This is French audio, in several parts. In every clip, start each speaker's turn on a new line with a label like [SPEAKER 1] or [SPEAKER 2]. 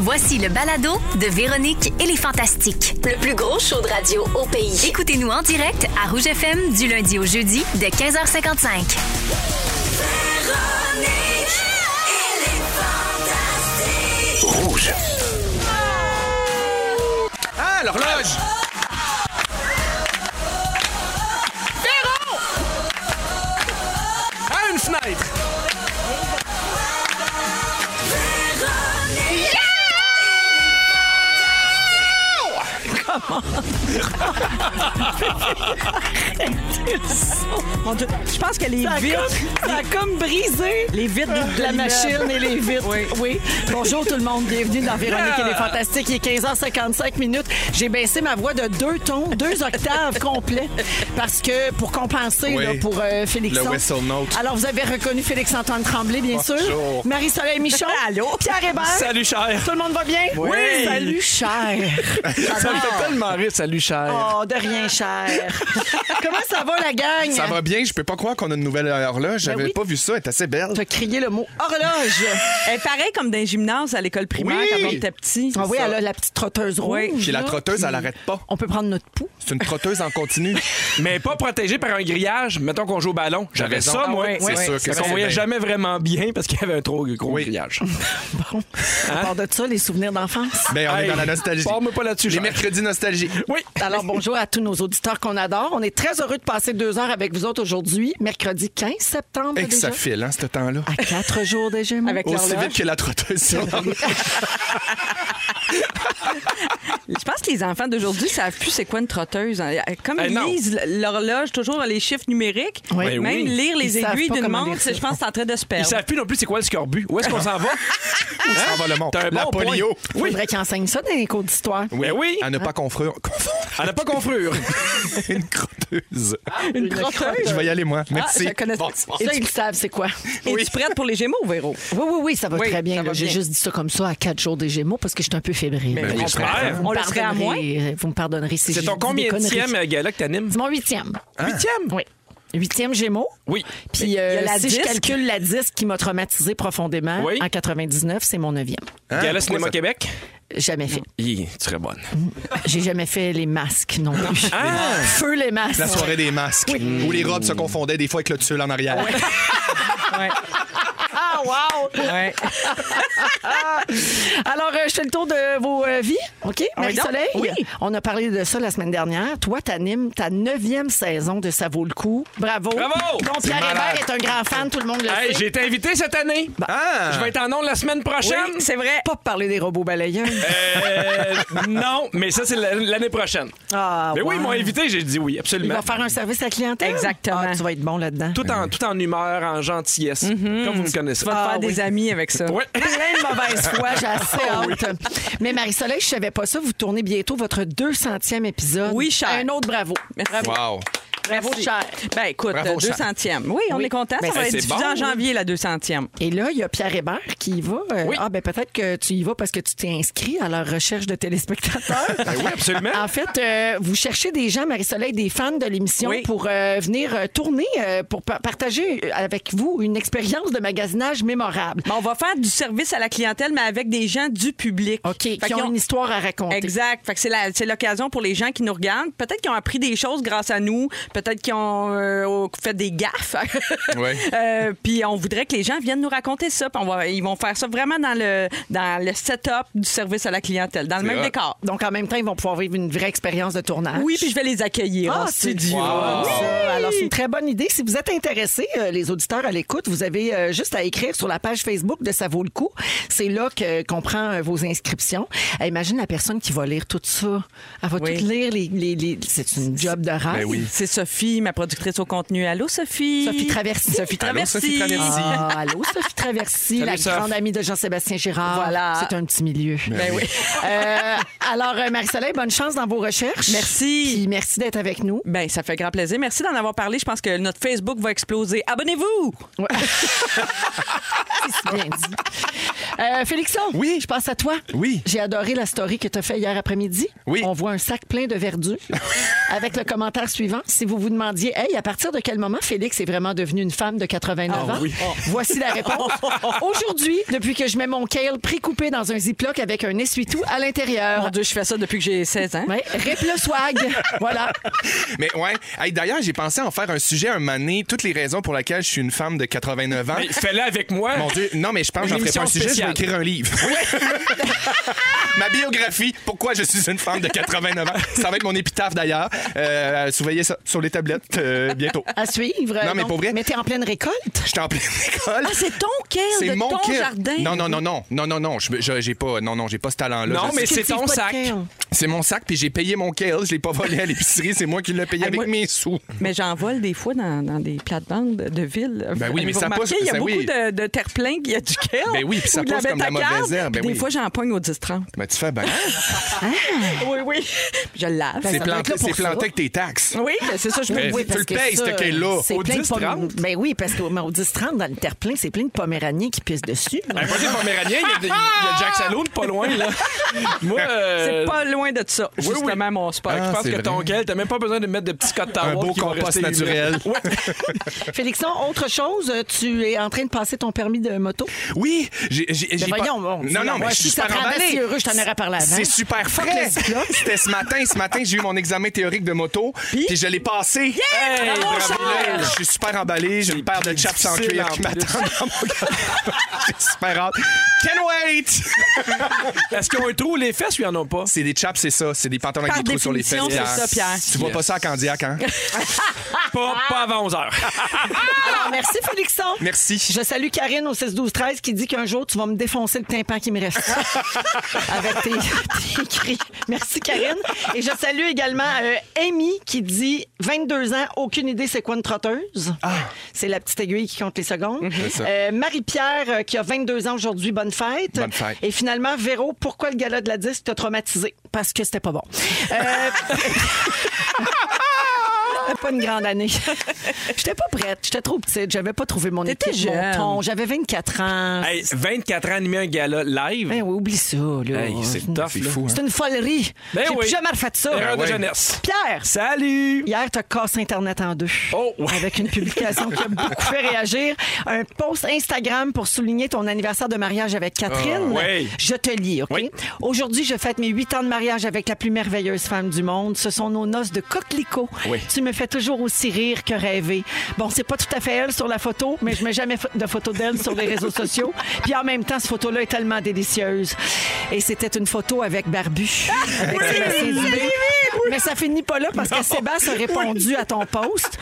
[SPEAKER 1] Voici le balado de Véronique et les Fantastiques.
[SPEAKER 2] Le plus gros show de radio au pays.
[SPEAKER 1] Écoutez-nous en direct à Rouge FM du lundi au jeudi de 15h55.
[SPEAKER 3] Ah,
[SPEAKER 4] Hein,
[SPEAKER 3] l'horloge! Véro! Ah, une fenêtre!
[SPEAKER 5] Mon Dieu, Je pense que les vitres. ça a comme brisé. Les vitres de, la machine et les vitres. Oui. Ah. Bonjour tout le monde. Bienvenue dans Véronique et les Fantastiques. Il est 15h55 minutes. J'ai baissé ma voix de deux tons, deux octaves complets. Parce que pour compenser
[SPEAKER 3] Oui.
[SPEAKER 5] là, pour euh, Félix.
[SPEAKER 3] Le whistle note.
[SPEAKER 5] Alors vous avez reconnu Félix-Antoine Tremblay, bien sûr.
[SPEAKER 3] Bonjour.
[SPEAKER 5] Marie-Soleil Michon. Allô. Pierre Hébert.
[SPEAKER 3] Salut, cher!
[SPEAKER 5] Tout le monde va bien?
[SPEAKER 3] Oui.
[SPEAKER 5] Salut, cher.
[SPEAKER 3] Ça me fait tellement rire, salut, cher!
[SPEAKER 5] Oh, de rien, cher. Comment ça va, la gang?
[SPEAKER 3] Ça va bien, je peux pas croire qu'on a une nouvelle horloge. J'avais
[SPEAKER 5] Ben oui.
[SPEAKER 3] pas vu ça, elle est assez belle.
[SPEAKER 5] T'as crié le mot horloge.
[SPEAKER 6] Elle est pareille comme dans un gymnase à l'école primaire
[SPEAKER 3] Oui.
[SPEAKER 6] quand on était petit.
[SPEAKER 5] Ah oui,
[SPEAKER 6] Ça.
[SPEAKER 5] elle a la petite trotteuse rouge.
[SPEAKER 6] Oui.
[SPEAKER 3] Puis la
[SPEAKER 5] là,
[SPEAKER 3] trotteuse,
[SPEAKER 5] qui-
[SPEAKER 3] elle arrête pas.
[SPEAKER 5] On peut prendre notre pouls.
[SPEAKER 3] C'est une trotteuse en continu.
[SPEAKER 4] mais pas protégé par un grillage. Mettons qu'on joue au ballon. J'avais
[SPEAKER 3] raison.
[SPEAKER 4] ça,
[SPEAKER 3] Ah
[SPEAKER 4] moi.
[SPEAKER 3] ouais, C'est ouais, sûr ouais. que
[SPEAKER 4] Parce
[SPEAKER 3] ça,
[SPEAKER 4] qu'on
[SPEAKER 3] c'est
[SPEAKER 4] voyait
[SPEAKER 3] bien.
[SPEAKER 4] jamais vraiment bien parce qu'il y avait un trop gros
[SPEAKER 3] Oui.
[SPEAKER 4] grillage.
[SPEAKER 5] Bon, à part de ça, les souvenirs d'enfance.
[SPEAKER 3] Ben, on est
[SPEAKER 4] Hey,
[SPEAKER 3] dans la nostalgie.
[SPEAKER 4] parle-moi pas là-dessus,
[SPEAKER 3] Les
[SPEAKER 4] cher.
[SPEAKER 3] mercredis nostalgie.
[SPEAKER 4] Oui.
[SPEAKER 5] Alors bonjour à tous nos auditeurs qu'on adore. On est très heureux de passer deux heures avec vous autres aujourd'hui, mercredi 15 septembre
[SPEAKER 3] Et que
[SPEAKER 5] déjà. Ah,
[SPEAKER 3] ça file, hein, ce temps-là.
[SPEAKER 5] À quatre jours des Gémeaux.
[SPEAKER 6] Avec
[SPEAKER 3] Aussi
[SPEAKER 6] l'horloge.
[SPEAKER 3] vite que la trotteuse. sur l'horloge.
[SPEAKER 6] Je pense que les enfants d'aujourd'hui savent plus c'est quoi une trotteuse. hein. Euh, Comme
[SPEAKER 4] Eh
[SPEAKER 6] ils
[SPEAKER 4] non.
[SPEAKER 6] lisent l'horloge, toujours les chiffres numériques,
[SPEAKER 5] Oui.
[SPEAKER 4] Ben
[SPEAKER 6] même
[SPEAKER 4] oui.
[SPEAKER 6] lire les
[SPEAKER 5] Ils savent
[SPEAKER 6] aiguilles
[SPEAKER 5] pas
[SPEAKER 6] d'une
[SPEAKER 5] comment
[SPEAKER 6] montre,
[SPEAKER 5] lire ça.
[SPEAKER 6] je pense que c'est en train de se
[SPEAKER 4] Ils
[SPEAKER 6] perdre.
[SPEAKER 4] savent plus non plus c'est quoi le scorbut. Où est-ce qu'on s'en va?
[SPEAKER 5] Ah!
[SPEAKER 3] Où s'en va le monde?
[SPEAKER 4] T'as un
[SPEAKER 3] la
[SPEAKER 4] bon point.
[SPEAKER 3] polio.
[SPEAKER 5] Il faudrait qu'ils enseignent ça dans les cours d'histoire.
[SPEAKER 4] Ben oui.
[SPEAKER 3] À ne pas confondre.
[SPEAKER 4] Elle n'a pas confrure.
[SPEAKER 3] une crotteuse.
[SPEAKER 5] Une trotteuse.
[SPEAKER 3] Je vais y aller, moi.
[SPEAKER 5] Ah,
[SPEAKER 3] Merci.
[SPEAKER 5] je la connais.
[SPEAKER 3] Bonsoir.
[SPEAKER 5] Ça, ils le savent, c'est quoi?
[SPEAKER 6] Es-tu prête pour les Gémeaux, Véro?
[SPEAKER 5] Oui, oui, oui, ça va
[SPEAKER 6] Oui,
[SPEAKER 5] très bien.
[SPEAKER 6] ça
[SPEAKER 5] là.
[SPEAKER 6] va
[SPEAKER 5] J'ai
[SPEAKER 6] bien.
[SPEAKER 5] juste dit ça comme ça à quatre jours des Gémeaux parce que je suis un peu fébrile.
[SPEAKER 3] Ben oui, je
[SPEAKER 4] comprends.
[SPEAKER 5] Vous
[SPEAKER 6] On
[SPEAKER 5] me
[SPEAKER 6] le ferait à
[SPEAKER 5] pardonnerez, euh, Vous me pardonnerez si
[SPEAKER 4] C'est
[SPEAKER 5] je
[SPEAKER 4] ton
[SPEAKER 5] dis des
[SPEAKER 4] combien
[SPEAKER 5] conneries.
[SPEAKER 4] de gala que t'animes?
[SPEAKER 5] C'est mon huitième.
[SPEAKER 4] Huitième?
[SPEAKER 5] Oui. Huitième Gémeaux.
[SPEAKER 4] Oui.
[SPEAKER 5] Puis euh,
[SPEAKER 6] Il y a la
[SPEAKER 5] si je
[SPEAKER 6] disque.
[SPEAKER 5] calcule la disque qui m'a traumatisé profondément
[SPEAKER 4] Oui.
[SPEAKER 5] en 99, c'est mon neuvième.
[SPEAKER 3] Hein?
[SPEAKER 4] Gala
[SPEAKER 3] Pourquoi
[SPEAKER 4] Cinéma
[SPEAKER 3] ça-
[SPEAKER 4] Québec?
[SPEAKER 5] Jamais fait.
[SPEAKER 4] Hi, tu serais bonne.
[SPEAKER 5] J'ai jamais fait les masques non plus. Feu les masques.
[SPEAKER 3] La soirée des masques, où les robes se confondaient des fois avec le tulle en arrière.
[SPEAKER 5] Ah wow.
[SPEAKER 6] Ouais.
[SPEAKER 5] Alors euh, je fais le tour de vos euh, vies, ok Marie Soleil.
[SPEAKER 6] donc. Oui.
[SPEAKER 5] On a parlé de ça la semaine dernière. Toi, t'animes ta neuvième saison de Ça vaut le coup. Bravo.
[SPEAKER 4] Bravo.
[SPEAKER 5] Donc
[SPEAKER 3] C'est
[SPEAKER 5] Pierre Hébert
[SPEAKER 3] malade.
[SPEAKER 5] est un grand fan, tout le monde le
[SPEAKER 4] Hey,
[SPEAKER 5] sait.
[SPEAKER 4] j'ai été invité cette année.
[SPEAKER 3] Ah!
[SPEAKER 4] Je vais être en ondes la semaine prochaine.
[SPEAKER 6] Oui, c'est vrai.
[SPEAKER 5] Pas parler des robots balayeurs.
[SPEAKER 4] Euh, non, mais ça, c'est la- l'année prochaine.
[SPEAKER 5] Ah,
[SPEAKER 4] mais oui,
[SPEAKER 5] ouais.
[SPEAKER 4] ils m'ont invité, j'ai dit oui,
[SPEAKER 5] Il
[SPEAKER 4] absolument.
[SPEAKER 5] va faire un service à clientèle.
[SPEAKER 6] Exactement.
[SPEAKER 5] Ah, tu vas être bon là-dedans.
[SPEAKER 4] Tout
[SPEAKER 3] Ben
[SPEAKER 4] en, tout en humeur, en gentillesse, comme vous me connaissez.
[SPEAKER 6] Mhm. Tu vas te faire
[SPEAKER 5] Ah, oui.
[SPEAKER 6] des amis avec ça.
[SPEAKER 4] Ouais.
[SPEAKER 5] plein de mauvaise foi, j'ai assez hâte. Mais Marie-Soleil, je savais pas ça, vous tournez bientôt votre 200e épisode.
[SPEAKER 6] Oui, cher.
[SPEAKER 5] Un autre bravo.
[SPEAKER 6] Bravo.
[SPEAKER 3] Wow!
[SPEAKER 6] Bravo,
[SPEAKER 5] cher.
[SPEAKER 6] Ben écoute,
[SPEAKER 3] Bravo, cher.
[SPEAKER 6] 200e. Oui, on
[SPEAKER 5] Oui.
[SPEAKER 6] est content.
[SPEAKER 5] Ben,
[SPEAKER 6] ça va
[SPEAKER 4] c'est
[SPEAKER 6] être diffusé
[SPEAKER 4] bon,
[SPEAKER 6] en janvier, la 200e.
[SPEAKER 5] Et là, il y a Pierre Hébert qui y va. Euh,
[SPEAKER 4] Oui.
[SPEAKER 5] Ah, ben peut-être que tu y vas parce que tu t'es inscrit à leur recherche de téléspectateurs.
[SPEAKER 4] Ben oui, absolument.
[SPEAKER 6] Ah.
[SPEAKER 5] En fait, euh, vous cherchez des gens, Marie-Soleil, des fans de l'émission
[SPEAKER 6] Oui.
[SPEAKER 5] pour euh, venir euh, tourner, euh, pour pa- partager euh, avec vous une expérience de magasinage mémorable.
[SPEAKER 6] Ben, on va faire du service à la clientèle, mais avec des gens du public.
[SPEAKER 5] OK,
[SPEAKER 6] Fait
[SPEAKER 5] qui
[SPEAKER 6] qu'ils
[SPEAKER 5] ont une histoire à raconter.
[SPEAKER 6] Exact. Fait que c'est la- c'est l'occasion pour les gens qui nous regardent. Peut-être qu'ils ont appris des choses grâce à nous. Peut-être qu'ils ont euh, fait des gaffes.
[SPEAKER 3] Ouais.
[SPEAKER 6] Euh, puis on voudrait que les gens viennent nous raconter ça. Puis on va, ils vont faire ça vraiment dans le, dans le setup du service à la clientèle, dans le même
[SPEAKER 3] hot.
[SPEAKER 6] décor.
[SPEAKER 5] Donc, en même temps, ils vont pouvoir vivre une vraie expérience de tournage.
[SPEAKER 6] Oui, puis je vais les accueillir.
[SPEAKER 5] Ah,
[SPEAKER 6] Oh,
[SPEAKER 5] c'est
[SPEAKER 6] c'est
[SPEAKER 5] du
[SPEAKER 6] dur.
[SPEAKER 5] fun, ça. Alors, c'est une très bonne idée. Si vous êtes intéressés, euh, les auditeurs à l'écoute, vous avez euh, juste à écrire sur la page Facebook de Ça vaut le coup. C'est là que- qu'on prend euh, vos inscriptions. Euh, imagine la personne qui va lire tout ça. Elle va
[SPEAKER 6] Oui.
[SPEAKER 5] tout lire. Les, les- les- C'est une job de rêve.
[SPEAKER 3] Ben oui.
[SPEAKER 6] C'est Sophie, ma productrice au contenu. Allô, Sophie.
[SPEAKER 5] Sophie Traversy.
[SPEAKER 6] Sophie Traversy.
[SPEAKER 3] Sophie Traversy.
[SPEAKER 5] Ah, allô, Sophie Traversy,
[SPEAKER 4] Salut,
[SPEAKER 5] la
[SPEAKER 4] Soph.
[SPEAKER 5] grande amie de Jean-Sébastien Girard.
[SPEAKER 6] Voilà.
[SPEAKER 5] C'est un petit milieu.
[SPEAKER 6] Ben oui.
[SPEAKER 5] Euh, alors, euh, Marie-Soleil, bonne chance dans vos recherches.
[SPEAKER 6] Merci.
[SPEAKER 5] Puis merci d'être avec nous.
[SPEAKER 6] Ben, ça fait grand plaisir. Merci d'en avoir parlé. Je pense que notre Facebook va exploser. Abonnez-vous!
[SPEAKER 5] Ouais. C'est si bien dit. Euh, Félixon,
[SPEAKER 3] Oui.
[SPEAKER 5] je passe à toi.
[SPEAKER 3] Oui.
[SPEAKER 5] J'ai adoré la story que tu as fait hier après-midi.
[SPEAKER 3] Oui.
[SPEAKER 5] On voit un sac plein de verdure. avec le commentaire suivant. Si vous vous demandiez, hey, à partir de quel moment Félix est vraiment devenue une femme de 89
[SPEAKER 3] Ah
[SPEAKER 5] ans? Oh. Voici la réponse.
[SPEAKER 3] Oh.
[SPEAKER 5] Aujourd'hui, depuis que je mets mon kale pré-coupé dans un ziploc avec un essuie-tout à l'intérieur.
[SPEAKER 6] Mon Dieu, je fais ça depuis que j'ai 16 ans.
[SPEAKER 5] Ouais, rip le swag. voilà.
[SPEAKER 3] Mais ouais. Hey, D'ailleurs, j'ai pensé en faire un sujet un moment donné, toutes les raisons pour lesquelles je suis une femme de 89 ans.
[SPEAKER 4] Hey, Fais-le avec moi.
[SPEAKER 3] Mon Dieu, non, mais je pense que j'en
[SPEAKER 4] Une
[SPEAKER 3] ferai pas un
[SPEAKER 4] émission
[SPEAKER 3] sujet,
[SPEAKER 4] spéciale.
[SPEAKER 3] je vais écrire un livre. Ma biographie, pourquoi je suis une femme de 89 ans. Ça va être mon épitaphe d'ailleurs. Euh, surveillez ça sur les tablettes euh, bientôt.
[SPEAKER 5] À suivre.
[SPEAKER 3] Non, mais
[SPEAKER 5] Donc,
[SPEAKER 3] pour vrai-
[SPEAKER 5] t'es en pleine récolte.
[SPEAKER 3] Je suis en pleine école.
[SPEAKER 6] Ah, c'est ton kale
[SPEAKER 3] C'est
[SPEAKER 6] de
[SPEAKER 3] mon
[SPEAKER 6] ton
[SPEAKER 3] kit.
[SPEAKER 6] jardin.
[SPEAKER 3] Non, non, non, non, non, non, non, je- je- j'ai pas, non, non, j'ai pas ce talent-là.
[SPEAKER 4] Non,
[SPEAKER 3] Je-
[SPEAKER 4] mais
[SPEAKER 5] Est-ce que
[SPEAKER 4] c'est
[SPEAKER 5] tu
[SPEAKER 4] ton
[SPEAKER 5] utilises pas de
[SPEAKER 4] sac.
[SPEAKER 5] kale?
[SPEAKER 3] C'est mon sac, puis j'ai payé mon kale. Je l'ai pas volé à l'épicerie, c'est moi qui l'ai payé
[SPEAKER 6] Hey,
[SPEAKER 3] avec
[SPEAKER 6] moi-
[SPEAKER 3] mes sous.
[SPEAKER 6] Mais j'en vole des fois dans, dans des plates-bandes de ville.
[SPEAKER 3] Ben oui, mais
[SPEAKER 6] Avez-vous
[SPEAKER 3] ça
[SPEAKER 6] remarqué,
[SPEAKER 3] pousse,
[SPEAKER 6] Il y a
[SPEAKER 3] ça,
[SPEAKER 6] beaucoup
[SPEAKER 3] oui.
[SPEAKER 6] de, de terre-plein qui a du kale.
[SPEAKER 3] Ben oui, puis ça
[SPEAKER 6] ou de
[SPEAKER 3] pousse comme de la
[SPEAKER 6] bêta-carbe,
[SPEAKER 3] mauvaise herbe, ben
[SPEAKER 6] puis
[SPEAKER 3] oui.
[SPEAKER 6] Des fois, j'en pogne au 10-30.
[SPEAKER 3] Mais Ben, tu fais bien.
[SPEAKER 6] Oui, oui. Je le lave.
[SPEAKER 3] C'est planté,
[SPEAKER 5] doit être là pour
[SPEAKER 3] c'est
[SPEAKER 5] ça.
[SPEAKER 3] planté avec tes taxes.
[SPEAKER 6] Oui, ben c'est ça, je me
[SPEAKER 3] Ben,
[SPEAKER 6] dis.
[SPEAKER 3] tu le
[SPEAKER 5] que
[SPEAKER 3] payes,
[SPEAKER 5] ça, euh,
[SPEAKER 3] ce kale-là.
[SPEAKER 5] C'est
[SPEAKER 4] Au
[SPEAKER 5] plein de
[SPEAKER 4] 10,
[SPEAKER 5] pommes.
[SPEAKER 4] 30.
[SPEAKER 5] Ben oui, parce qu'au mais au 10-30, dans le terre-plein, c'est plein de poméraniens qui pissent dessus.
[SPEAKER 4] Hey, Ben, Moi, j'ai pas méranien, il y a des- il y a Jack Saloon pas loin, là. Moi, euh,
[SPEAKER 6] C'est pas loin de ça, justement, mon sport.
[SPEAKER 3] Ah,
[SPEAKER 4] je pense
[SPEAKER 3] c'est
[SPEAKER 4] que ton
[SPEAKER 3] vrai.
[SPEAKER 4] gueule, t'as même pas besoin de mettre de petits cotes
[SPEAKER 3] Un beau
[SPEAKER 4] qui vont
[SPEAKER 3] compost
[SPEAKER 4] rester
[SPEAKER 3] naturel.
[SPEAKER 4] humides. Ouais.
[SPEAKER 5] Félixon, autre chose, euh, tu es en train de passer ton permis de moto.
[SPEAKER 3] Oui, j'ai j'ai j'ai
[SPEAKER 5] Mais
[SPEAKER 3] pas-
[SPEAKER 5] voyons, bon,
[SPEAKER 3] Non, non,
[SPEAKER 5] moi,
[SPEAKER 3] mais je
[SPEAKER 5] si
[SPEAKER 3] suis
[SPEAKER 5] ça
[SPEAKER 3] super
[SPEAKER 5] te rendait
[SPEAKER 3] emballé.
[SPEAKER 5] si heureux, je t'en aurais parlé avant.
[SPEAKER 3] C'est super frais. C'était ce matin, ce matin, j'ai eu mon examen théorique de moto, puis je l'ai passé.
[SPEAKER 4] Hey, bravo,
[SPEAKER 3] Là, Je suis super emballé, j'ai une paire de chaps en
[SPEAKER 4] difficile,
[SPEAKER 3] cuir
[SPEAKER 4] en
[SPEAKER 3] qui
[SPEAKER 4] plus.
[SPEAKER 3] m'attendent dans mon garde-robe. J'ai super hâte. Can wait!
[SPEAKER 4] Est-ce qu'ils ont un trou les fesses ou ils en ont pas?
[SPEAKER 3] C'est des chaps, c'est ça. C'est des pantalons
[SPEAKER 6] Par
[SPEAKER 3] avec des trous sur les fesses.
[SPEAKER 6] définition, c'est ça, Pierre.
[SPEAKER 3] Tu vois pas ça à Candiac, hein?
[SPEAKER 4] Eh Pas, pas avant 11 heures.
[SPEAKER 5] Alors, merci, Félixon.
[SPEAKER 3] Merci.
[SPEAKER 5] Je salue Karine au 16-12-13 qui dit qu'un jour, tu vas me défoncer le tympan qui me reste. Avec tes, tes cris. Merci, Karine. Et je salue également euh, Amy qui dit 22 ans, aucune idée c'est quoi une trotteuse. C'est la petite aiguille qui compte les secondes.
[SPEAKER 3] Ah. Mhm. ça.
[SPEAKER 5] Euh, Marie-Pierre euh, qui a 22 ans aujourd'hui, bonne fête.
[SPEAKER 3] Bonne fête.
[SPEAKER 5] Et finalement, Véro, pourquoi le gala de la disque t'a traumatisé? Parce que c'était pas bon. Euh, C'était pas une grande année. J'étais pas prête, j'étais trop petite, j'avais pas trouvé mon
[SPEAKER 6] T'étais
[SPEAKER 5] équipe, mon
[SPEAKER 6] jeune.
[SPEAKER 5] ton. J'avais 24 ans.
[SPEAKER 4] Hey, 24 ans et demi, un gala live.
[SPEAKER 5] Ben oui, oublie ça, là.
[SPEAKER 4] Hey, c'est tough,
[SPEAKER 3] C'est
[SPEAKER 4] là.
[SPEAKER 3] fou, hein?
[SPEAKER 5] C'est une folerie.
[SPEAKER 4] Ben
[SPEAKER 5] J'ai
[SPEAKER 4] oui. Ben
[SPEAKER 5] plus jamais refait ça.
[SPEAKER 4] Erreur de
[SPEAKER 3] ouais.
[SPEAKER 4] jeunesse.
[SPEAKER 5] Pierre,
[SPEAKER 4] Salut!
[SPEAKER 5] Hier, tu as cassé Internet en deux.
[SPEAKER 4] Oh, ouais.
[SPEAKER 5] Avec une publication qui a beaucoup fait réagir. Un post Instagram pour souligner ton anniversaire de mariage avec Catherine.
[SPEAKER 4] Ah, ouais.
[SPEAKER 5] Je te lis, OK?
[SPEAKER 4] Oui.
[SPEAKER 5] Aujourd'hui, je fête mes huit ans de mariage avec la plus merveilleuse femme du monde. Ce sont nos noces de coquelicot.
[SPEAKER 4] Oui.
[SPEAKER 5] Tu me fais toujours aussi rire que rêver. Bon, c'est pas tout à fait elle sur la photo, mais je mets jamais fo- de photo d'elle sur les réseaux sociaux. Puis en même temps, cette photo-là est tellement délicieuse. Et c'était une photo avec Barbu. Avec Sébastien Dubé. Mais ça finit pas là parce que Sébastien a répondu à ton post.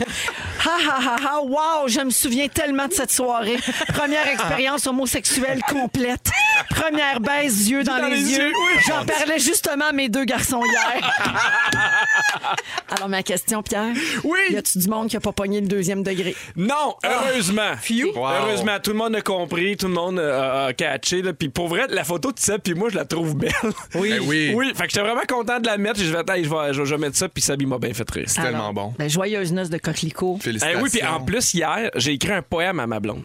[SPEAKER 5] Ha ha ha ha, wow, je me souviens tellement de cette soirée. Première expérience homosexuelle complète. Première baisse, yeux dans, les, yeux. J'en parlais justement à mes deux garçons hier. Alors ma question, Pierre.
[SPEAKER 4] Oui.
[SPEAKER 5] Y a-tu du monde qui a pas pogné le deuxième degré?
[SPEAKER 4] Non, heureusement.
[SPEAKER 3] Wow.
[SPEAKER 4] Heureusement, tout le monde a compris, tout le monde a, a- a catché. là. Puis pour vrai, la photo de ça, puis moi, je la trouve belle. Oui.
[SPEAKER 3] Ben oui.
[SPEAKER 4] Oui, fait que j'étais vraiment content de la mettre. J'ai fait, Attends, je vais, je vais- je vais mettre ça, puis Sabi m'a bien fait rire.
[SPEAKER 3] C'est tellement bon.
[SPEAKER 5] Ben, joyeuse noce de coquelicot.
[SPEAKER 4] Eh
[SPEAKER 3] Félicitations.
[SPEAKER 4] oui, puis en plus, hier, j'ai écrit un poème à ma blonde.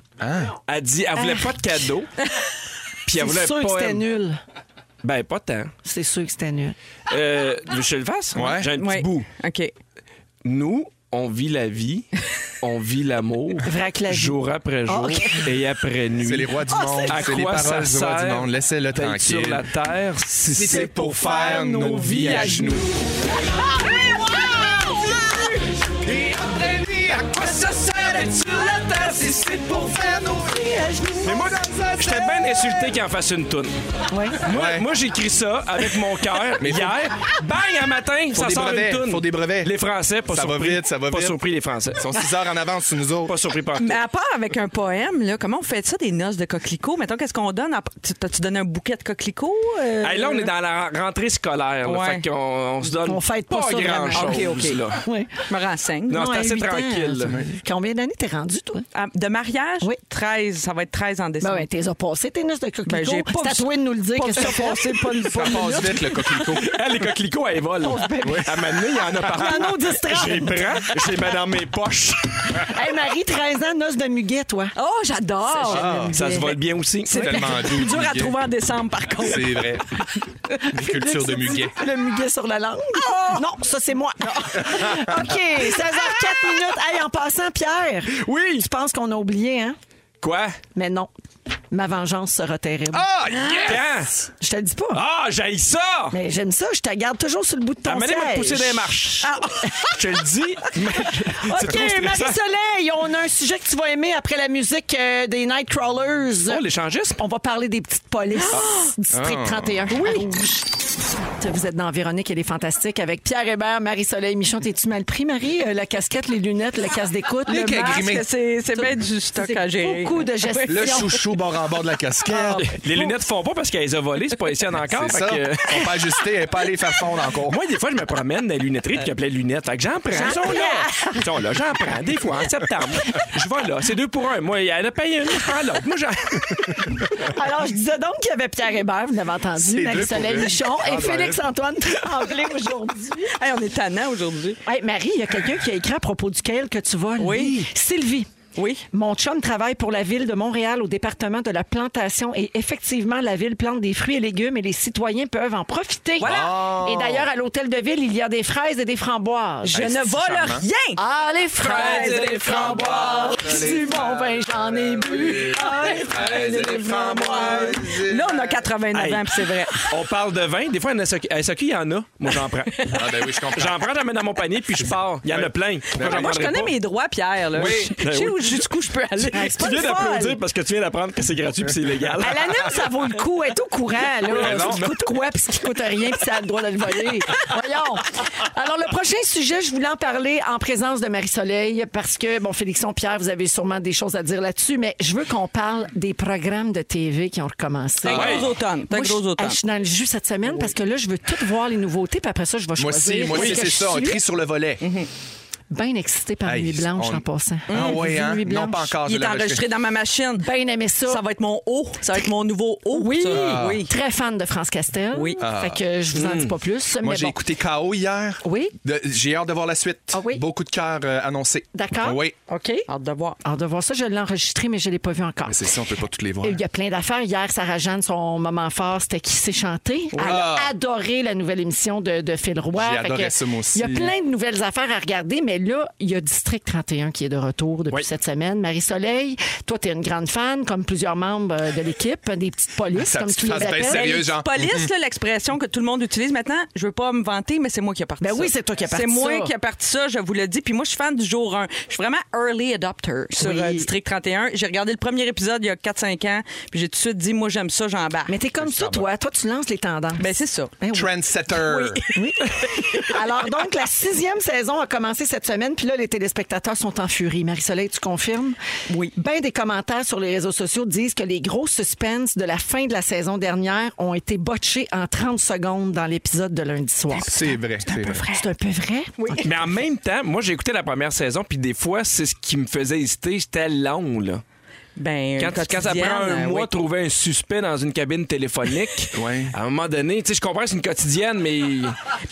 [SPEAKER 4] Elle dit, elle voulait pas de cadeau. Puis elle voulait
[SPEAKER 5] C'est sûr
[SPEAKER 4] un
[SPEAKER 5] que c'était
[SPEAKER 4] poème.
[SPEAKER 5] nul.
[SPEAKER 4] Ben, pas tant.
[SPEAKER 5] C'est sûr que c'était nul.
[SPEAKER 4] Euh, je le fasse?
[SPEAKER 3] Ouais.
[SPEAKER 4] J'ai un petit
[SPEAKER 6] Ouais.
[SPEAKER 4] bout.
[SPEAKER 6] OK.
[SPEAKER 4] Nous, on vit la vie, on vit l'amour,
[SPEAKER 5] Vrac la vie.
[SPEAKER 4] jour après jour
[SPEAKER 5] Ah, ok.
[SPEAKER 4] et après nuit. Ah,
[SPEAKER 3] C'est les rois du monde,
[SPEAKER 4] À
[SPEAKER 3] c'est
[SPEAKER 4] quoi
[SPEAKER 3] les
[SPEAKER 4] ça
[SPEAKER 3] paroles du
[SPEAKER 4] sert
[SPEAKER 3] roi du monde. Laissez-le
[SPEAKER 4] d'être
[SPEAKER 3] tranquille.
[SPEAKER 4] sur la terre si c'est pour faire nos vies à genoux. Mais moi, j'étais bien insulté qu'il en fasse une toune.
[SPEAKER 5] Ouais.
[SPEAKER 4] Moi,
[SPEAKER 3] Ouais.
[SPEAKER 4] moi, j'écris ça avec mon cœur hier. Bang, un matin, ça
[SPEAKER 3] des
[SPEAKER 4] sort
[SPEAKER 3] brevets,
[SPEAKER 4] une toune.
[SPEAKER 3] faut des brevets.
[SPEAKER 4] Les Français, pas
[SPEAKER 3] Ça va
[SPEAKER 4] surpris.
[SPEAKER 3] vite, ça va
[SPEAKER 4] Pas
[SPEAKER 3] vite.
[SPEAKER 4] surpris, les Français.
[SPEAKER 3] Ils sont 6 heures en avance sur nous autres.
[SPEAKER 4] Pas surpris par
[SPEAKER 6] Mais à part avec un poème, là, comment on fait ça des noces de coquelicots? Mettons, qu'est-ce qu'on donne? à- Tu- T'as-tu donné un bouquet de coquelicots? euh?
[SPEAKER 4] Hey, là, on est dans la rentrée scolaire. là.
[SPEAKER 6] Ouais.
[SPEAKER 4] fait qu'on on se donne
[SPEAKER 5] On fête pas ça vraiment.
[SPEAKER 4] grand chose.
[SPEAKER 6] OK, OK.
[SPEAKER 5] Ouais.
[SPEAKER 6] Je me renseigne.
[SPEAKER 4] Non, c'est
[SPEAKER 5] à
[SPEAKER 4] assez
[SPEAKER 5] huit ans,
[SPEAKER 4] tranquille.
[SPEAKER 5] tu- Combien d'années t'es rendu, toi?
[SPEAKER 6] Ah, De mariage?
[SPEAKER 5] Oui.
[SPEAKER 6] 13. Ça va être 13 mauvaise en dessin.
[SPEAKER 5] Ben ouais, t'es as passé tes noces de
[SPEAKER 6] Ben,
[SPEAKER 5] coquelicot.
[SPEAKER 6] j'ai pas
[SPEAKER 5] C'est à
[SPEAKER 6] vu-
[SPEAKER 5] toi de nous le dire.
[SPEAKER 6] pas
[SPEAKER 5] Qu'est-ce
[SPEAKER 6] vu
[SPEAKER 5] que t'as passé? Pas une
[SPEAKER 3] Ça passe vite, le coquelicot.
[SPEAKER 4] Ah, les coquelicots, elles volent. Ouais. À un moment donné, il y en a partout.
[SPEAKER 5] Un autre distrait.
[SPEAKER 4] J'ai prends, j'ai mets dans mes poches.
[SPEAKER 5] Hey Marie, 13 ans, noces de muguet, toi.
[SPEAKER 6] Oh, j'adore!
[SPEAKER 4] Ça se vole bien aussi.
[SPEAKER 3] C'est tellement doux.
[SPEAKER 6] dur à
[SPEAKER 3] Miguel.
[SPEAKER 6] trouver en décembre, par contre.
[SPEAKER 3] C'est vrai. Une culture de muguet.
[SPEAKER 5] Le muguet sur la langue. Non, ça, c'est moi. OK, 16 h 4 minutes. Hey, en passant, Pierre,
[SPEAKER 4] Oui.
[SPEAKER 5] tu penses qu'on a oublié, hein?
[SPEAKER 4] Quoi?
[SPEAKER 5] Mais non. Ma vengeance sera terrible.
[SPEAKER 3] Ah, yes!
[SPEAKER 4] Quand?
[SPEAKER 5] Je te le dis pas.
[SPEAKER 4] Ah, j'aille ça!
[SPEAKER 5] Mais j'aime ça, je te garde toujours sur le bout de ton
[SPEAKER 4] Amenez-moi de pousser
[SPEAKER 5] siège. Ah!
[SPEAKER 4] des marches. Je te le dis. C'est trop
[SPEAKER 5] OK,
[SPEAKER 4] stressant.
[SPEAKER 5] Marie-Soleil, on a un sujet que tu vas aimer après la musique euh, des Nightcrawlers.
[SPEAKER 4] Oh, l'échangisme.
[SPEAKER 5] On va parler des petites polices.
[SPEAKER 3] Ah!
[SPEAKER 5] District 31. Ah, Oui. Vous êtes dans Véronique, elle est fantastique avec Pierre Hébert, Marie-Soleil Michon. T'es-tu mal pris, Marie? Euh, la casquette, les lunettes, la casse d'écoute, le
[SPEAKER 3] qu'elle
[SPEAKER 5] masque.
[SPEAKER 3] grimaient.
[SPEAKER 6] Ah, Parce que c'est c'est bien du stock à gérer.
[SPEAKER 5] C'est beaucoup de gestion.
[SPEAKER 3] Le chouchou bord en bord de la casquette.
[SPEAKER 4] Les lunettes font pas parce qu'elles les a volées, c'est pas ici en encore.
[SPEAKER 3] C'est
[SPEAKER 4] fait
[SPEAKER 3] ça.
[SPEAKER 4] que- euh,
[SPEAKER 3] On peut ajuster, elle n'est pas allée faire fondre encore.
[SPEAKER 4] Moi, des fois, je me promène dans les lunetteries puis qu'il y a plein de lunettes. Fait que j'en prends. Ils sont là. Ils sont là. J'en prends. Des fois, en septembre. Je vais là. C'est deux pour un. Moi, elle a payé une. Je prends l'autre. Moi, j'en.
[SPEAKER 5] Alors, je disais donc qu'il y avait Pierre Hébert, vous l'avez entendu,
[SPEAKER 3] deux
[SPEAKER 5] Marie-Soleil
[SPEAKER 3] pour une.
[SPEAKER 5] Michon
[SPEAKER 3] Ah,
[SPEAKER 5] et
[SPEAKER 3] ben.
[SPEAKER 5] Félix-Antoine Tremblay aujourd'hui.
[SPEAKER 6] Hey, on est tannant aujourd'hui.
[SPEAKER 5] Hey, Marie, il y a quelqu'un qui a écrit à propos duquel que tu voles.
[SPEAKER 6] Oui.
[SPEAKER 5] Sylvie.
[SPEAKER 6] Oui.
[SPEAKER 5] Mon chum travaille pour la ville de Montréal au département de la plantation et effectivement, la ville plante des fruits et légumes et les citoyens peuvent en profiter.
[SPEAKER 3] Voilà. Oh.
[SPEAKER 5] Et d'ailleurs, à l'hôtel de ville, il y a des fraises et des framboises.
[SPEAKER 6] Je
[SPEAKER 3] Hey,
[SPEAKER 6] ne
[SPEAKER 3] c'est
[SPEAKER 6] vole
[SPEAKER 3] charmant.
[SPEAKER 6] rien!
[SPEAKER 5] Ah, les
[SPEAKER 4] fraises et les framboises,
[SPEAKER 5] du bon vin, ben, j'en ai bu. Ah, les fraises et les framboises.
[SPEAKER 6] Là, on a 89
[SPEAKER 4] Hey.
[SPEAKER 6] ans, puis c'est vrai.
[SPEAKER 4] On parle de vin. Des fois, en SAQ, à SAQ, il y en a. Moi, j'en prends.
[SPEAKER 3] Ah, ben oui, je comprends.
[SPEAKER 4] J'en prends, j'en mets dans mon panier, puis je pars. Il y en a plein. Pourquoi j'en
[SPEAKER 6] Moi, je
[SPEAKER 4] prendrais
[SPEAKER 6] connais
[SPEAKER 4] pas?
[SPEAKER 6] mes droits, Pierre. Là.
[SPEAKER 4] Oui.
[SPEAKER 6] Je- Je
[SPEAKER 4] Ben oui.
[SPEAKER 6] sais où jusqu'où je peux aller. C'est
[SPEAKER 4] Tu
[SPEAKER 6] pas
[SPEAKER 4] viens
[SPEAKER 6] une folle.
[SPEAKER 4] d'applaudir parce que tu viens d'apprendre que c'est gratuit puis c'est légal.
[SPEAKER 5] À l'anime, ça vaut le coup. Elle est au courant,
[SPEAKER 3] mais
[SPEAKER 5] là.
[SPEAKER 3] non.
[SPEAKER 5] Ce qui coûte quoi, puis ce qui coûte rien, puis ça a le droit de le voler. Voyons. Alors, le prochain sujet, je voulais en parler en présence de Marie-Soleil, parce que, bon, Félixon, Pierre, vous avez sûrement des choses à dire là-dessus, mais je veux qu'on parle des programmes de TV qui ont recommencé.
[SPEAKER 6] T'as un
[SPEAKER 4] Ah Ouais.
[SPEAKER 6] gros automne. T'as un
[SPEAKER 5] Moi, je,
[SPEAKER 6] gros automne.
[SPEAKER 5] je suis dans le jus cette semaine parce que là, je veux tout voir les nouveautés, puis après ça, je vais
[SPEAKER 3] Moi
[SPEAKER 5] choisir.
[SPEAKER 3] aussi, moi aussi,
[SPEAKER 5] Parce que
[SPEAKER 3] c'est
[SPEAKER 5] je
[SPEAKER 3] ça. On
[SPEAKER 5] suis
[SPEAKER 3] crie sur le volet.
[SPEAKER 5] Mhm. bien excitée par
[SPEAKER 3] Hey,
[SPEAKER 5] Nuit Blanche
[SPEAKER 3] on-
[SPEAKER 5] en passant. Mhm.
[SPEAKER 3] Ah, ouais, hein?
[SPEAKER 5] Nuit
[SPEAKER 3] Non,
[SPEAKER 5] Blanche.
[SPEAKER 3] pas
[SPEAKER 4] Ah,
[SPEAKER 3] encore. je
[SPEAKER 6] Il
[SPEAKER 3] l'ai
[SPEAKER 6] est enregistré dans ma machine.
[SPEAKER 5] Bien aimé
[SPEAKER 6] Ben, Ça va être mon haut. Ça va être mon nouveau haut.
[SPEAKER 5] Oui,
[SPEAKER 4] Ah.
[SPEAKER 6] ça.
[SPEAKER 5] oui. très fan de France Castel.
[SPEAKER 6] Oui.
[SPEAKER 5] Fait que je vous en dis pas plus.
[SPEAKER 3] Ah. Hmm. Moi,
[SPEAKER 5] mais
[SPEAKER 3] j'ai
[SPEAKER 5] bon.
[SPEAKER 3] écouté KO hier.
[SPEAKER 5] Oui.
[SPEAKER 3] De- J'ai hâte de voir la suite.
[SPEAKER 5] Ah oui?
[SPEAKER 3] Beaucoup de cœur euh, annoncé.
[SPEAKER 5] D'accord.
[SPEAKER 3] Oui.
[SPEAKER 5] OK.
[SPEAKER 6] Hâte de voir.
[SPEAKER 5] Alors, de voir ça, je l'ai enregistré, mais je ne l'ai pas vu encore.
[SPEAKER 3] Mais c'est ça, on peut pas toutes les voir.
[SPEAKER 5] Et Il y a plein d'affaires. Hier, Sarah Jeanne, son moment fort, c'était qui s'est chanté. Elle a
[SPEAKER 3] Ah.
[SPEAKER 5] adoré la nouvelle émission de, de Phil Roy.
[SPEAKER 3] J'ai
[SPEAKER 5] Fait
[SPEAKER 3] adoré
[SPEAKER 5] que
[SPEAKER 3] ça, moi aussi.
[SPEAKER 5] Il y a plein de nouvelles affaires à regarder, mais là, il y a District 31 qui est de retour depuis
[SPEAKER 4] Oui.
[SPEAKER 5] cette semaine. Marie-Soleil, toi, tu es une grande fan, comme plusieurs membres euh, de l'équipe, des petites polices,
[SPEAKER 3] Ça
[SPEAKER 5] comme
[SPEAKER 3] petite
[SPEAKER 5] tu les
[SPEAKER 3] face bien
[SPEAKER 5] appelles.
[SPEAKER 3] sérieuse.
[SPEAKER 6] Ben, les
[SPEAKER 3] genre.
[SPEAKER 6] Police, là, l'expression que tout le monde utilise maintenant, je veux pas me vanter, mais c'est moi qui ai parti
[SPEAKER 5] Ben
[SPEAKER 6] ça.
[SPEAKER 5] oui, c'est toi qui as parti
[SPEAKER 6] C'est moi
[SPEAKER 5] ça.
[SPEAKER 6] qui ai parti ça, je vous le dis. Puis moi, je suis fan du jour 1. Je suis vraiment early adopter sur
[SPEAKER 5] Oui.
[SPEAKER 6] euh, District 31. J'ai regardé le premier épisode il y a 4-5 ans, puis j'ai tout de suite dit, moi, j'aime ça, j'embarque.
[SPEAKER 5] Mais t'es comme ça, toi. Toi, tu lances les tendances.
[SPEAKER 6] Ben, c'est ça.
[SPEAKER 5] Ben oui.
[SPEAKER 3] Trendsetter.
[SPEAKER 5] Oui. Alors, donc, la sixième saison a commencé cette semaine. Puis là, les téléspectateurs sont en furie. Marie-Soleil, tu confirmes?
[SPEAKER 6] Oui.
[SPEAKER 5] Ben des commentaires sur les réseaux sociaux disent que les gros suspens de la fin de la saison dernière ont été botchés en 30 secondes dans l'épisode de lundi soir.
[SPEAKER 3] C'est vrai. C'est vrai.
[SPEAKER 5] C'est un peu vrai? Oui.
[SPEAKER 4] Mais en même temps, moi, j'ai écouté la première saison, puis des fois, c'est ce qui me faisait hésiter. C'était long, là.
[SPEAKER 6] Ben,
[SPEAKER 4] Quand,
[SPEAKER 6] une
[SPEAKER 4] quand ça prend
[SPEAKER 6] quotidienne,
[SPEAKER 4] un
[SPEAKER 6] euh,
[SPEAKER 4] mois
[SPEAKER 6] oui.
[SPEAKER 4] trouver un suspect dans une cabine téléphonique,
[SPEAKER 3] Ouais.
[SPEAKER 4] à un moment donné, tu sais, je comprends que c'est une quotidienne, mais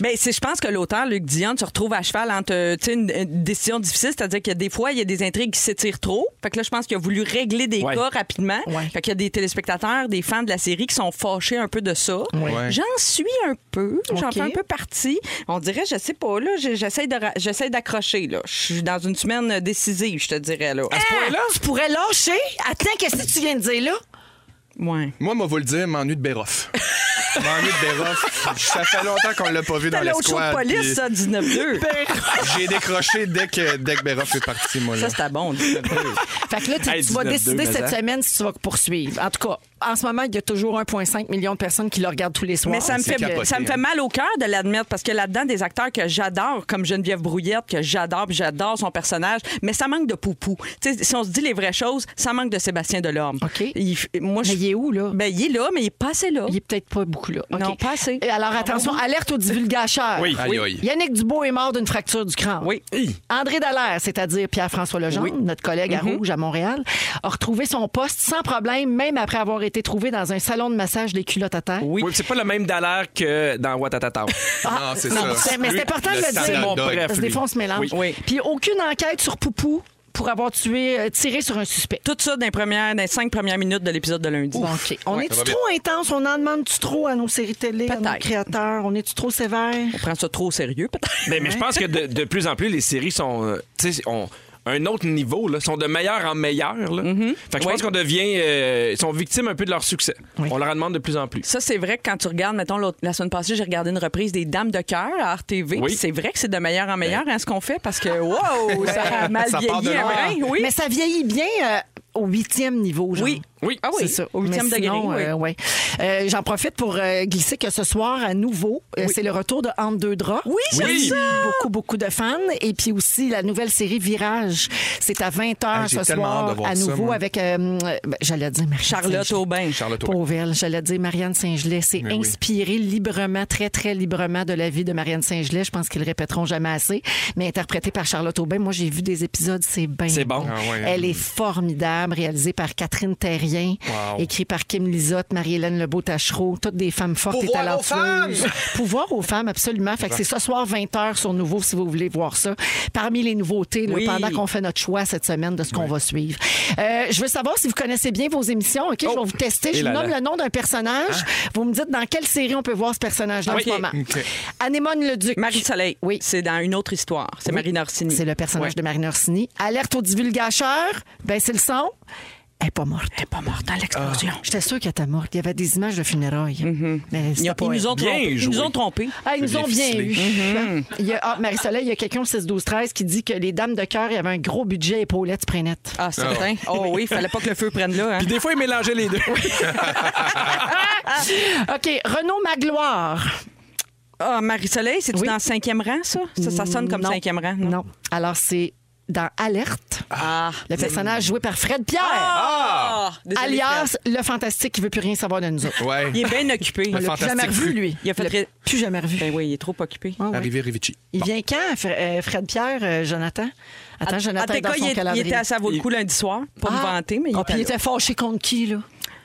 [SPEAKER 6] Ben, c'est, je pense que l'auteur, Luc Dion, se retrouve à cheval entre euh, tu sais, une, une décision difficile, c'est-à-dire que des fois, il y a des intrigues qui s'étirent trop. Fait que là, je pense qu'il a voulu régler des
[SPEAKER 4] Ouais.
[SPEAKER 6] cas rapidement.
[SPEAKER 5] Ouais.
[SPEAKER 6] Fait qu'il y a des téléspectateurs, des fans de la série qui sont fâchés un peu de ça.
[SPEAKER 3] Ouais.
[SPEAKER 6] J'en suis un peu, j'en
[SPEAKER 5] Ok.
[SPEAKER 6] fais un peu partie. On dirait, je sais pas, là, j'ai- j'essaie, de ra- j'essaie d'accrocher, là. Je suis dans une semaine décisive, je te dirais, là.
[SPEAKER 4] à ce point-là,
[SPEAKER 5] Ah, Tu pourrais lâcher? Attends, qu'est-ce que tu viens de dire là?
[SPEAKER 6] Ouais.
[SPEAKER 3] Moi, moi, vous le dire, m'ennuie de Béroff. m'ennuie de Béroff. Ça fait longtemps qu'on l'a pas vu dans
[SPEAKER 6] T'as l'autre show de
[SPEAKER 3] l'escouade.
[SPEAKER 6] police, ça, 19-2.
[SPEAKER 3] puis J'ai décroché dès que, dès que Béroff est parti, moi. Là.
[SPEAKER 6] ça, c'était bon, 19-2.
[SPEAKER 5] Fait que là, tu,
[SPEAKER 4] Hey,
[SPEAKER 5] tu vas
[SPEAKER 4] 19-2,
[SPEAKER 5] décider
[SPEAKER 4] mais
[SPEAKER 5] cette
[SPEAKER 4] ça.
[SPEAKER 5] semaine si tu vas poursuivre. En tout cas, en ce moment, il y a toujours 1,5 million de personnes qui le regardent tous les soirs.
[SPEAKER 6] Mais ça me,
[SPEAKER 3] c'est
[SPEAKER 6] fait,
[SPEAKER 3] capoté,
[SPEAKER 6] ça me
[SPEAKER 3] hein.
[SPEAKER 6] fait mal au cœur de l'admettre parce que là-dedans, des acteurs que j'adore, comme Geneviève Brouillette, que j'adore, puis j'adore son personnage, mais ça manque de poupou. Tu sais, si on se dit les vraies choses, ça manque de Sébastien Delorme.
[SPEAKER 5] OK.
[SPEAKER 6] Il f- moi, je-
[SPEAKER 5] Mais il est où, là?
[SPEAKER 6] Ben, il est là, mais il est pas assez là.
[SPEAKER 5] Il est peut-être pas Ah beaucoup là. OK.
[SPEAKER 6] Non, pas assez.
[SPEAKER 5] Et alors attention, alerte aux divulgateurs.
[SPEAKER 4] Oui.
[SPEAKER 3] Aïe, aïe.
[SPEAKER 5] Yannick Dubois est mort d'une fracture du crâne.
[SPEAKER 6] Oui.
[SPEAKER 5] André Dallaire, c'est-à-dire Pierre-François Legendre, notre collègue à Rouge à Montréal, a retrouvé son poste sans problème, même après avoir été trouvé dans un salon de massage des culottes à terre.
[SPEAKER 4] Oui, puis c'est pas le même dallaire que dans Watatata.
[SPEAKER 3] Non, Ah, c'est ça.
[SPEAKER 5] c'est- mais c'est important de le dire.
[SPEAKER 3] standard
[SPEAKER 5] C'est
[SPEAKER 4] mon
[SPEAKER 3] dog.
[SPEAKER 4] préf.
[SPEAKER 5] Parce que des fois, on se mélange.
[SPEAKER 4] Oui.
[SPEAKER 6] Oui.
[SPEAKER 5] Puis aucune enquête sur Poupou pour avoir tué, euh, tiré sur un suspect.
[SPEAKER 6] Tout ça dans les, premières, dans les cinq premières minutes de l'épisode de lundi.
[SPEAKER 5] Bon, OK. On
[SPEAKER 3] ça
[SPEAKER 5] est-tu
[SPEAKER 3] va bien.
[SPEAKER 5] trop intense? On en demande-tu trop à nos séries télé, à nos
[SPEAKER 6] Peut-être.
[SPEAKER 5] créateurs? On est-tu trop sévère?
[SPEAKER 6] On prend ça trop au sérieux,
[SPEAKER 5] Ben,
[SPEAKER 6] peut-être.
[SPEAKER 4] Mais, mais je pense que de, de plus en plus, les séries sont. euh, tu sais, ont un autre niveau, là, sont de meilleur en meilleur. Là. Fait que je pense
[SPEAKER 6] Oui.
[SPEAKER 4] qu'on devient. euh, ils sont victimes un peu de leur succès. On leur en demande de plus en plus.
[SPEAKER 6] Ça, c'est vrai que quand tu regardes, mettons, l'autre- la semaine passée, j'ai regardé une reprise des Dames de cœur à RTV.
[SPEAKER 4] Oui.
[SPEAKER 6] C'est vrai que c'est de meilleur en meilleur hein, ce qu'on fait parce que, wow, ça a mal
[SPEAKER 3] Ben. Ça part de
[SPEAKER 6] vieilli un
[SPEAKER 3] là.
[SPEAKER 6] brin, Ah
[SPEAKER 5] Ben,
[SPEAKER 6] oui.
[SPEAKER 5] Ah. Mais ça vieillit bien euh, au huitième niveau, genre.
[SPEAKER 6] Oui.
[SPEAKER 4] Oui.
[SPEAKER 6] Ah oui.
[SPEAKER 5] C'est ça.
[SPEAKER 6] Au huitième
[SPEAKER 5] Mais
[SPEAKER 6] degré,
[SPEAKER 5] sinon,
[SPEAKER 6] oui.
[SPEAKER 5] euh, ouais. Euh, J'en profite pour euh, glisser que ce soir, à nouveau, euh, c'est le retour de Entre deux draps. Oui,
[SPEAKER 4] j'aime Oui. ça.
[SPEAKER 5] Beaucoup, beaucoup de fans. Et puis aussi, la nouvelle série Virage. C'est à 20h
[SPEAKER 3] Ah, j'ai
[SPEAKER 5] ce
[SPEAKER 3] tellement hâte
[SPEAKER 5] soir,
[SPEAKER 3] de voir
[SPEAKER 5] à
[SPEAKER 3] ça,
[SPEAKER 5] nouveau,
[SPEAKER 3] moi.
[SPEAKER 5] avec, euh, euh, ben, j'allais dire Marie
[SPEAKER 6] Charlotte Aubin.
[SPEAKER 3] Charlotte Aubin.
[SPEAKER 5] Pauvre elle, j'allais dire Marianne Saint-Gelais. C'est
[SPEAKER 3] Mais oui.
[SPEAKER 5] inspiré librement, très, très librement de la vie de Marianne Saint-Gelais. Je pense qu'ils le répéteront jamais assez. Mais interprétée par Charlotte Aubin, moi, j'ai vu des épisodes, c'est bien.
[SPEAKER 4] C'est bon.
[SPEAKER 3] Ah ouais.
[SPEAKER 5] Elle est formidable, réalisée par Catherine Terrien,
[SPEAKER 3] Wow.
[SPEAKER 5] écrit par Kim Lisotte, Marie-Hélène Lebeau-Tachereau, toutes des femmes fortes et
[SPEAKER 3] Pouvoir aux
[SPEAKER 5] talentueuses. Pouvoir aux femmes, absolument. Fait que c'est ce soir 20h sur Nouveau, si vous voulez voir ça. Parmi les nouveautés, là,
[SPEAKER 6] Oui.
[SPEAKER 5] pendant qu'on fait notre choix cette semaine de ce qu'on va suivre. Euh, je veux savoir si vous connaissez bien vos émissions. OK,
[SPEAKER 3] Oh,
[SPEAKER 5] je vais vous tester. Je
[SPEAKER 4] Et
[SPEAKER 5] vous
[SPEAKER 4] là
[SPEAKER 5] nomme
[SPEAKER 4] là. Ah.
[SPEAKER 5] le nom d'un personnage. Vous me dites dans quelle série on peut voir ce personnage-là en
[SPEAKER 6] OK.
[SPEAKER 5] ce moment.
[SPEAKER 3] OK.
[SPEAKER 5] Anémone le Duc.
[SPEAKER 6] Marie Soleil.
[SPEAKER 5] Oui.
[SPEAKER 6] C'est dans une autre histoire. C'est Marine Orsini.
[SPEAKER 5] C'est le personnage de Marine Orsini. Alerte aux divulgateurs. Ben, c'est le son. Elle n'est pas morte.
[SPEAKER 6] Elle est pas morte dans l'explosion.
[SPEAKER 5] J'étais sûre qu'elle était morte. Il y avait des images de funérailles. Mais
[SPEAKER 6] Ils,
[SPEAKER 5] c'était pas
[SPEAKER 6] ils
[SPEAKER 5] elle.
[SPEAKER 6] nous ont
[SPEAKER 4] Bien
[SPEAKER 6] trompés. Ils
[SPEAKER 4] joué.
[SPEAKER 6] nous ont trompés.
[SPEAKER 5] Ah, ils nous ont bien
[SPEAKER 3] ficelé.
[SPEAKER 5] eu.
[SPEAKER 6] Mm-hmm.
[SPEAKER 5] Il y a, ah, Marie-Soleil, il y a quelqu'un au 6-12-13 qui dit que les dames de cœur, il y avait un gros budget épaulette prennette.
[SPEAKER 6] Ah, certain. Oh oui, il fallait pas que le feu prenne là. hein.
[SPEAKER 4] Puis des fois, ils mélangeaient les deux.
[SPEAKER 5] OK, Renaud Magloire.
[SPEAKER 6] Ah, Marie-Soleil, c'est-tu
[SPEAKER 5] Oui.
[SPEAKER 6] dans le cinquième rang, ça? Ça, ça sonne comme
[SPEAKER 5] Non.
[SPEAKER 6] cinquième rang.
[SPEAKER 5] Non. Alors, c'est dans Alerte,
[SPEAKER 6] Ah.
[SPEAKER 5] le personnage joué par Fred Pierre,
[SPEAKER 6] Ah! Désolée, Fred.
[SPEAKER 5] alias le fantastique qui veut plus rien savoir de nous autres.
[SPEAKER 3] Ouais.
[SPEAKER 6] Il est bien occupé.
[SPEAKER 5] On l'a plus
[SPEAKER 3] fantastique
[SPEAKER 5] jamais revu,
[SPEAKER 3] cru.
[SPEAKER 5] lui.
[SPEAKER 6] Il a fait
[SPEAKER 5] On l'a
[SPEAKER 6] très-
[SPEAKER 5] plus jamais revu.
[SPEAKER 6] Ben oui, il est trop occupé.
[SPEAKER 5] Ah ouais.
[SPEAKER 3] Arrivé Rivici.
[SPEAKER 5] Il vient quand, Fr- euh, Fred Pierre, euh, Jonathan? Attends,
[SPEAKER 6] Ah, En-
[SPEAKER 5] Jonathan
[SPEAKER 6] en
[SPEAKER 5] est
[SPEAKER 6] tout
[SPEAKER 5] dans
[SPEAKER 6] cas,
[SPEAKER 5] son
[SPEAKER 6] il, est- il
[SPEAKER 5] calendrier.
[SPEAKER 6] était à ça vaut le coup lundi soir. Pas me
[SPEAKER 5] Ah.
[SPEAKER 6] vanter, mais il,
[SPEAKER 5] Ah,
[SPEAKER 6] était
[SPEAKER 5] puis il
[SPEAKER 6] là.
[SPEAKER 5] était fâché contre qui, là?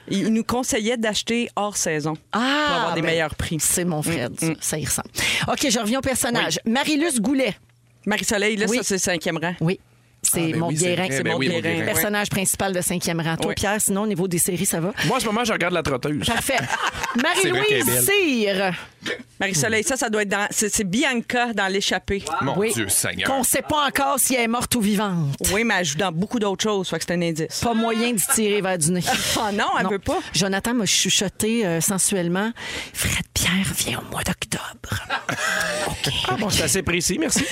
[SPEAKER 6] Il nous conseillait d'acheter hors saison pour avoir des
[SPEAKER 5] ben,
[SPEAKER 6] meilleurs prix. Mm,
[SPEAKER 5] C'est mon Fred, ça y ressemble. OK, je reviens au personnage. Marilus Goulet.
[SPEAKER 6] Marie-Soleil, là,
[SPEAKER 5] Oui.
[SPEAKER 6] ça, c'est le cinquième rang.
[SPEAKER 5] Oui. C'est
[SPEAKER 6] Ah,
[SPEAKER 3] ben
[SPEAKER 5] mon
[SPEAKER 3] oui, c'est
[SPEAKER 5] guérin,
[SPEAKER 3] vrai,
[SPEAKER 5] c'est
[SPEAKER 3] ben
[SPEAKER 5] Eh mon
[SPEAKER 3] oui, mon
[SPEAKER 5] guérin.
[SPEAKER 3] Guérin.
[SPEAKER 5] Personnage principal de cinquième rang. Toi,
[SPEAKER 6] Oui.
[SPEAKER 5] Pierre, sinon, au niveau des séries, ça va?
[SPEAKER 4] Moi, en ce moment, je regarde la trotteuse.
[SPEAKER 5] Parfait.
[SPEAKER 3] vrai qu'elle est
[SPEAKER 5] Marie-Louise
[SPEAKER 3] belle.
[SPEAKER 5] Cyr,
[SPEAKER 6] Marie-Soleil, ça, ça doit être dans. C'est c'est Bianca dans l'échappée.
[SPEAKER 3] Mon
[SPEAKER 5] Oui.
[SPEAKER 3] Dieu Seigneur.
[SPEAKER 5] qu'on ne sait pas encore si elle est morte ou vivante.
[SPEAKER 6] Oui, mais elle joue dans beaucoup d'autres choses, fait que c'est un indice.
[SPEAKER 5] Pas moyen d'y tirer vers du nez.
[SPEAKER 6] Oh non, elle veut pas.
[SPEAKER 5] Jonathan m'a chuchoté euh, sensuellement. Fred Pierre vient au mois d'octobre.
[SPEAKER 4] Ah, bon, c'est assez précis, merci.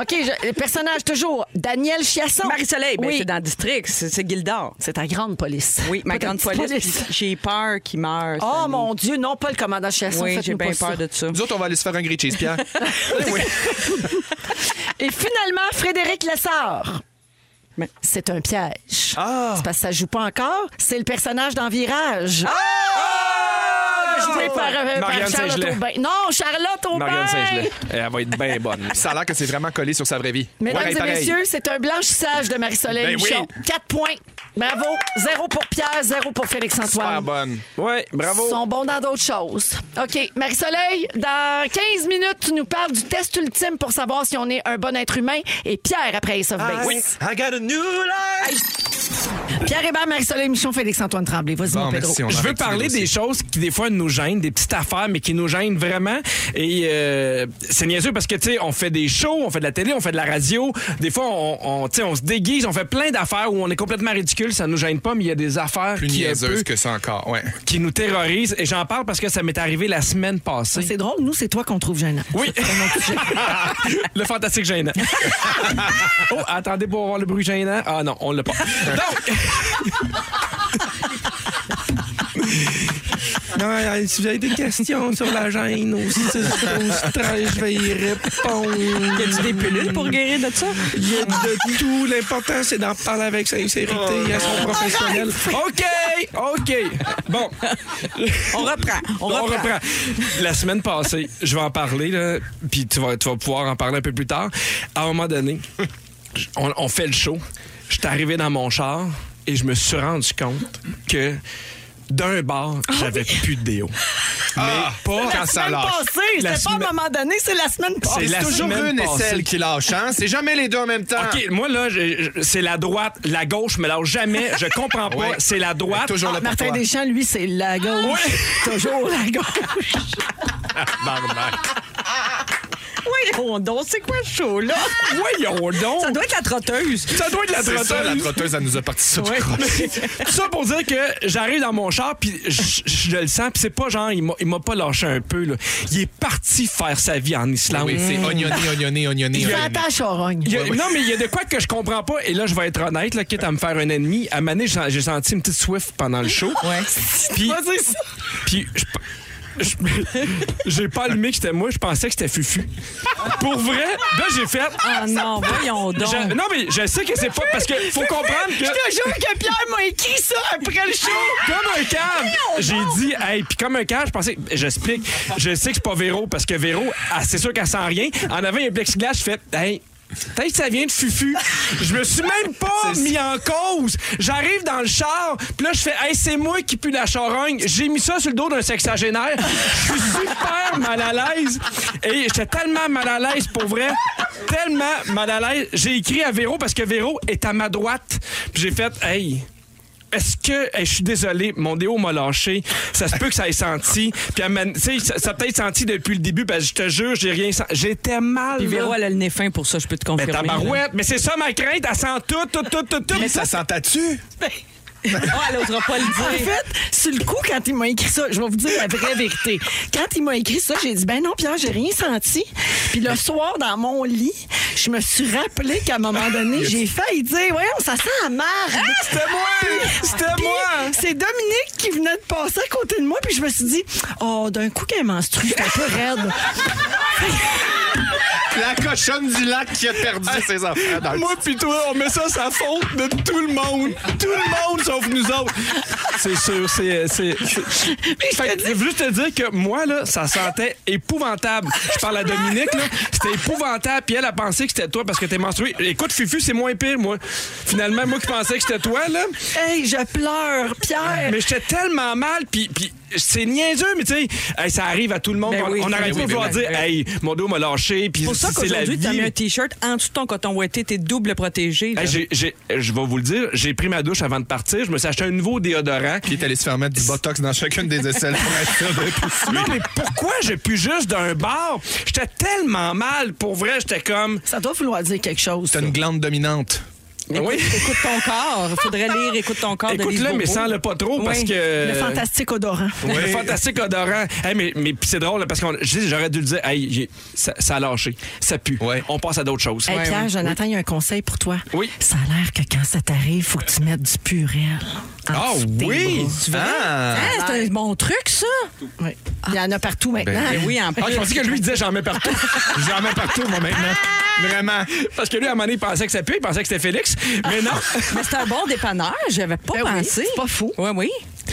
[SPEAKER 5] OK, je- le personnage toujours, Daniel Chiasson.
[SPEAKER 6] Marie-Soleil, ben,
[SPEAKER 5] Oui.
[SPEAKER 6] c'est dans District, c'est c'est Gildor.
[SPEAKER 5] C'est ta grande police.
[SPEAKER 6] Oui, ma
[SPEAKER 5] Pas ta
[SPEAKER 6] grande
[SPEAKER 5] petite
[SPEAKER 6] police. puis J'ai peur qu'il meure.
[SPEAKER 5] Oh
[SPEAKER 6] cette année.
[SPEAKER 5] mon Dieu, non pas le commandant Chiasson.
[SPEAKER 6] Oui, j'ai
[SPEAKER 5] faites-nous
[SPEAKER 6] bien
[SPEAKER 5] pas
[SPEAKER 6] peur
[SPEAKER 5] ça.
[SPEAKER 6] de ça.
[SPEAKER 3] Nous autres, on va aller se faire un grilled cheese, Pierre.
[SPEAKER 5] Et finalement, Frédéric Lessard.
[SPEAKER 6] Mais- Ah!
[SPEAKER 5] C'est un piège. C'est parce que ça joue pas encore. C'est le personnage dans Virage. Joué par,
[SPEAKER 6] Ah!
[SPEAKER 5] euh, par
[SPEAKER 4] Marianne
[SPEAKER 5] Charlotte
[SPEAKER 4] Saint-Gelais.
[SPEAKER 5] Aubin. Non, Charlotte Aubin.
[SPEAKER 4] Marianne Saint-Gelais. Elle va être bien bonne.
[SPEAKER 3] Ça a l'air que c'est vraiment collé sur sa vraie vie.
[SPEAKER 5] Mesdames
[SPEAKER 3] Pareil,
[SPEAKER 5] et
[SPEAKER 3] pareil.
[SPEAKER 5] messieurs, c'est un blanchissage de Marie-Soleil
[SPEAKER 3] Ben oui.
[SPEAKER 5] Michon. Quatre points. Bravo. Zéro pour Pierre, zéro pour
[SPEAKER 3] Super
[SPEAKER 5] Félix-Antoine.
[SPEAKER 3] bonne.
[SPEAKER 4] Ouais, bravo.
[SPEAKER 5] Ils sont bons dans d'autres choses. OK. Marie-Soleil, dans 15 minutes, tu nous parles du test ultime pour savoir si on est un bon être humain. Et Pierre, après Ace of Base.
[SPEAKER 3] Ah, I got a new life.
[SPEAKER 5] Pierre Hébert, Marie-Soleil Michon, Félix-Antoine Tremblay. Vas-y,
[SPEAKER 3] Bon,
[SPEAKER 5] mon Pedro.
[SPEAKER 3] merci, on
[SPEAKER 4] Je veux
[SPEAKER 3] arrête
[SPEAKER 4] parler
[SPEAKER 3] le
[SPEAKER 4] des
[SPEAKER 3] dossier.
[SPEAKER 4] choses qui, des fois, nous gênent, des petites affaires, mais qui nous gênent vraiment. Et euh, c'est niaiseux parce que, tu sais, on fait des shows, on fait de la télé, on fait de la radio. Des fois, on, on, tu sais, on se déguise, on fait plein d'affaires où on est complètement ridicule, ça nous gêne pas, mais il y a des affaires
[SPEAKER 3] Plus
[SPEAKER 4] qui, un
[SPEAKER 3] niaiseuse
[SPEAKER 4] peu,
[SPEAKER 3] que ça encore, ouais.
[SPEAKER 4] qui nous terrorisent. Et j'en parle parce que ça m'est arrivé la semaine passée.
[SPEAKER 5] C'est drôle, nous, c'est toi qu'on trouve gênant.
[SPEAKER 4] Oui. le fantastique gênant. oh, attendez pour avoir le bruit gênant. Ah non, on l'a pas. Donc. Ouais, euh, si vous avez des questions sur la gêne, au 6 12 13, je vais y répondre.
[SPEAKER 6] Y a-tu des pilules pour guérir de ça?
[SPEAKER 4] Il y a de tout. L'important, c'est d'en parler avec sincérité à son professionnel. OK! OK! Bon,
[SPEAKER 6] On reprend. On,
[SPEAKER 4] on
[SPEAKER 6] reprend.
[SPEAKER 4] reprend. La semaine passée, je vais en parler, là, puis tu vas, tu vas pouvoir en parler un peu plus tard. À un moment donné, je- on, on fait le show. Je suis arrivé dans mon char et je me suis rendu compte que d'un bar, j'avais plus de déo. Mais pas
[SPEAKER 3] Ah. la
[SPEAKER 4] quand ça
[SPEAKER 3] semaine
[SPEAKER 4] lâche.
[SPEAKER 5] passée,
[SPEAKER 4] La
[SPEAKER 5] c'était pas à un
[SPEAKER 4] semaine-
[SPEAKER 5] moment donné, c'est la semaine passée.
[SPEAKER 4] C'est la
[SPEAKER 3] C'est toujours
[SPEAKER 4] semaine
[SPEAKER 3] une et
[SPEAKER 4] passée.
[SPEAKER 3] celle qui lâche, hein? C'est jamais les deux en même temps.
[SPEAKER 4] OK, moi, là, je- je- c'est la droite, la gauche, mais alors jamais, je comprends pas,
[SPEAKER 3] Ouais.
[SPEAKER 4] c'est la droite. Ah,
[SPEAKER 3] Toujours là pour
[SPEAKER 5] Martin
[SPEAKER 3] toi.
[SPEAKER 5] Deschamps, lui, c'est
[SPEAKER 6] Ah,
[SPEAKER 5] la gauche. Toujours la gauche.
[SPEAKER 6] Voyons donc, c'est quoi ce show-là?
[SPEAKER 5] Ah,
[SPEAKER 4] Voyons donc!
[SPEAKER 6] Ça doit être la trotteuse.
[SPEAKER 4] Ça doit être la
[SPEAKER 3] C'est
[SPEAKER 4] trotteuse.
[SPEAKER 3] ça, la trotteuse, elle nous a parti ça du
[SPEAKER 4] Ouais.
[SPEAKER 3] croche.
[SPEAKER 4] Tout ça pour dire que j'arrive dans mon char, puis je je le sens, puis c'est pas genre, il m'a- il m'a pas lâché un peu. Là. Il est parti faire sa vie en Islande. Mm.
[SPEAKER 3] Oui, c'est oignonné, oignonné, oignonné.
[SPEAKER 5] Il fait
[SPEAKER 3] oignonné.
[SPEAKER 5] attache Orogne.
[SPEAKER 4] Il y a- Non, mais il y a de quoi que je comprends pas. Et là, je vais être honnête, là, quitte à me faire un ennemi. À Mané, j'ai j'ai senti une petite Swift pendant le show. Puis, puis je pe- je- j'ai pas allumé que c'était moi, je pensais que c'était Fufu. Pour vrai, là, j'ai fait.
[SPEAKER 6] Ah non, voyons donc.
[SPEAKER 4] Je- non, mais je sais que c'est pas. Parce que faut comprendre que.
[SPEAKER 5] jure que Pierre m'a écrit ça après le show.
[SPEAKER 4] Comme un cave! J'ai dit, hey, puis comme un cave, je pensais, j'explique, je sais que c'est pas Véro, parce que Véro, ah, c'est sûr qu'elle sent rien. En avant, il y a un plexiglas, je fais, hey, peut-être que ça vient de Fufu. Je me suis même pas mis en cause. J'arrive dans le char, puis là, je fais, hey, c'est moi qui pue la charogne. J'ai mis ça sur le dos d'un sexagénaire. Je suis super mal à l'aise. Et j'étais tellement mal à l'aise, pour vrai, tellement mal à l'aise. J'ai écrit à Véro, parce que Véro est à ma droite. Puis j'ai fait, hey, est-ce que hey, je suis désolé, mon déo m'a lâché. Ça se peut que ça ait senti. Puis elle m'a- tu sais, ça, ça a peut-être senti depuis le début. Parce que je te jure, j'ai rien senti. J'étais mal.
[SPEAKER 6] Puis Véro,
[SPEAKER 4] là.
[SPEAKER 6] elle a le nez fin pour ça, je peux te confirmer.
[SPEAKER 4] mais tabarouette, mais c'est ça ma crainte. Elle sent tout, tout, tout, tout, tout.
[SPEAKER 3] Mais ça sentait-tu?
[SPEAKER 6] Oh, elle osera pas le
[SPEAKER 5] En
[SPEAKER 6] dire.
[SPEAKER 5] fait, sur le coup, quand il m'a écrit ça, je vais vous dire la vraie vérité. Quand il m'a écrit ça, j'ai dit, ben non, Pierre, j'ai rien senti. Puis le soir, dans mon lit, je me suis rappelé qu'à un moment donné, j'ai failli dire, voyons, ça sent la marde.
[SPEAKER 4] C'était moi! C'était
[SPEAKER 5] Puis,
[SPEAKER 4] moi!
[SPEAKER 5] C'est Dominique qui venait de passer à côté de moi, puis je me suis dit, oh, d'un coup qu'elle menstrue, j'étais un peu raide.
[SPEAKER 3] La cochonne du lac qui a perdu ses enfants dans le
[SPEAKER 4] Moi pis toi, on met ça sa faute de tout le monde. Tout le monde sauf nous autres. C'est sûr, c'est. c'est, c'est- Fait que je veux juste te dire que moi, là, ça sentait épouvantable. Je parle à Dominique, là. C'était épouvantable. Puis elle a pensé que c'était toi parce que t'es menstrué. Écoute, Fufu, c'est moins pire, moi. Finalement, moi qui pensais que c'était toi, là.
[SPEAKER 5] Hey, je pleure, Pierre.
[SPEAKER 4] Mais j'étais tellement mal, puis, puis c'est niaiseux, mais tu sais, hey, ça arrive à tout le monde.
[SPEAKER 6] Ben
[SPEAKER 4] on
[SPEAKER 6] oui,
[SPEAKER 4] on arrête
[SPEAKER 6] ben
[SPEAKER 4] pas
[SPEAKER 6] oui,
[SPEAKER 4] de vouloir
[SPEAKER 6] ben oui,
[SPEAKER 4] dire,
[SPEAKER 6] ben
[SPEAKER 4] hey, mon dos m'a lâché, puis
[SPEAKER 6] C'est pour ça
[SPEAKER 4] c'est la
[SPEAKER 6] qu'aujourd'hui, t'as
[SPEAKER 4] vie.
[SPEAKER 6] mis un T-shirt en dessous de ton coton ouaté, t'es double protégé. là.
[SPEAKER 4] Hey, Ben, j'ai- j'ai- je vais vous le dire, j'ai pris ma douche avant de partir. Je me suis acheté un nouveau déodorant.
[SPEAKER 3] Puis il est allé se faire mettre du botox dans chacune des aisselles pour être sûr de pousser.
[SPEAKER 4] Non, Ah, mais pourquoi j'ai pu juste d'un bar? J'étais tellement mal. Pour vrai, j'étais comme.
[SPEAKER 5] Ça doit vouloir dire quelque chose.
[SPEAKER 3] C'est
[SPEAKER 5] ça.
[SPEAKER 3] une glande dominante.
[SPEAKER 4] Oui.
[SPEAKER 6] Écoute ton corps. Faudrait lire Écoute ton corps de Lise
[SPEAKER 4] Écoute-le, mais
[SPEAKER 6] Bourbeau.
[SPEAKER 4] sans le pas trop,
[SPEAKER 6] Oui.
[SPEAKER 4] parce que.
[SPEAKER 5] Le fantastique odorant.
[SPEAKER 4] Ouais. Le fantastique odorant. Hey, mais mais puis c'est drôle, là, parce que j'aurais dû le dire. Hey, j'ai- ça, ça a lâché. Ça pue.
[SPEAKER 3] Ouais.
[SPEAKER 4] On passe à d'autres choses.
[SPEAKER 5] Hey Pierre, Jonathan, il y a un conseil pour toi.
[SPEAKER 4] Oui.
[SPEAKER 5] Ça a l'air que quand ça t'arrive, faut que tu mettes du purel. en
[SPEAKER 4] Oh
[SPEAKER 3] Ah
[SPEAKER 5] dessous de tes
[SPEAKER 3] oui!
[SPEAKER 6] Ah,
[SPEAKER 3] Ah!
[SPEAKER 6] c'est un bon truc, ça.
[SPEAKER 5] bras. Ouais. Il y en a partout maintenant.
[SPEAKER 6] Ben oui, en
[SPEAKER 4] Ah, je pensais que lui disait j'en mets partout.
[SPEAKER 3] J'en mets partout, moi, maintenant.
[SPEAKER 4] Ah!
[SPEAKER 6] Ah!
[SPEAKER 3] Vraiment.
[SPEAKER 4] Parce que lui, à un moment donné, il pensait que ça pue, il pensait que c'était Félix. Mais non.
[SPEAKER 6] Mais c'est un bon dépanneur, j'avais pas
[SPEAKER 5] Ben oui,
[SPEAKER 6] pensé.
[SPEAKER 5] c'est pas fou.
[SPEAKER 6] Oui, oui.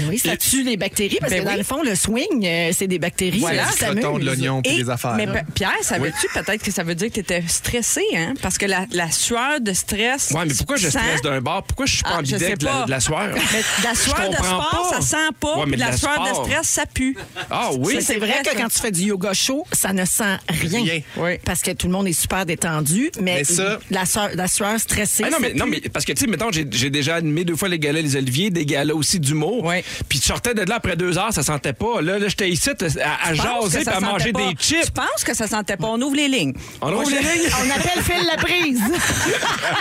[SPEAKER 5] Oui, ça tue les bactéries parce
[SPEAKER 6] Ben
[SPEAKER 5] que dans
[SPEAKER 6] oui.
[SPEAKER 5] le fond, le swing, euh, c'est des bactéries.
[SPEAKER 6] Voilà.
[SPEAKER 5] ça
[SPEAKER 3] Du coton, de
[SPEAKER 5] s'amuse.
[SPEAKER 3] l'oignon, puis
[SPEAKER 6] Et-
[SPEAKER 3] des affaires.
[SPEAKER 6] Mais pe- Pierre, savais-tu peut-être que ça veut dire que tu étais stressé, hein? Parce que la, la sueur de stress.
[SPEAKER 4] Ouais, mais pourquoi je
[SPEAKER 6] sent-
[SPEAKER 4] stresse d'un bar? Pourquoi je suis pas
[SPEAKER 6] Ah,
[SPEAKER 4] en
[SPEAKER 6] je sais
[SPEAKER 4] bidet de la,
[SPEAKER 6] pas.
[SPEAKER 4] de la soirée?
[SPEAKER 6] Mais de la
[SPEAKER 4] Je
[SPEAKER 6] sueur de
[SPEAKER 4] comprends
[SPEAKER 6] sport,
[SPEAKER 4] pas.
[SPEAKER 6] ça sent pas.
[SPEAKER 4] Ouais, mais
[SPEAKER 6] puis de la, sueur
[SPEAKER 4] sport.
[SPEAKER 6] de stress, ça pue.
[SPEAKER 4] Ah
[SPEAKER 5] Ça,
[SPEAKER 4] oui?
[SPEAKER 5] c'est vrai que
[SPEAKER 6] ça.
[SPEAKER 5] quand tu fais du yoga chaud, ça ne sent rien.
[SPEAKER 3] Rien.
[SPEAKER 6] Oui.
[SPEAKER 5] Parce que tout le monde est super détendu, mais,
[SPEAKER 3] Mais ça-
[SPEAKER 5] la, sueur, la sueur stressée.
[SPEAKER 4] Ah non,
[SPEAKER 5] ça
[SPEAKER 4] mais, non,
[SPEAKER 5] pue.
[SPEAKER 4] mais parce que, tu sais, mettons, j'ai j'ai déjà animé deux fois les galas Les Oliviers, des galas aussi d'humour.
[SPEAKER 6] Ouais.
[SPEAKER 4] Puis tu sortais de là après deux heures, ça sentait pas. Là, là j'étais ici t- à, à
[SPEAKER 6] Je pense que
[SPEAKER 4] jaser puis
[SPEAKER 6] ça
[SPEAKER 4] à
[SPEAKER 6] sentait
[SPEAKER 4] manger
[SPEAKER 6] pas.
[SPEAKER 4] des chips.
[SPEAKER 6] Je pense que ça sentait pas. On ouvre les lignes. Ah,
[SPEAKER 4] On ouvre les lignes.
[SPEAKER 5] On appelle Phil la prise.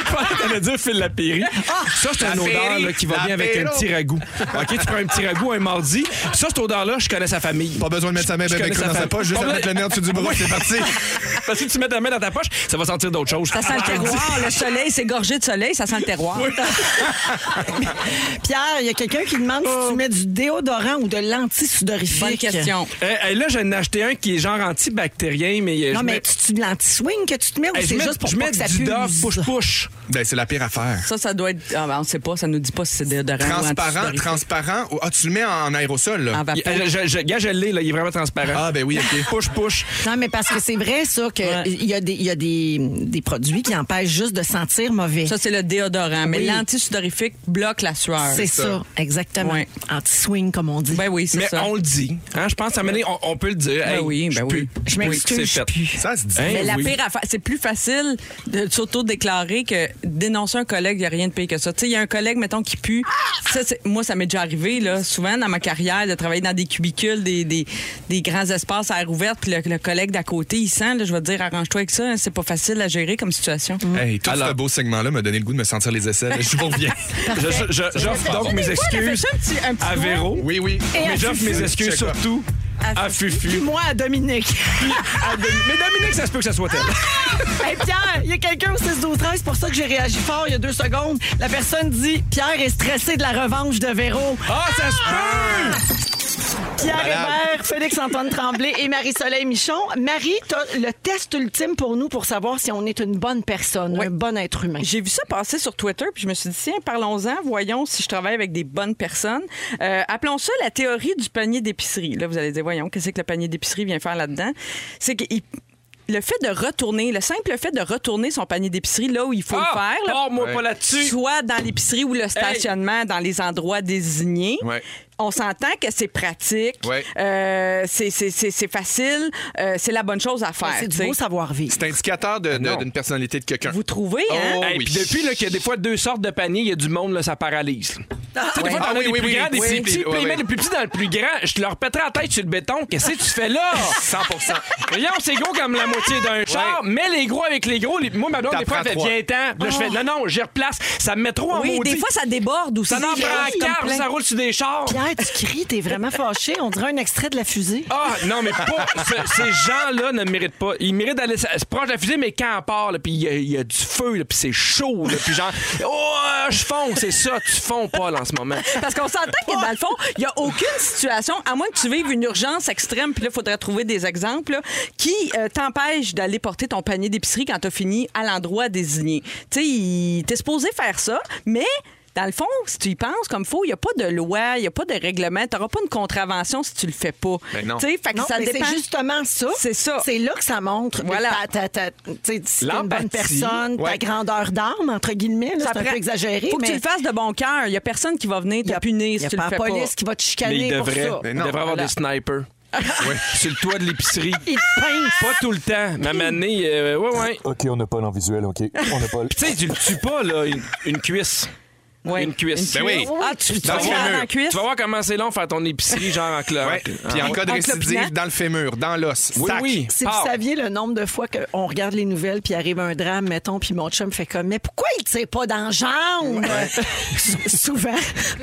[SPEAKER 4] Je pensais que t'allais dire Phil Lapéry.
[SPEAKER 5] Ah!
[SPEAKER 4] Ça, c'est une
[SPEAKER 3] Lapéry,
[SPEAKER 4] odeur là, qui va bien avec un
[SPEAKER 3] Lapéro.
[SPEAKER 4] petit ragoût. OK, tu prends un petit ragoût un mardi. Ça, cette odeur-là, je connais sa famille.
[SPEAKER 3] Pas besoin de mettre sa main
[SPEAKER 4] Je
[SPEAKER 3] bien
[SPEAKER 4] connais
[SPEAKER 3] crue
[SPEAKER 4] sa
[SPEAKER 3] dans sa
[SPEAKER 4] femme.
[SPEAKER 3] poche, juste à
[SPEAKER 4] Pas
[SPEAKER 3] mettre le
[SPEAKER 4] besoin-
[SPEAKER 3] nez en dessous du bras, c'est parti.
[SPEAKER 4] Parce que tu mets ta main dans ta poche, ça va sentir d'autres choses. Ah,
[SPEAKER 6] Ça sent le terroir, le soleil, c'est gorgé de soleil, ça sent le terroir.
[SPEAKER 5] Pierre, il y a quelqu'un qui demande si tu met du déodorant ou de
[SPEAKER 6] Bonne
[SPEAKER 5] l'anti-sudorifique?
[SPEAKER 6] question.
[SPEAKER 4] Euh, euh, là, j'en ai acheté un qui est genre antibactérien, mais euh,
[SPEAKER 5] Non,
[SPEAKER 4] je
[SPEAKER 5] mais
[SPEAKER 4] mets-
[SPEAKER 5] tu de l'anti-swing que tu te mets ou
[SPEAKER 4] Eh, je
[SPEAKER 5] c'est
[SPEAKER 4] mets-
[SPEAKER 5] juste pour
[SPEAKER 4] je
[SPEAKER 5] pas
[SPEAKER 4] mets
[SPEAKER 5] que ça
[SPEAKER 4] du
[SPEAKER 5] pue?
[SPEAKER 4] Dove push push.
[SPEAKER 3] Ben, c'est la pire affaire.
[SPEAKER 6] Ça, ça doit être. Ah, ben, on ne sait pas, ça nous dit pas si c'est déodorant ou
[SPEAKER 3] Transparent,
[SPEAKER 6] antisudorifique.
[SPEAKER 3] transparent. ou- Ah, tu le mets en, en aérosol, là.
[SPEAKER 6] En vapeur.
[SPEAKER 4] Il- euh, je, je, gars, je l'ai, là, il est vraiment transparent.
[SPEAKER 3] Ah, ben oui, OK.
[SPEAKER 4] Push push.
[SPEAKER 5] Non, mais parce que c'est vrai, ça, qu'il
[SPEAKER 6] Ouais.
[SPEAKER 5] y a, des, il y a des, des produits qui empêchent juste de sentir mauvais.
[SPEAKER 6] Ça, c'est le déodorant. Mais
[SPEAKER 5] Oui.
[SPEAKER 6] l'antisudorifique bloque la sueur.
[SPEAKER 5] c'est ça.
[SPEAKER 3] ça.
[SPEAKER 5] exactement.
[SPEAKER 6] Ouais.
[SPEAKER 5] Anti-swing, comme on dit.
[SPEAKER 6] Ben oui,
[SPEAKER 4] Mais
[SPEAKER 6] c'est ça.
[SPEAKER 4] on le dit. Hein, je pense à un moment donné, on, on peut le dire.
[SPEAKER 6] Ben
[SPEAKER 4] Hey,
[SPEAKER 6] oui,
[SPEAKER 4] je
[SPEAKER 6] ben
[SPEAKER 4] pue.
[SPEAKER 6] oui.
[SPEAKER 5] Je
[SPEAKER 4] Oui,
[SPEAKER 5] m'excuse,
[SPEAKER 4] c'est
[SPEAKER 5] je
[SPEAKER 4] fait.
[SPEAKER 5] pue.
[SPEAKER 3] Ça se dit.
[SPEAKER 4] Hein?
[SPEAKER 6] Mais la
[SPEAKER 4] oui.
[SPEAKER 6] pire affaire, c'est plus facile de s'auto-déclarer que dénoncer un collègue, il n'y a rien de pire que ça. Tu sais, il y a un collègue, mettons, qui pue. Ça, c'est- moi, ça m'est déjà arrivé, là, souvent dans ma carrière, de travailler dans des cubicules, des, des, des grands espaces à air ouverte, puis le, le collègue d'à côté, il sent, là, je vais te dire, arrange-toi avec ça, hein, c'est pas facile à gérer comme situation.
[SPEAKER 3] Hey, tout ce beau segment-là m'a donné le goût de me sentir les aisselles. Je vous reviens.
[SPEAKER 4] Je- je- je- J'offre donc mes excuses à Véro.
[SPEAKER 3] Oui, oui.
[SPEAKER 4] Mais j'offre mes excuses
[SPEAKER 3] Check-up.
[SPEAKER 4] surtout à Fufu.
[SPEAKER 5] Moi, à Dominique.
[SPEAKER 4] Puis à Dominique. Mais Dominique, ça se peut que ça soit elle.
[SPEAKER 5] Hey, Pierre, il y a quelqu'un au 6 12 13 c'est pour ça que j'ai réagi fort il y a deux secondes. La personne dit Pierre est stressé de la revanche de Véro.
[SPEAKER 4] Ah, ça se
[SPEAKER 6] Ah,
[SPEAKER 4] peut!
[SPEAKER 5] Pierre
[SPEAKER 3] Malade.
[SPEAKER 5] Hébert, Félix-Antoine Tremblay et Marie-Soleil Michon. Marie, t'as le test ultime pour nous pour savoir si on est une bonne personne, un bon être humain.
[SPEAKER 6] J'ai vu ça passer sur Twitter, puis je me suis dit, tiens, parlons-en, voyons si je travaille avec des bonnes personnes. Euh, appelons ça la théorie du panier d'épicerie. Là, vous allez dire, voyons, qu'est-ce que le panier d'épicerie vient faire là-dedans? C'est que le fait de retourner, le simple fait de retourner son panier d'épicerie là où il faut le
[SPEAKER 4] Ah,
[SPEAKER 6] faire, là,
[SPEAKER 5] Oh,
[SPEAKER 4] moi pas là-dessus.
[SPEAKER 6] soit dans l'épicerie ou le stationnement, dans les endroits désignés.
[SPEAKER 3] Ouais.
[SPEAKER 6] On s'entend que c'est pratique,
[SPEAKER 3] Ouais.
[SPEAKER 6] euh, c'est- c'est c'est- c'est facile, euh, c'est la bonne chose à faire.
[SPEAKER 5] C'est du
[SPEAKER 6] tu sais.
[SPEAKER 5] beau savoir-vivre.
[SPEAKER 3] C'est indicateur de- de-
[SPEAKER 4] Ah Non.
[SPEAKER 3] d'une personnalité de quelqu'un.
[SPEAKER 6] Vous trouvez,
[SPEAKER 3] Oh,
[SPEAKER 6] hein?
[SPEAKER 4] Hey,
[SPEAKER 3] oui.
[SPEAKER 4] Puis depuis là, qu'il y a des fois deux sortes de paniers, il y a du monde, là, ça paralyse. Tu sais, des fois,
[SPEAKER 3] Ah
[SPEAKER 4] t'en as
[SPEAKER 3] oui,
[SPEAKER 4] des
[SPEAKER 3] oui,
[SPEAKER 4] plus
[SPEAKER 3] oui,
[SPEAKER 4] grands, des
[SPEAKER 3] oui.
[SPEAKER 4] plus
[SPEAKER 3] Oui.
[SPEAKER 4] petits, puis
[SPEAKER 3] Oui,
[SPEAKER 4] ils
[SPEAKER 3] oui.
[SPEAKER 4] mettent le plus petit dans le plus grand. Je leur pèterai la tête sur le béton. Qu'est-ce que tu fais là?
[SPEAKER 3] 100
[SPEAKER 4] Voyons, c'est gros comme la moitié d'un char. Mets les gros avec les gros. Les- Moi, ma blonde, des fois, elle fait
[SPEAKER 3] T'en prends
[SPEAKER 4] viens ten Là, je fais non, non, j'y replace. Ça me met trop
[SPEAKER 3] Oh,
[SPEAKER 4] en
[SPEAKER 6] Ah. Oui,
[SPEAKER 4] maudit.
[SPEAKER 6] des fois, Ah ça déborde aussi.
[SPEAKER 4] ça en prend quatre, ça roule sur des chars.
[SPEAKER 5] Pierre, tu cries, t'es vraiment fâché. On dirait un extrait de la fusée.
[SPEAKER 4] Ah, non, mais pas. ce- ces gens-là ne méritent pas. Ils méritent d'aller se se proche de la fusée, mais quand on part, là, puis il y, a- il y a du feu, là, puis c'est chaud, là, puis genre, oh, euh, je fonds, c'est ça, tu fonds pas là, en ce moment.
[SPEAKER 6] Parce qu'on s'entend que dans le fond, il n'y a aucune situation, à moins que tu vives une urgence extrême, puis là, il faudrait trouver des exemples, là, qui euh, t'empêche d'aller porter ton panier d'épicerie quand tu as fini à l'endroit désigné. Tu sais, il- t'es supposé faire ça, mais. Dans le fond, si tu y penses comme faut, il n'y a pas de loi, il n'y a pas de règlement, tu n'auras pas une contravention si tu le fais pas.
[SPEAKER 4] Ben non.
[SPEAKER 6] Tu sais, fait que
[SPEAKER 5] Non,
[SPEAKER 6] ça
[SPEAKER 5] mais
[SPEAKER 6] dépend.
[SPEAKER 5] c'est justement ça.
[SPEAKER 6] C'est ça.
[SPEAKER 5] C'est là que ça montre.
[SPEAKER 6] Voilà.
[SPEAKER 5] ta- ta- ta- tu sais, si t'es une bonne
[SPEAKER 4] L'empathie.
[SPEAKER 5] personne, ta
[SPEAKER 3] Ouais.
[SPEAKER 5] grandeur d'âme, entre guillemets. là,
[SPEAKER 6] Ça
[SPEAKER 5] C'est un
[SPEAKER 6] prend-
[SPEAKER 5] peu exagéré.
[SPEAKER 6] Faut que
[SPEAKER 5] mais
[SPEAKER 6] tu le fasses de bon cœur. Il n'y a personne qui va venir
[SPEAKER 5] Il y
[SPEAKER 6] te
[SPEAKER 5] a-
[SPEAKER 6] punir
[SPEAKER 5] il y
[SPEAKER 6] si
[SPEAKER 5] a
[SPEAKER 6] tu le
[SPEAKER 5] pas
[SPEAKER 6] fais
[SPEAKER 5] la
[SPEAKER 6] pas.
[SPEAKER 5] police qui va te
[SPEAKER 4] Mais
[SPEAKER 5] chicaner
[SPEAKER 4] ils devraient,
[SPEAKER 5] pour ça.
[SPEAKER 4] ils
[SPEAKER 3] non,
[SPEAKER 4] devraient avoir
[SPEAKER 6] voilà.
[SPEAKER 4] des snipers. Sur le toit de l'épicerie.
[SPEAKER 5] Il te
[SPEAKER 6] Ah!
[SPEAKER 5] pince.
[SPEAKER 4] Pas tout le temps. Ma manée, euh, ouais, ouais.
[SPEAKER 7] OK, on n'a pas l'envisuel, OK. On n'a pas
[SPEAKER 4] Puis tu sais, tu le tues pas, là, une, une cuisse.
[SPEAKER 6] Ouais.
[SPEAKER 4] Une cuisse.
[SPEAKER 3] Ben oui.
[SPEAKER 6] Ah, tu, tu
[SPEAKER 3] Dans
[SPEAKER 6] vas
[SPEAKER 3] le
[SPEAKER 6] voir
[SPEAKER 3] fémur.
[SPEAKER 6] dans la cuisse?
[SPEAKER 4] Tu vas voir comment c'est long faire ton épicerie, genre Ah, en cloque.
[SPEAKER 3] Ouais. Puis en cas de
[SPEAKER 6] En clopinant.
[SPEAKER 3] récidive, dans le fémur, dans l'os.
[SPEAKER 4] Oui,
[SPEAKER 3] Sac.
[SPEAKER 4] oui.
[SPEAKER 5] Si
[SPEAKER 4] Ah.
[SPEAKER 5] vous saviez le nombre de fois qu'on regarde les nouvelles puis arrive un drame, mettons, puis mon chum fait comme Mais pourquoi il tire pas dans la jambe? Sou- Souvent.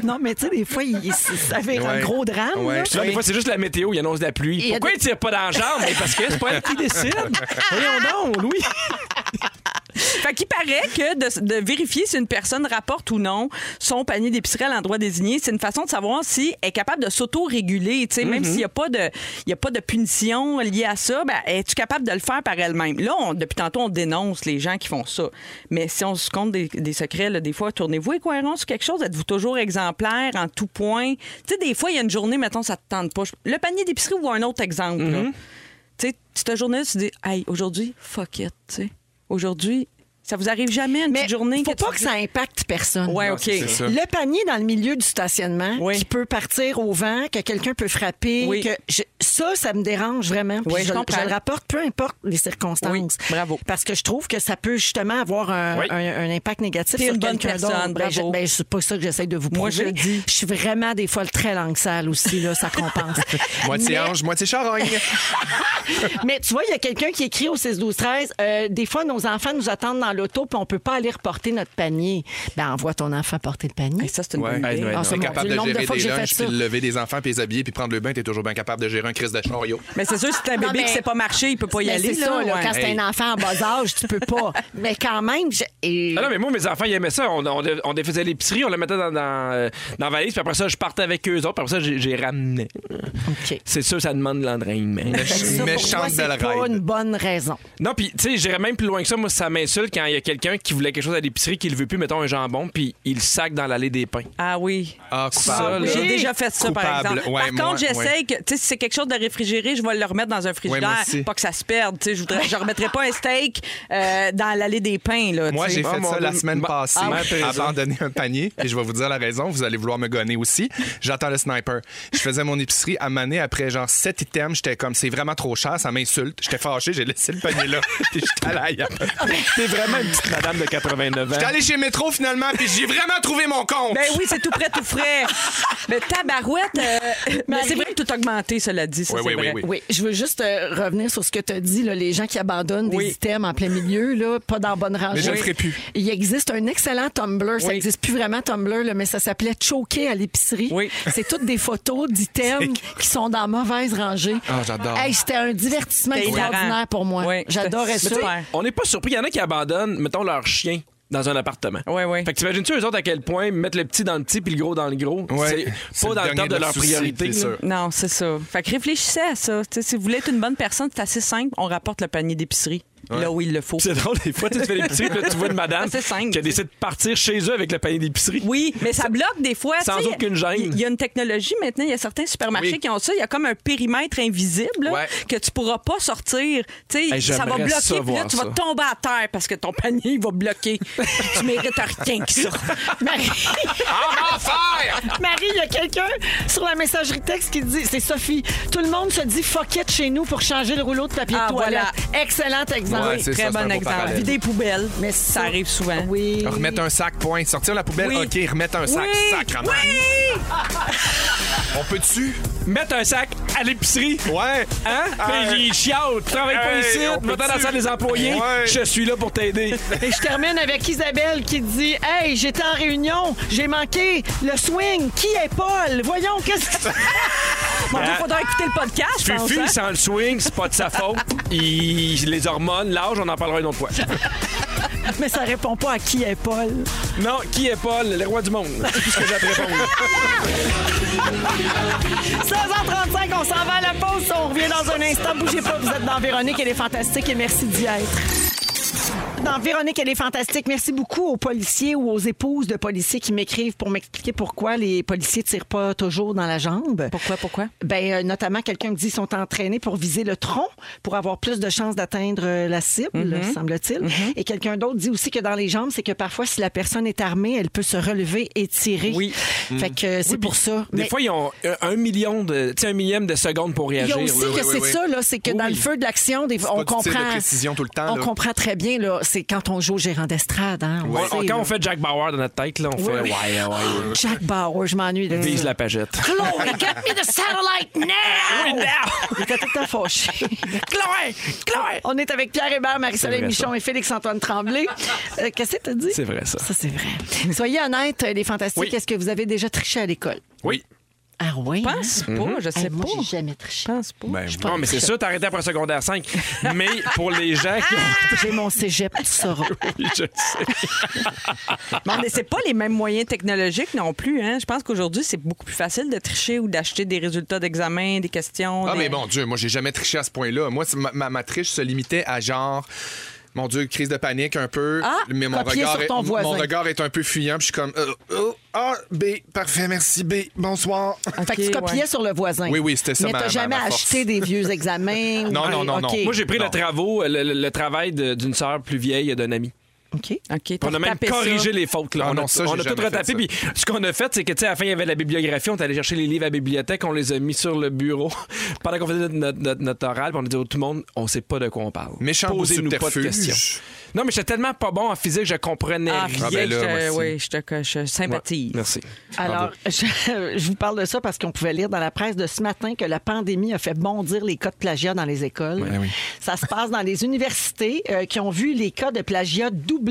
[SPEAKER 5] Non, mais tu sais, des fois, il, il- ça fait un
[SPEAKER 3] Ouais.
[SPEAKER 5] gros drame.
[SPEAKER 3] Ouais.
[SPEAKER 5] là.
[SPEAKER 4] Puis là, des fois, c'est juste la météo, il annonce de la pluie.
[SPEAKER 5] y a
[SPEAKER 4] Pourquoi
[SPEAKER 5] des-
[SPEAKER 4] il tire pas dans la jambe? Mais parce que c'est pas elle qui décide. Voyons donc, Louis.
[SPEAKER 6] Fait qu'il paraît que de, de vérifier si une personne rapporte ou non son panier d'épicerie à l'endroit désigné, c'est une façon de savoir si elle est capable de s'auto-réguler. tu sais,
[SPEAKER 4] Mm-hmm.
[SPEAKER 6] Même s'il n'y a, pas de- il y a pas de punition liée à ça, ben, es-tu capable de le faire par elle-même? Là, on- depuis tantôt, on dénonce les gens qui font ça. Mais si on se compte des, des secrets, là, des fois, tournez-vous écohérent sur quelque chose. Êtes-vous toujours exemplaire en tout point? Tu sais, des fois, il y a une journée, mettons, ça te tente pas. Je- Le panier d'épicerie ou un autre exemple.
[SPEAKER 4] Mm-hmm.
[SPEAKER 6] là. Tu sais, cette journée, tu dis, hey, aujourd'hui, fuck it. tu sais. Aujourd'hui, ça vous arrive jamais une
[SPEAKER 5] Mais
[SPEAKER 6] petite journée
[SPEAKER 5] faut pas
[SPEAKER 6] tu
[SPEAKER 5] que
[SPEAKER 6] dis-
[SPEAKER 5] ça impacte personne.
[SPEAKER 6] Ouais, OK.
[SPEAKER 3] c'est ça.
[SPEAKER 5] Le panier dans le milieu du stationnement
[SPEAKER 6] Oui.
[SPEAKER 5] qui peut partir au vent, que quelqu'un peut frapper,
[SPEAKER 6] Oui.
[SPEAKER 5] que je- ça, ça me dérange vraiment. Puis
[SPEAKER 6] Oui,
[SPEAKER 5] je,
[SPEAKER 6] je comprends.
[SPEAKER 5] je le rapporte, peu importe les circonstances.
[SPEAKER 6] Oui, bravo.
[SPEAKER 5] Parce que je trouve que ça peut justement avoir un,
[SPEAKER 4] Oui.
[SPEAKER 5] un- un impact négatif
[SPEAKER 6] T'es
[SPEAKER 5] sur
[SPEAKER 6] une bonne
[SPEAKER 5] quelqu'un
[SPEAKER 6] personne,
[SPEAKER 5] d'autre. Ben, je-
[SPEAKER 6] bravo.
[SPEAKER 5] ben, c'est pas ça que j'essaie de vous prouver.
[SPEAKER 6] Moi, je le dis.
[SPEAKER 5] Je suis vraiment des fois le très langue sale aussi, là, ça compense.
[SPEAKER 3] Moitié
[SPEAKER 5] Mais-
[SPEAKER 3] ange, moitié charogne.
[SPEAKER 5] mais tu vois, il y a quelqu'un qui écrit au 6 12 13 euh, des fois nos enfants nous attendent dans l'auto puis on peut pas aller reporter notre panier. Ben envoie ton enfant porter le panier.
[SPEAKER 6] Hey, ça, c'est une
[SPEAKER 4] Ouais.
[SPEAKER 6] bonne idée.
[SPEAKER 4] Hey, ouais,
[SPEAKER 5] Ah,
[SPEAKER 4] non.
[SPEAKER 5] ça,
[SPEAKER 3] T'es
[SPEAKER 5] mon
[SPEAKER 3] capable
[SPEAKER 5] Dieu, le
[SPEAKER 3] de
[SPEAKER 5] nombre
[SPEAKER 3] gérer
[SPEAKER 5] fois
[SPEAKER 3] des
[SPEAKER 5] que j'ai fait
[SPEAKER 3] lunchs,
[SPEAKER 5] ça.
[SPEAKER 3] puis de lever des enfants, puis les habiller, puis prendre le bain, t'es toujours bien capable de gérer un crise crise de chariot.
[SPEAKER 6] Mais c'est sûr, si t'as un
[SPEAKER 5] Non,
[SPEAKER 6] bébé
[SPEAKER 5] mais-
[SPEAKER 6] qui sait pas marcher, il peut pas y
[SPEAKER 5] Mais
[SPEAKER 6] aller.
[SPEAKER 5] c'est ça,
[SPEAKER 6] Ben, là,
[SPEAKER 5] là,
[SPEAKER 6] ouais.
[SPEAKER 5] quand c'est
[SPEAKER 3] Hey.
[SPEAKER 5] un enfant en bas âge, tu peux pas. Mais quand même, je- et-
[SPEAKER 4] Ah non, mais moi, mes enfants, ils aimaient ça. On, on, on défaisait l'épicerie, on la mettait dans, dans, euh, dans la valise, puis après ça, je partais avec eux autres, puis après ça, j'ai j'ai ramené.
[SPEAKER 5] OK.
[SPEAKER 4] C'est sûr, ça demande de l'entraînement.
[SPEAKER 5] Ça, pour toi,
[SPEAKER 3] Méchante
[SPEAKER 5] c'est
[SPEAKER 3] belle
[SPEAKER 5] pas une
[SPEAKER 3] ride.
[SPEAKER 5] bonne raison.
[SPEAKER 4] Non, puis, tu sais, j'irais même plus loin que ça. Moi, ça m'insulte quand il y a quelqu'un qui voulait quelque chose à l'épicerie, qui le veut plus, mettons un jambon, puis il le sac dans l'allée des pains.
[SPEAKER 6] Ah oui.
[SPEAKER 3] Ah,
[SPEAKER 4] Ça,
[SPEAKER 3] coupable.
[SPEAKER 4] là.
[SPEAKER 6] J'ai déjà fait ça, par
[SPEAKER 3] Coupable.
[SPEAKER 6] exemple.
[SPEAKER 3] Ouais,
[SPEAKER 6] par
[SPEAKER 3] moi,
[SPEAKER 6] contre, j'essaye que, tu sais, si c'est quelque chose de réfrigéré, je vais le remettre dans un frigidaire.
[SPEAKER 3] aussi.
[SPEAKER 6] pas que ça se perde. Tu sais, je voudrais, je remettrai pas un steak euh, dans l'allée des pains, là. tu
[SPEAKER 3] Moi,
[SPEAKER 6] sais.
[SPEAKER 3] j'ai
[SPEAKER 4] Ah,
[SPEAKER 3] fait
[SPEAKER 4] mon
[SPEAKER 3] ça la
[SPEAKER 4] Dieu.
[SPEAKER 3] semaine
[SPEAKER 4] Ma-
[SPEAKER 3] passée.
[SPEAKER 4] Ah, ma présence.
[SPEAKER 3] abandonné un panier. Et je vais vous dire la raison. Vous allez vouloir me gonner aussi. J'attends le sniper. Je faisais mon épicerie à Mané après genre 7 items. J'étais comme, c'est vraiment trop cher. Ça m'insulte. J'étais fâché. J'ai laissé le panier là. Puis j'étais allé ailleurs.
[SPEAKER 4] T'es vraiment une petite madame de 89 ans.
[SPEAKER 3] J'étais allé chez Métro finalement. Puis j'ai vraiment trouvé mon compte.
[SPEAKER 6] Ben oui, c'est tout prêt, tout frais. Mais tabarouette, euh, mais c'est vrai que tout a augmenté, cela dit. ça,
[SPEAKER 3] Oui,
[SPEAKER 6] c'est
[SPEAKER 3] oui, oui,
[SPEAKER 6] vrai.
[SPEAKER 3] oui.
[SPEAKER 5] Oui, je veux juste euh, revenir sur ce que tu as dit, là, les gens qui abandonnent
[SPEAKER 6] Oui.
[SPEAKER 5] des items en plein milieu, là, pas dans la bonne rangée.
[SPEAKER 3] Mais je le ferai plus.
[SPEAKER 5] Il existe un excellent Tumblr, ça
[SPEAKER 6] Oui.
[SPEAKER 5] n'existe plus vraiment Tumblr, là, mais ça s'appelait Choqué à l'épicerie.
[SPEAKER 6] Oui.
[SPEAKER 5] C'est toutes des photos d'items qui sont dans mauvaise rangée.
[SPEAKER 3] Ah, j'adore.
[SPEAKER 5] Hey, C'était un divertissement
[SPEAKER 6] C'était hilarant.
[SPEAKER 5] extraordinaire pour moi.
[SPEAKER 6] Oui.
[SPEAKER 5] J'adorais ça.
[SPEAKER 6] C'était super.
[SPEAKER 4] On n'est pas surpris. Il y en a qui abandonnent, mettons, leur chien dans un appartement.
[SPEAKER 6] Ouais, ouais.
[SPEAKER 4] Fait que t'imagines-tu eux autres à quel point mettre le petit dans le petit puis le gros dans le gros?
[SPEAKER 3] Ouais.
[SPEAKER 4] C'est
[SPEAKER 3] C'est
[SPEAKER 4] pas
[SPEAKER 3] le
[SPEAKER 4] dans le
[SPEAKER 3] dernier
[SPEAKER 4] top
[SPEAKER 3] de leurs
[SPEAKER 4] de leur
[SPEAKER 3] soucis,
[SPEAKER 4] priorité.
[SPEAKER 3] c'est
[SPEAKER 4] là.
[SPEAKER 3] sûr.
[SPEAKER 6] Non, c'est ça. Fait que réfléchissez à ça. Tu sais, si vous voulez être une bonne personne, c'est assez simple. On rapporte le panier d'épicerie là où il le faut.
[SPEAKER 4] C'est drôle, des fois, tu te fais l'épicerie, puis là, tu vois une madame
[SPEAKER 6] C'est simple.
[SPEAKER 4] qui a décidé de partir chez eux avec le panier d'épicerie.
[SPEAKER 6] Oui, mais ça bloque des fois.
[SPEAKER 4] Sans
[SPEAKER 6] tu sais,
[SPEAKER 4] aucune gêne.
[SPEAKER 6] Il y a une technologie maintenant, il y a certains supermarchés
[SPEAKER 4] Oui.
[SPEAKER 6] qui ont ça. Il y a comme un périmètre invisible là,
[SPEAKER 4] Ouais.
[SPEAKER 6] que tu pourras pas sortir. Tu sais,
[SPEAKER 4] Hey,
[SPEAKER 6] ça va
[SPEAKER 4] j'aimerais
[SPEAKER 6] bloquer.
[SPEAKER 4] ça
[SPEAKER 6] puis là,
[SPEAKER 4] voir
[SPEAKER 6] tu
[SPEAKER 4] ça.
[SPEAKER 6] vas tomber à terre parce que ton panier il va bloquer. Puis tu mérites rien que ça.
[SPEAKER 5] Marie,
[SPEAKER 3] Ah, faire!
[SPEAKER 5] Marie, il y a quelqu'un sur la messagerie texte qui dit, c'est Sophie, tout le monde se dit fuck it chez nous pour changer le rouleau de papier
[SPEAKER 6] Ah,
[SPEAKER 5] de toilette. Excellent exemple.
[SPEAKER 3] Ouais, Ah, c'est
[SPEAKER 6] Très
[SPEAKER 3] ça, c'est un
[SPEAKER 6] bon
[SPEAKER 3] beau
[SPEAKER 6] exemple.
[SPEAKER 3] parallèle.
[SPEAKER 6] Puis des poubelles, mais
[SPEAKER 5] ça-
[SPEAKER 6] ça arrive souvent.
[SPEAKER 5] Oui.
[SPEAKER 3] Remettre un sac, point. Sortir la poubelle,
[SPEAKER 6] Oui.
[SPEAKER 3] OK. Remettre un sac,
[SPEAKER 6] Oui.
[SPEAKER 3] sacrement. On peut-tu?
[SPEAKER 4] Mettre un sac à l'épicerie.
[SPEAKER 3] Ouais.
[SPEAKER 4] Hein? Ben, j'y chiale. Travaille pas
[SPEAKER 3] Euh, Hey,
[SPEAKER 4] ici.
[SPEAKER 3] on peut
[SPEAKER 4] Va-t'en dans la
[SPEAKER 3] tu-
[SPEAKER 4] salle des employés.
[SPEAKER 3] Ouais.
[SPEAKER 4] Je suis là pour t'aider.
[SPEAKER 5] Et je termine avec Isabelle qui dit Hey, j'étais en réunion, j'ai manqué le swing. Qui est Paul Voyons, qu'est-ce que
[SPEAKER 6] Bon, il faudra écouter le podcast, je pense.
[SPEAKER 4] Fufu,
[SPEAKER 6] hein?
[SPEAKER 4] Ah. sans le swing, c'est pas de sa faute. Il- Les hormones, l'âge, on en parlera une autre fois.
[SPEAKER 5] Mais ça répond pas à qui est Paul.
[SPEAKER 4] Non, qui est Paul? Le roi du monde. C'est tout ce que j'ai à te répondre.
[SPEAKER 5] 16h35, on s'en va à la pause. On revient dans un instant. Bougez pas, vous êtes dans Véronique, elle est fantastique et merci d'y être. Dans Véronique, elle est fantastique. Merci beaucoup aux policiers ou aux épouses de policiers qui m'écrivent pour m'expliquer pourquoi les policiers tirent pas toujours dans la jambe.
[SPEAKER 6] Pourquoi, pourquoi?
[SPEAKER 5] Ben, euh, notamment, quelqu'un me dit qu'ils sont entraînés pour viser le tronc, pour avoir plus de chances d'atteindre euh, la cible,
[SPEAKER 6] Mm-hmm.
[SPEAKER 5] semble-t-il. Et quelqu'un d'autre dit aussi que dans les jambes, c'est que parfois, si la personne est armée, elle peut se relever et tirer.
[SPEAKER 4] Oui.
[SPEAKER 5] Fait que euh, c'est
[SPEAKER 4] Oui,
[SPEAKER 5] pour
[SPEAKER 4] puis
[SPEAKER 5] ça.
[SPEAKER 4] Des
[SPEAKER 5] Mais
[SPEAKER 4] fois, ils ont euh, un- un million de, tu sais, un millième de secondes pour
[SPEAKER 5] il y
[SPEAKER 4] réagir.
[SPEAKER 5] a aussi
[SPEAKER 4] là.
[SPEAKER 5] que c'est ça, là, c'est que dans le feu de l'action, des-
[SPEAKER 3] pas
[SPEAKER 5] on
[SPEAKER 3] du tir de
[SPEAKER 5] comprend.
[SPEAKER 3] précision tout le temps,
[SPEAKER 5] On
[SPEAKER 3] là.
[SPEAKER 5] comprend très bien, là, c'est quand on joue au gérant d'estrade. Hein, on
[SPEAKER 4] On-
[SPEAKER 5] le
[SPEAKER 4] on-
[SPEAKER 5] sait,
[SPEAKER 4] quand
[SPEAKER 5] là.
[SPEAKER 4] on fait Jack Bauer dans notre tête, là, on fait ouais, ouais, ouais.
[SPEAKER 5] Jack Bauer, je m'ennuie
[SPEAKER 6] Ah.
[SPEAKER 5] de
[SPEAKER 4] Vise la pagette.
[SPEAKER 5] Chloé, get me the satellite now! Il était tout le temps fâché.
[SPEAKER 4] Chloé! Chloé!
[SPEAKER 5] On est avec Pierre Hébert,
[SPEAKER 4] C'est
[SPEAKER 5] Marie-Soleil
[SPEAKER 4] vrai,
[SPEAKER 5] Michon et Félix-Antoine Tremblay. Euh, Qu'est-ce que t'as dit?
[SPEAKER 4] C'est vrai, ça.
[SPEAKER 5] Ça, c'est vrai. Soyez honnêtes, euh, les fantastiques,
[SPEAKER 4] Oui.
[SPEAKER 5] est-ce que vous avez déjà triché à l'école?
[SPEAKER 4] Oui.
[SPEAKER 5] Ah oui?
[SPEAKER 6] Je
[SPEAKER 5] hein?
[SPEAKER 6] pense pas, je sais
[SPEAKER 5] Hey, moi,
[SPEAKER 6] pas.
[SPEAKER 5] j'ai jamais triché.
[SPEAKER 6] Je pense pas.
[SPEAKER 3] Ben,
[SPEAKER 5] Je
[SPEAKER 4] Non, mais c'est sûr, t'as arrêté après secondaire 5. Mais pour les gens qui ont.
[SPEAKER 5] J'ai mon cégep, tu sauras.
[SPEAKER 4] Je sais.
[SPEAKER 6] Mais on- c'est pas les mêmes moyens technologiques non plus. Hein. Je pense qu'aujourd'hui, c'est beaucoup plus facile de tricher ou d'acheter des résultats d'examen, des questions.
[SPEAKER 3] Ah,
[SPEAKER 6] des-
[SPEAKER 3] mais bon Dieu, moi, j'ai jamais triché à ce point-là. Moi, c'est- ma, ma- ma triche se limitait à genre. Mon Dieu, crise de panique un peu.
[SPEAKER 5] Ah,
[SPEAKER 3] mais mon
[SPEAKER 5] copier
[SPEAKER 3] regard,
[SPEAKER 5] sur
[SPEAKER 3] est,
[SPEAKER 5] ton voisin.
[SPEAKER 3] mon regard est un peu fuyant. Puis je suis comme. euh, euh, ah, B, parfait, merci, B. Bonsoir.
[SPEAKER 5] fait que tu
[SPEAKER 6] Ok,
[SPEAKER 5] copiais
[SPEAKER 6] ouais.
[SPEAKER 5] sur le voisin.
[SPEAKER 3] Oui, oui, c'était ça
[SPEAKER 5] Mais
[SPEAKER 3] ma-
[SPEAKER 5] t'as
[SPEAKER 3] ma-
[SPEAKER 5] jamais
[SPEAKER 3] ma force.
[SPEAKER 5] acheté des vieux examens? ou
[SPEAKER 3] Non,
[SPEAKER 5] des-
[SPEAKER 3] non, non, non.
[SPEAKER 5] OK.
[SPEAKER 4] Moi, j'ai pris
[SPEAKER 3] Non.
[SPEAKER 4] le, travaux, euh, le, le- le travail de- d'une sœur plus vieille et d'un ami.
[SPEAKER 5] OK.
[SPEAKER 6] OK, t'as
[SPEAKER 4] On a même
[SPEAKER 6] retapé
[SPEAKER 4] corrigé
[SPEAKER 6] ça.
[SPEAKER 4] les fautes. Là.
[SPEAKER 3] Ah
[SPEAKER 4] on a,
[SPEAKER 3] non, ça,
[SPEAKER 4] on
[SPEAKER 3] j'ai
[SPEAKER 4] a tout
[SPEAKER 3] jamais fait
[SPEAKER 4] retapé.
[SPEAKER 3] ça.
[SPEAKER 4] Puis ce qu'on a fait, c'est que, tu sais, à la fin, il y avait la bibliographie. On est allé chercher les livres à la bibliothèque. On les a mis sur le bureau pendant qu'on faisait notre, notre, notre- notre oral. Puis on a dit à tout le monde, on sait pas de quoi on parle.
[SPEAKER 3] Méchant beau
[SPEAKER 4] Posez-nous pas de
[SPEAKER 3] subterfuge.
[SPEAKER 4] questions. Non, mais j'étais tellement pas bon en physique, je comprenais
[SPEAKER 6] Ah,
[SPEAKER 4] rien.
[SPEAKER 3] Ah, ben là,
[SPEAKER 6] je te-
[SPEAKER 3] moi aussi.
[SPEAKER 6] oui, je te co- je sympathise.
[SPEAKER 4] Merci.
[SPEAKER 5] Alors, je, je vous parle de ça parce qu'on pouvait lire dans la presse de ce matin que la pandémie a fait bondir les cas de plagiat dans les écoles. Ça se passe dans les universités euh, qui ont vu les cas de plagiat doubler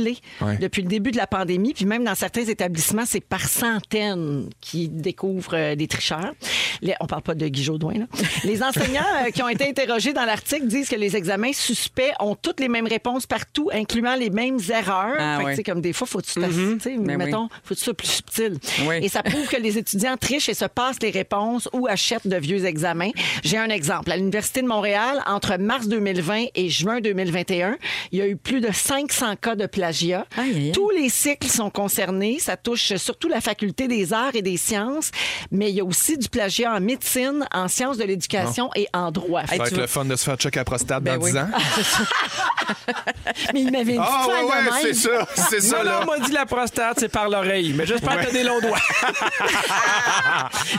[SPEAKER 5] depuis le début de la pandémie. Puis même dans certains établissements, c'est par centaines qui découvrent euh, des tricheurs. Les, on parle pas de Guy Jodoin, là. Les enseignants euh, qui ont été interrogés dans l'article disent que les examens suspects ont toutes les mêmes réponses partout, incluant les mêmes erreurs.
[SPEAKER 6] Ah,
[SPEAKER 5] Fait que,
[SPEAKER 6] oui.
[SPEAKER 5] tu sais, comme des fois, faut que tu t'ass-
[SPEAKER 6] Mhm.
[SPEAKER 5] tu sais,
[SPEAKER 6] Ben oui.
[SPEAKER 5] mettons, faut que tu sois plus subtil.
[SPEAKER 6] Oui.
[SPEAKER 5] Et ça prouve que les étudiants trichent et se passent les réponses ou achètent de vieux examens. J'ai un exemple. À l'Université de Montréal, entre mars 2020 et juin 2021, il y a eu plus de 500 cas de plagiat.
[SPEAKER 6] Aïe, aïe, aïe.
[SPEAKER 5] Tous les cycles sont concernés. Ça touche surtout la faculté des arts et des sciences, mais il y a aussi du plagiat en médecine, en sciences de l'éducation et en droit.
[SPEAKER 6] Hey,
[SPEAKER 3] Ça va
[SPEAKER 6] tu
[SPEAKER 3] être
[SPEAKER 6] veux-
[SPEAKER 3] le fun de se faire checker la prostate
[SPEAKER 6] Ben
[SPEAKER 3] dans
[SPEAKER 6] oui.
[SPEAKER 3] 10 ans.
[SPEAKER 5] Mais il m'avait dit
[SPEAKER 3] Ah,
[SPEAKER 5] faire
[SPEAKER 3] ouais,
[SPEAKER 5] de
[SPEAKER 3] ouais,
[SPEAKER 5] même.
[SPEAKER 3] c'est ça. C'est ça,
[SPEAKER 4] non, non,
[SPEAKER 3] là.
[SPEAKER 4] on m'a dit la prostate, c'est par l'oreille. Mais j'espère que t'as des longs doigts.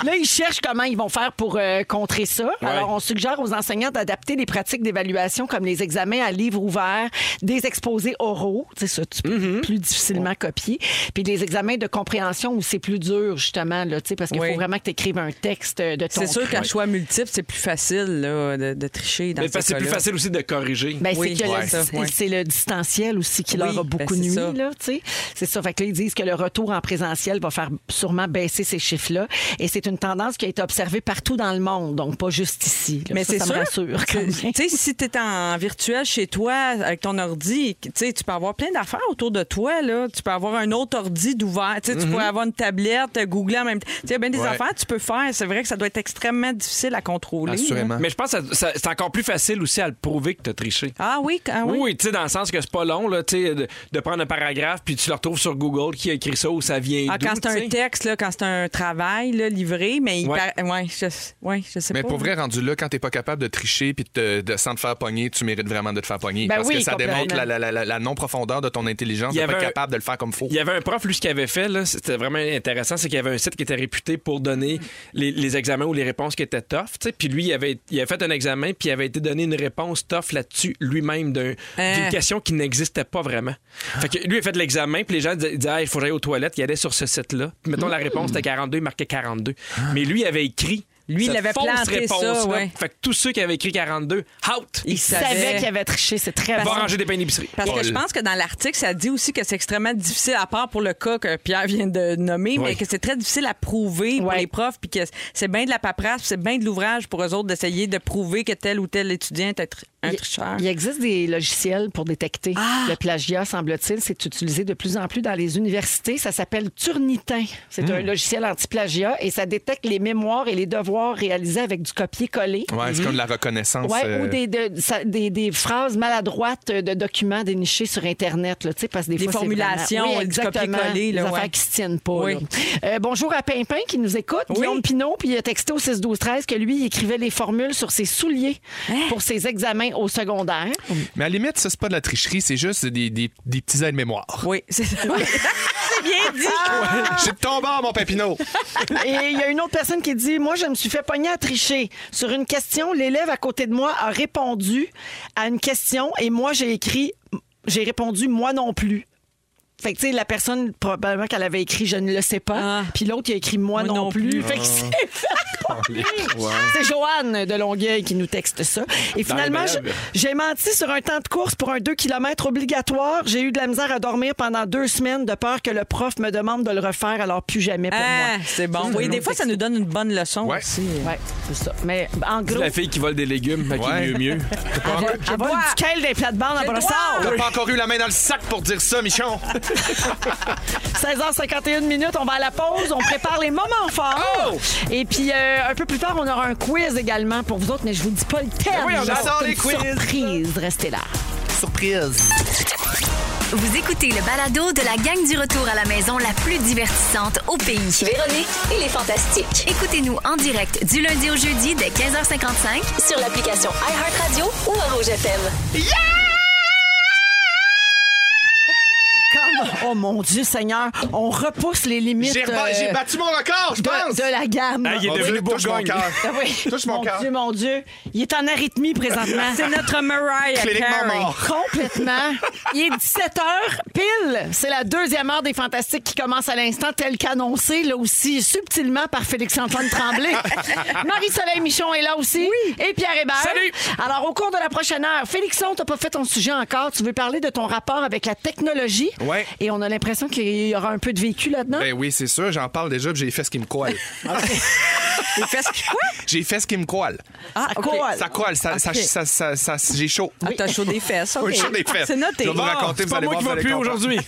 [SPEAKER 5] Là, ils cherchent comment ils vont faire pour euh, contrer ça. Alors, on suggère aux enseignants d'adapter les pratiques d'évaluation comme les examens à livre ouvert, des exposés oraux, tu sais, ça, tu peux plus difficilement copier, puis des examens de compréhension où c'est plus dur, justement, là, tu sais, parce qu'il
[SPEAKER 6] Oui.
[SPEAKER 5] faut vraiment que tu écrives un texte de ton
[SPEAKER 6] C'est sûr qu'à
[SPEAKER 5] cru.
[SPEAKER 6] choix multiple, c'est plus facile là, de, de tricher dans
[SPEAKER 4] Mais
[SPEAKER 6] ces
[SPEAKER 4] parce que c'est plus
[SPEAKER 6] cas-là.
[SPEAKER 4] facile aussi de corriger.
[SPEAKER 5] Ben,
[SPEAKER 6] Oui,
[SPEAKER 5] c'est que
[SPEAKER 6] ouais.
[SPEAKER 5] le-
[SPEAKER 6] ça, ouais.
[SPEAKER 5] c'est le distanciel aussi qui
[SPEAKER 6] Oui,
[SPEAKER 5] leur a
[SPEAKER 6] ben,
[SPEAKER 5] beaucoup
[SPEAKER 6] c'est
[SPEAKER 5] nuit.
[SPEAKER 6] ça.
[SPEAKER 5] là, tu sais. C'est ça. Fait que là, ils disent que le retour en présentiel va faire sûrement baisser ces chiffres-là. Et c'est une tendance qui a été observée partout dans le monde, donc pas juste ici. là.
[SPEAKER 6] Mais
[SPEAKER 5] Ça,
[SPEAKER 6] c'est
[SPEAKER 5] ça
[SPEAKER 6] sûr.
[SPEAKER 5] me rassure quand
[SPEAKER 6] Tu
[SPEAKER 5] même.
[SPEAKER 6] sais, si tu es en virtuel chez toi avec ton ordi, tu sais, tu peux avoir plein d'affaires autour de toi. Là. Tu peux avoir un autre ordi d'ouvert. Tu sais, Tu peux avoir une tablette, googler en même temps. Tu sais, bien des
[SPEAKER 3] Ouais.
[SPEAKER 6] affaires que tu peux faire. C'est vrai que ça doit être extrêmement difficile à contrôler.
[SPEAKER 3] Assurément.
[SPEAKER 4] Mais je pense que ça- ça- c'est encore plus facile aussi à le prouver que t'as triché.
[SPEAKER 6] Ah oui, ah
[SPEAKER 4] Oui,
[SPEAKER 6] oui.
[SPEAKER 4] tu sais, dans le sens que c'est pas long, là, tu sais, de, de prendre un paragraphe, puis tu le retrouves sur Google, qui a écrit ça, où ça vient
[SPEAKER 6] Ah,
[SPEAKER 4] d'où,
[SPEAKER 6] quand c'est
[SPEAKER 4] tu
[SPEAKER 6] un
[SPEAKER 4] sais.
[SPEAKER 6] texte, là, quand c'est un travail là, livré, mais il
[SPEAKER 4] Ouais.
[SPEAKER 6] par- ouais, je... ouais, je sais
[SPEAKER 3] Mais
[SPEAKER 6] pas.
[SPEAKER 5] Oh.
[SPEAKER 3] pour vrai, rendu là, quand t'es pas capable de tricher puis de, de- sans te faire pogner, tu mérites vraiment de te faire pogner.
[SPEAKER 5] Ben
[SPEAKER 3] parce
[SPEAKER 5] oui,
[SPEAKER 3] que ça
[SPEAKER 5] complètement.
[SPEAKER 3] démontre la, la- la- la non-profondeur de ton intelligence
[SPEAKER 4] Il y
[SPEAKER 3] de pas être
[SPEAKER 4] avait un-
[SPEAKER 3] capable de le faire comme faut.
[SPEAKER 4] Il y avait un prof, lui, ce qu'il avait fait, là, c'était vraiment intéressant, c'est qu'il y avait un site qui était réputé pour donner les, les examens ou les réponses qui étaient tough. tu sais. Puis lui, il avait, il avait fait un examen, puis il avait été donné une réponse tough là-dessus lui-même d'un-
[SPEAKER 6] Hein.
[SPEAKER 4] d'une question qui n'existait pas vraiment. Fait que lui, il a fait l'examen, puis les gens disaient, il faut que j'aille aux toilettes. Il allait sur ce site-là. Puis mettons, la réponse était 42, il marquait 42. Mais lui, il avait écrit.
[SPEAKER 6] Lui, il
[SPEAKER 4] cette
[SPEAKER 6] avait
[SPEAKER 4] fausse
[SPEAKER 6] planté ça,
[SPEAKER 4] réponse-là.
[SPEAKER 6] ouais.
[SPEAKER 4] Fait que tous ceux qui avaient écrit 42, out!
[SPEAKER 6] Il
[SPEAKER 5] Ils savaient
[SPEAKER 6] savait.
[SPEAKER 5] qu'il avait triché. C'est très
[SPEAKER 4] Va
[SPEAKER 5] bon.
[SPEAKER 4] ranger des pains d'épicerie.
[SPEAKER 6] Parce que
[SPEAKER 3] Paul.
[SPEAKER 6] je pense que dans l'article, ça dit aussi que c'est extrêmement difficile, à part pour le cas que Pierre vient de nommer, mais
[SPEAKER 4] Oui.
[SPEAKER 6] que c'est très difficile à prouver pour
[SPEAKER 5] Ouais.
[SPEAKER 6] les profs, puis que c'est bien de la paperasse, puis c'est bien de l'ouvrage pour eux autres d'essayer de prouver que tel ou tel étudiant est un tr- un
[SPEAKER 5] Il-
[SPEAKER 6] tricheur.
[SPEAKER 5] Il existe des logiciels pour détecter
[SPEAKER 6] Ah!
[SPEAKER 5] le plagiat, semble-t-il. C'est utilisé de plus en plus dans les universités. Ça s'appelle Turnitin. C'est un
[SPEAKER 6] Hmm.
[SPEAKER 5] logiciel anti-plagiat et ça détecte les mémoires et les devoirs réalisés avec du copier-coller.
[SPEAKER 6] Ah,
[SPEAKER 3] Ouais,
[SPEAKER 4] Mhm.
[SPEAKER 3] c'est comme de la reconnaissance.
[SPEAKER 5] Ouais,
[SPEAKER 3] euh,
[SPEAKER 5] ou des, de- ça- des, des phrases maladroites de documents dénichés sur Internet, là, tu sais, parce que des,
[SPEAKER 6] Des
[SPEAKER 5] fois, c'est
[SPEAKER 6] formulations,
[SPEAKER 5] vraiment-
[SPEAKER 6] du
[SPEAKER 5] exactement,
[SPEAKER 6] copier-coller, là,
[SPEAKER 5] des affaires
[SPEAKER 6] ouais.
[SPEAKER 5] qui se tiennent pas.
[SPEAKER 6] Oui.
[SPEAKER 5] là. Euh, bonjour à Pimpin qui nous écoute, Guillaume Pinot, puis il a texté au 6 12 13 que lui il écrivait les formules sur ses souliers
[SPEAKER 6] Hein?
[SPEAKER 5] pour ses examens au secondaire.
[SPEAKER 6] Oh
[SPEAKER 3] Mais à la limite, ça, c'est pas de la tricherie, c'est juste des, des- des petits aides-mémoire.
[SPEAKER 6] Oui, c'est C'est bien dit.
[SPEAKER 3] Je suis de ton bord, mon Papineau!
[SPEAKER 5] Et il y a une autre personne qui dit Moi, je me suis fait pogner à tricher. Sur une question, l'élève à côté de moi a répondu à une question et moi, j'ai écrit J'ai répondu moi non plus. Fait que, tu sais, la personne, probablement qu'elle avait écrit Je ne le sais pas.
[SPEAKER 6] Ah.
[SPEAKER 5] Puis l'autre, il a écrit Moi,
[SPEAKER 6] Moi
[SPEAKER 5] non,
[SPEAKER 6] non
[SPEAKER 5] plus.
[SPEAKER 6] plus.
[SPEAKER 8] Ah.
[SPEAKER 5] Fait que c'est C'est Joanne de Longueuil qui nous texte ça. Et finalement, je- j'ai menti sur un temps de course pour un 2 km obligatoire. J'ai eu de la misère à dormir pendant deux semaines de peur que le prof me demande de le refaire, alors plus jamais pour
[SPEAKER 6] Ah,
[SPEAKER 5] moi.
[SPEAKER 6] c'est bon. Oui, des fois, ça nous donne une bonne leçon
[SPEAKER 3] Ouais.
[SPEAKER 6] aussi.
[SPEAKER 5] Ouais, c'est ça. Mais en gros,
[SPEAKER 4] La fille qui vole des légumes, fait qu'il
[SPEAKER 3] Ouais.
[SPEAKER 4] est mieux, mieux.
[SPEAKER 5] elle vole du kale des plates-bandes à brossard.
[SPEAKER 3] T'as pas encore eu la main dans le sac pour dire ça, Michon!
[SPEAKER 5] 16h51 minutes, on va à la pause, on prépare les moments forts. Et puis euh, un peu plus tard, on aura un quiz également pour vous autres, mais je vous dis pas le thème.
[SPEAKER 3] Ben Oui, on
[SPEAKER 5] C'est
[SPEAKER 3] adore
[SPEAKER 5] une
[SPEAKER 3] les quiz.
[SPEAKER 5] Surprise, restez là.
[SPEAKER 3] Surprise!
[SPEAKER 1] Vous écoutez le balado de la gang du retour à la maison la plus divertissante au pays.
[SPEAKER 2] Véronique et les Fantastiques.
[SPEAKER 1] Écoutez-nous en direct du lundi au jeudi dès 15h55
[SPEAKER 2] Sur l'application iHeartRadio ou à Rouge FM.
[SPEAKER 5] Comme, oh mon Dieu Seigneur, on repousse les limites
[SPEAKER 3] J'ai
[SPEAKER 5] euh,
[SPEAKER 3] reba- j'ai battu mon record, je
[SPEAKER 5] de,
[SPEAKER 3] pense!
[SPEAKER 5] de la gamme.
[SPEAKER 4] Ah, il est
[SPEAKER 3] Ah oui,
[SPEAKER 4] devenu
[SPEAKER 3] touche mon
[SPEAKER 4] Bourgogne.
[SPEAKER 3] cœur.
[SPEAKER 5] Ah oui.
[SPEAKER 3] Touche mon
[SPEAKER 5] mon
[SPEAKER 3] cœur.
[SPEAKER 5] Dieu, mon Dieu. Il est en arythmie présentement.
[SPEAKER 6] C'est notre Mariah
[SPEAKER 3] Cliniquement
[SPEAKER 6] Carey.
[SPEAKER 3] mort.
[SPEAKER 5] Complètement. Il est 17h pile. C'est la deuxième heure des Fantastiques qui commence à l'instant, tel qu'annoncé, là aussi, subtilement par Félix-Antoine Tremblay. Marie-Soleil Michon est là aussi. Et Pierre Hébert.
[SPEAKER 4] Salut.
[SPEAKER 5] Alors, au cours de la prochaine heure, Félixon, t'as pas fait ton sujet encore. Tu veux parler de ton rapport avec la technologie.
[SPEAKER 3] Ouais.
[SPEAKER 5] Et on a
[SPEAKER 6] Ben
[SPEAKER 5] l'impression qu'il y aura un peu de vécu là-dedans.
[SPEAKER 3] Ben oui, c'est sûr, j'en parle déjà, puis j'ai fait ce qui me colle.
[SPEAKER 6] Les fesses qui quoi?
[SPEAKER 3] J'ai fait ce qui me coale.
[SPEAKER 6] Ah,
[SPEAKER 5] ok.
[SPEAKER 6] quoi?
[SPEAKER 3] Ça coale, ça, ça,
[SPEAKER 6] Ok.
[SPEAKER 3] ça- ça- ça- ça- j'ai chaud.
[SPEAKER 6] Ah, t'as chaud des fesses.
[SPEAKER 3] Oui,
[SPEAKER 6] ok.
[SPEAKER 3] j'ai chaud des fesses.
[SPEAKER 6] Ah, C'est noté.
[SPEAKER 3] Je vais vous
[SPEAKER 6] Bon.
[SPEAKER 3] raconter,
[SPEAKER 4] C'est
[SPEAKER 3] vous
[SPEAKER 4] pas
[SPEAKER 3] allez
[SPEAKER 4] moi
[SPEAKER 3] voir.
[SPEAKER 4] qui
[SPEAKER 3] vous
[SPEAKER 4] va
[SPEAKER 3] allez comprendre.
[SPEAKER 4] plus aujourd'hui.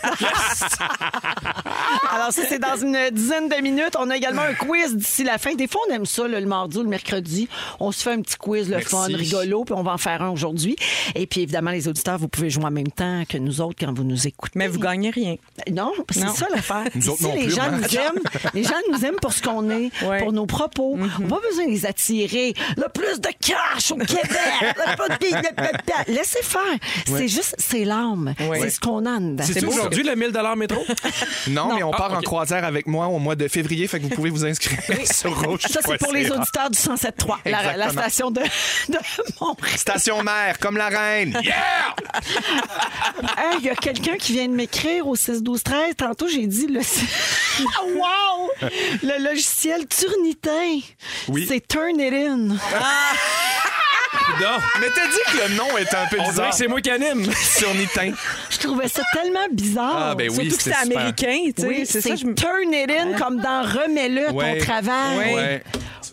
[SPEAKER 5] Alors, ça, c'est dans une dizaine de minutes. On a également un quiz d'ici la fin. Des fois, on aime ça, là, le mardi ou le mercredi. On se fait un petit quiz, le
[SPEAKER 3] Merci.
[SPEAKER 5] fun, rigolo, puis on va en faire un aujourd'hui. Et puis, évidemment, les auditeurs, vous pouvez jouer en même temps que nous autres quand vous nous écoutez.
[SPEAKER 6] Mais vous gagnez rien.
[SPEAKER 3] Eh
[SPEAKER 5] Non, c'est
[SPEAKER 6] Non.
[SPEAKER 5] ça l'affaire.
[SPEAKER 3] Nous
[SPEAKER 5] Ici,
[SPEAKER 3] autres non
[SPEAKER 5] les
[SPEAKER 3] plus,
[SPEAKER 5] gens
[SPEAKER 3] moi.
[SPEAKER 5] nous aiment. Les gens nous aiment pour ce qu'on est,
[SPEAKER 6] Ouais.
[SPEAKER 5] pour nos propos. On n'a pas besoin de les attirer. Le plus de cash au Québec. Le pas de- le- le- le- Laissez faire. C'est juste, c'est l'âme.
[SPEAKER 6] Ouais.
[SPEAKER 5] C'est ce qu'on a en dedans.
[SPEAKER 4] C'est
[SPEAKER 6] beau,
[SPEAKER 4] aujourd'hui le 1000 métro?
[SPEAKER 3] Non, mais on part
[SPEAKER 4] Ah,
[SPEAKER 3] en
[SPEAKER 4] ok.
[SPEAKER 3] croisière avec moi au mois de février, fait que vous pouvez vous inscrire sur rouge.
[SPEAKER 5] Ça, c'est pour les auditeurs du 107.3, la, la
[SPEAKER 3] Exactement.
[SPEAKER 5] station de, de Montréal.
[SPEAKER 3] Station mère, comme la reine.
[SPEAKER 5] Hey, Il y a quelqu'un qui vient de m'écrire au 6-12-13. Tantôt, j'ai dit le... Ah, wow! Le logiciel Turnitin.
[SPEAKER 3] Oui.
[SPEAKER 5] C'est Turn It In.
[SPEAKER 4] Non.
[SPEAKER 3] Mais t'as dit que le nom est un peu
[SPEAKER 4] On dirait
[SPEAKER 3] bizarre.
[SPEAKER 4] que c'est moi qui anime.
[SPEAKER 3] sur Nitin.
[SPEAKER 5] Je trouvais ça tellement bizarre.
[SPEAKER 3] Ah, ben oui,
[SPEAKER 6] Surtout que c'est
[SPEAKER 3] c'était super.
[SPEAKER 6] américain, tu sais.
[SPEAKER 5] Oui,
[SPEAKER 6] c'est
[SPEAKER 5] c'est
[SPEAKER 6] ça, je me-
[SPEAKER 5] turn it in comme dans remets-le
[SPEAKER 3] Ouais.
[SPEAKER 5] ton travail.
[SPEAKER 3] Ouais.